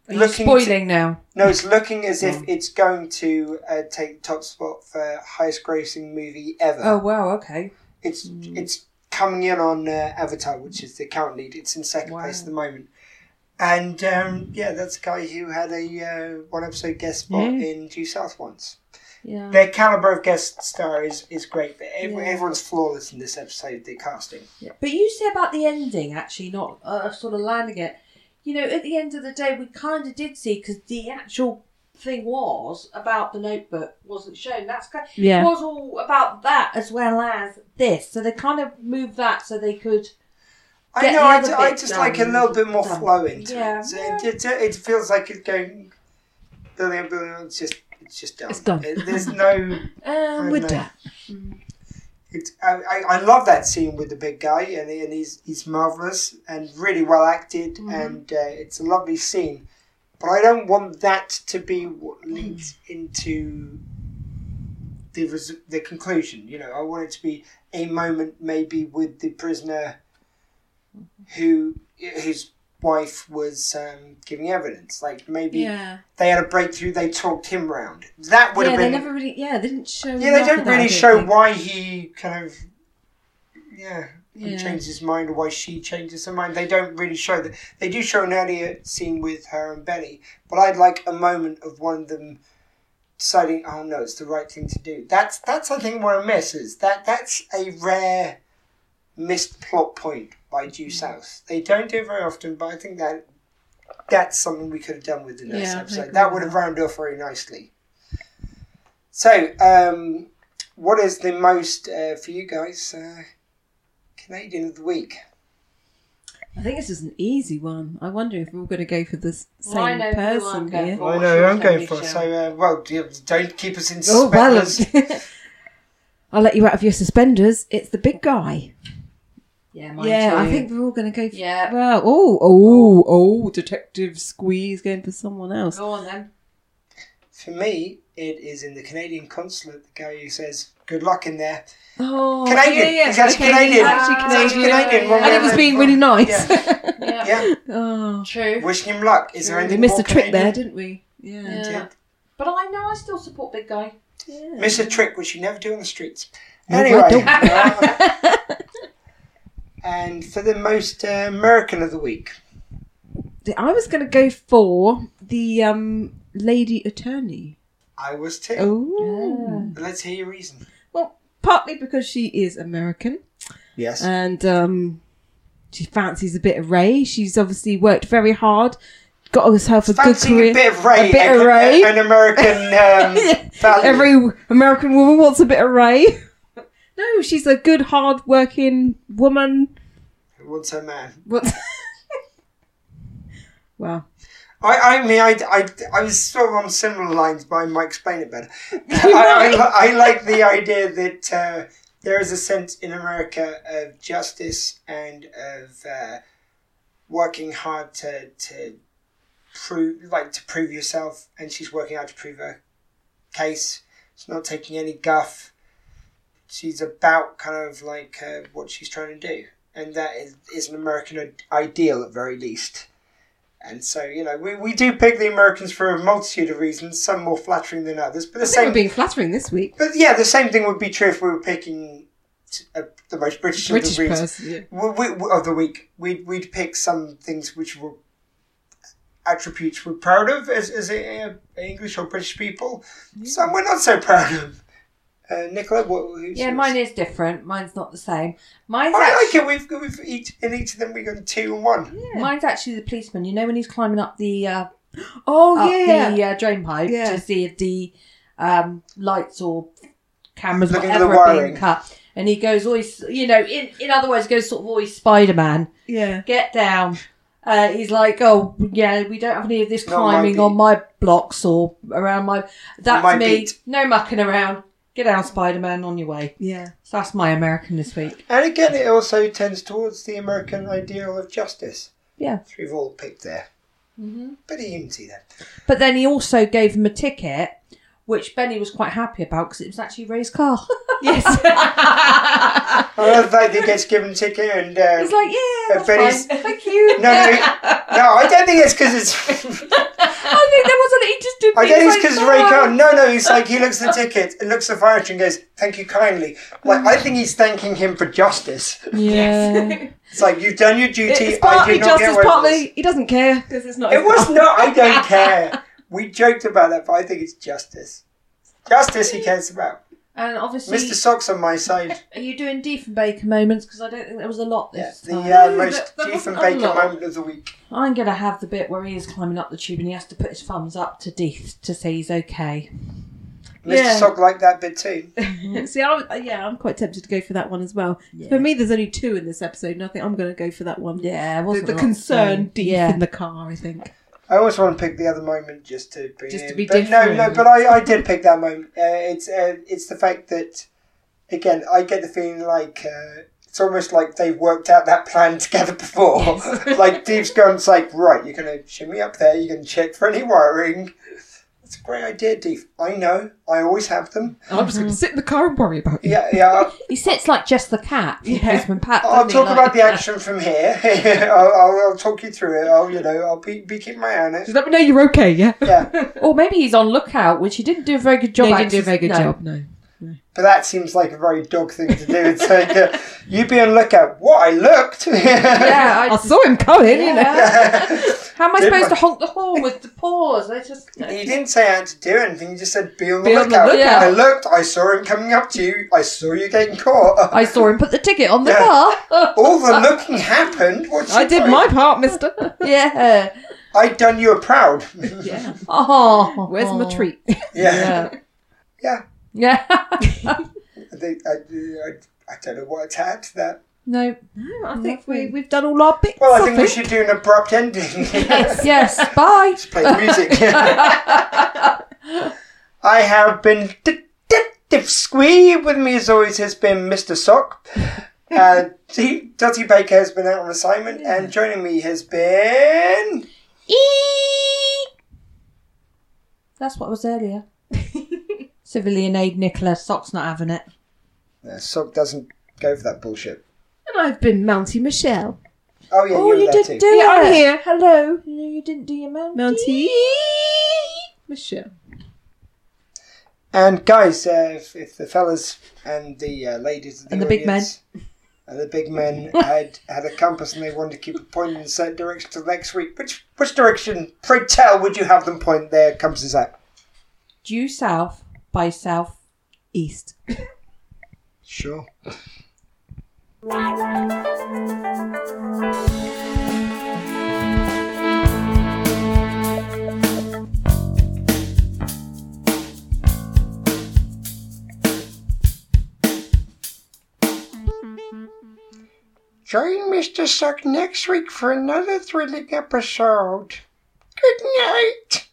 Are you looking to- spoiling Mm. now. no, it's looking as if it's going to uh, take top spot for highest grossing movie ever. Oh wow, okay. It's Mm. it's coming in on uh, Avatar, which is the current lead. It's in second place at the moment. And um, yeah, that's a guy who had a uh, one episode guest spot Yeah. in Due South once. Yeah. Their caliber of guest star is, is great, but ev- Yeah. everyone's flawless in this episode. The casting, But you say about the ending, actually, not uh, sort of landing it. You know, at the end of the day, we kind of did see because the actual thing was about the notebook wasn't shown. That's kind Yeah. it was all about that as well as this. So they kind of moved that so they could. I Get know. the I, other ju- I bit just like a done. little bit more Done. flow into Yeah. it. So it, it. it feels like it's going building and building. and It's just it's just done. It's done. It- there's no Um, with know. that, It's, I, I, I love that scene with the big guy, and, he, and he's he's marvelous and really well acted, Mm-hmm. and uh, it's a lovely scene. But I don't want that to be what Mm. leads into the res- the conclusion. You know, I want it to be a moment maybe with the prisoner Mm-hmm. who whose wife was um, giving evidence. Like maybe yeah, they had a breakthrough, they talked him round. That would yeah. have They been never really, yeah, they didn't show. yeah, they enough of don't that, I really don't show think. why he kind of yeah, he Yeah. changes his mind or why she changes her mind. They don't really show that. They do show an earlier scene with her and Benny, but I'd like a moment of one of them deciding, oh no, it's the right thing to do. That's that's I think one of misses. That that's a rare missed plot point by Mm. Due South. They don't do it very often, but I think that that's something we could have done with the next Yeah, I episode. agree That with would have that. rounded off very nicely. So, um, what is the most uh, for you guys uh, Canadian of the week? I think this is an easy one. I wonder if we're all going to go for the s- same Well, I know who I'm person going here. for. I know who I'm going for, So, so, uh, well, d- don't keep us in Oh well, suspense. I'll let you out of your suspenders. It's the big guy. Yeah, Yeah, I think we're all going to go for. Yeah. Well, oh, oh, oh, Detective Squeeze going for someone else. Go on then. For me, it is in the Canadian consulate, the guy who says, Good luck in there. Oh, Canadian. Yeah, yeah. He's actually okay, Canadian. He's actually He's Canadian. actually Canadian. One And way he was around. being really nice. Yeah. Oh. True. Wishing him luck. Is there Yeah. anything We missed more a trick there, Canadian? didn't we? Yeah. Yeah. But I know I still support Big Guy. Miss a trick which you never do on the streets. No, anyway. I don't. uh, and for the most uh, American of the week. The- I was going to go for the um, lady attorney. I was too. Oh. Let's hear your reason. Well, partly because she is American. Yes. And um, she fancies a bit of Ray. She's obviously worked very hard, got herself a Fancy good career. a bit of Ray. A bit an- of Ray. An American um, value. Every American woman wants a bit of Ray. no, she's a good, hard working woman. What's her man? What? wow. I, I mean, I, I, I was sort of on similar lines, but I might explain it better. I, I, li- I like the idea that uh, there is a sense in America of justice and of uh, working hard to, to prove, like to prove yourself, and she's working hard to prove her case. She's not taking any guff. She's about kind of like uh, what she's trying to do, and that is, is an American i- ideal at very least. And so, you know, we, we do pick the Americans for a multitude of reasons, some more flattering than others. But the I think same, we're being flattering this week. but yeah, the same thing would be true if we were picking t- uh, the most British, British of the reasons person. yeah. we, we, we- of the week. We'd we'd pick some things which were attributes we're proud of as as uh, English or British people. Some we're not so proud of. Uh, Nicola, what? Who's Yeah, yours? mine is different. Mine's not the same. Mine's I like actually, it. We've we've each in each of them we got two and one. Mine's actually the policeman. You know when he's climbing up the uh, Oh, up yeah. the uh, drain pipe Yeah. to see if the um, lights or cameras Looking for the whatever are wiring. being cut, and he goes always you know in in other words goes sort of always Spider Man. yeah. Get down. Uh, he's like, oh yeah, we don't have any of this Not on my climbing beat. on my blocks or around my. That's my me. beat." No mucking around. Get down, Spider Man, on your way. Yeah. So that's my American this week. And again, it also tends towards the American ideal of justice. Yeah. which we've all picked there. Mm-hmm. Bit of unity there. But then he also gave him a ticket, which Benny was quite happy about because it was actually Ray's car. yes. I love the fact that he gets given a ticket and. Uh, He's like, yeah, Uh, that's Benny's- fine. Thank you. no, no, no, I don't think it's because it's. I think there wasn't. He just did. I he don't think was it's because like, Ray "Oh." Khan. No, no, he's like, he looks at the ticket and looks at fire and goes, thank you kindly. Like, I think he's thanking him for justice. Yeah. It's like, you've done your duty, it's I partly do not get justice, away with partly this. he doesn't care because it's not. It his was fault. not, I don't care. We joked about that, but I think it's justice. Justice he cares about. And obviously, Mr. Socks on my side. are you doing Diefenbaker moments? Because I don't think there was a lot Yeah, this the time. uh, No, most that- that wasn't Stephen a Baker lot. moment of the week. I'm gonna have the bit where he is climbing up the tube and he has to put his thumbs up to Deeth to say he's okay. Mr. Yeah. Sock liked that bit too. See, I'm, yeah, I'm quite tempted to go for that one as well. For me, there's only two in this episode, and I think I'm going to go for that one. Yeah, The, wasn't the a lot concern saying. deep Yeah. in the car, I think. I always want to pick the other moment just to bring Just in. to be but different. No, no, but I, I did pick that moment. Uh, it's uh, it's the fact that again I get the feeling like uh, it's almost like they've worked out that plan together before. like Deep's gone, it's like right, you're gonna shimmy up there, you're gonna check for any wiring. That's a great idea, Deep. I know. I always have them. I'm just going to sit in the car and worry about you. Yeah, yeah. I'll, He sits like just the cat. Yeah. Postman Pat. I'll doesn't he? Oh, talk Like- about the action from here. I'll, I'll, I'll talk you through it. I'll, you know, I'll be, be keeping my eye on it. Just let me know you're okay. Yeah. Yeah. Or maybe he's on lookout, which he didn't do a very good job. they didn't do a very good No. job. No. But that seems like a very dog thing to do. It's like, uh, you be on lookout. What? I looked? Yeah, I, I, saw him coming. You know. yeah. How am I Did supposed to my- honk the horn with the paws? I just he didn't say how to do anything. He just said, be on the Be on the lookout. lookout. I looked. I saw him coming up to you. I saw you getting caught. I saw him put the ticket on the Yeah. car. All the looking happened. What's I your did point? my part, Mister. yeah. I'd done you a proud. yeah. Oh, Where's my treat? yeah. Yeah. Yeah. I, think, I, I, I don't know what to add to that. no. No, I think we we've done all our bits. Well, I think we should do an abrupt ending. Yes. Bye. Let's play music. I have been Detective Squee. With me, as always, has been Mr. Sock. Uh, D- Dottie Baker has been out on assignment, and joining me has been. That's what was earlier. Civilian aid Nicola, Sock's not having it. Uh, Sock doesn't go for that bullshit. And I've been Mounty Michelle. Oh, yeah, oh, you're you there didn't too. do Yeah, it. I'm here. Hello. No, you didn't do your mountie. Mounty Michelle. And guys, uh, if, if the fellas and the uh, ladies of the And the big audience and the big men had had a compass and they wanted to keep it pointing in a certain direction till next week, which which direction, pray tell, would you have them point their compasses at? Due south by south east. Sure. Join Mr. Suck next week for another thrilling episode. Good night.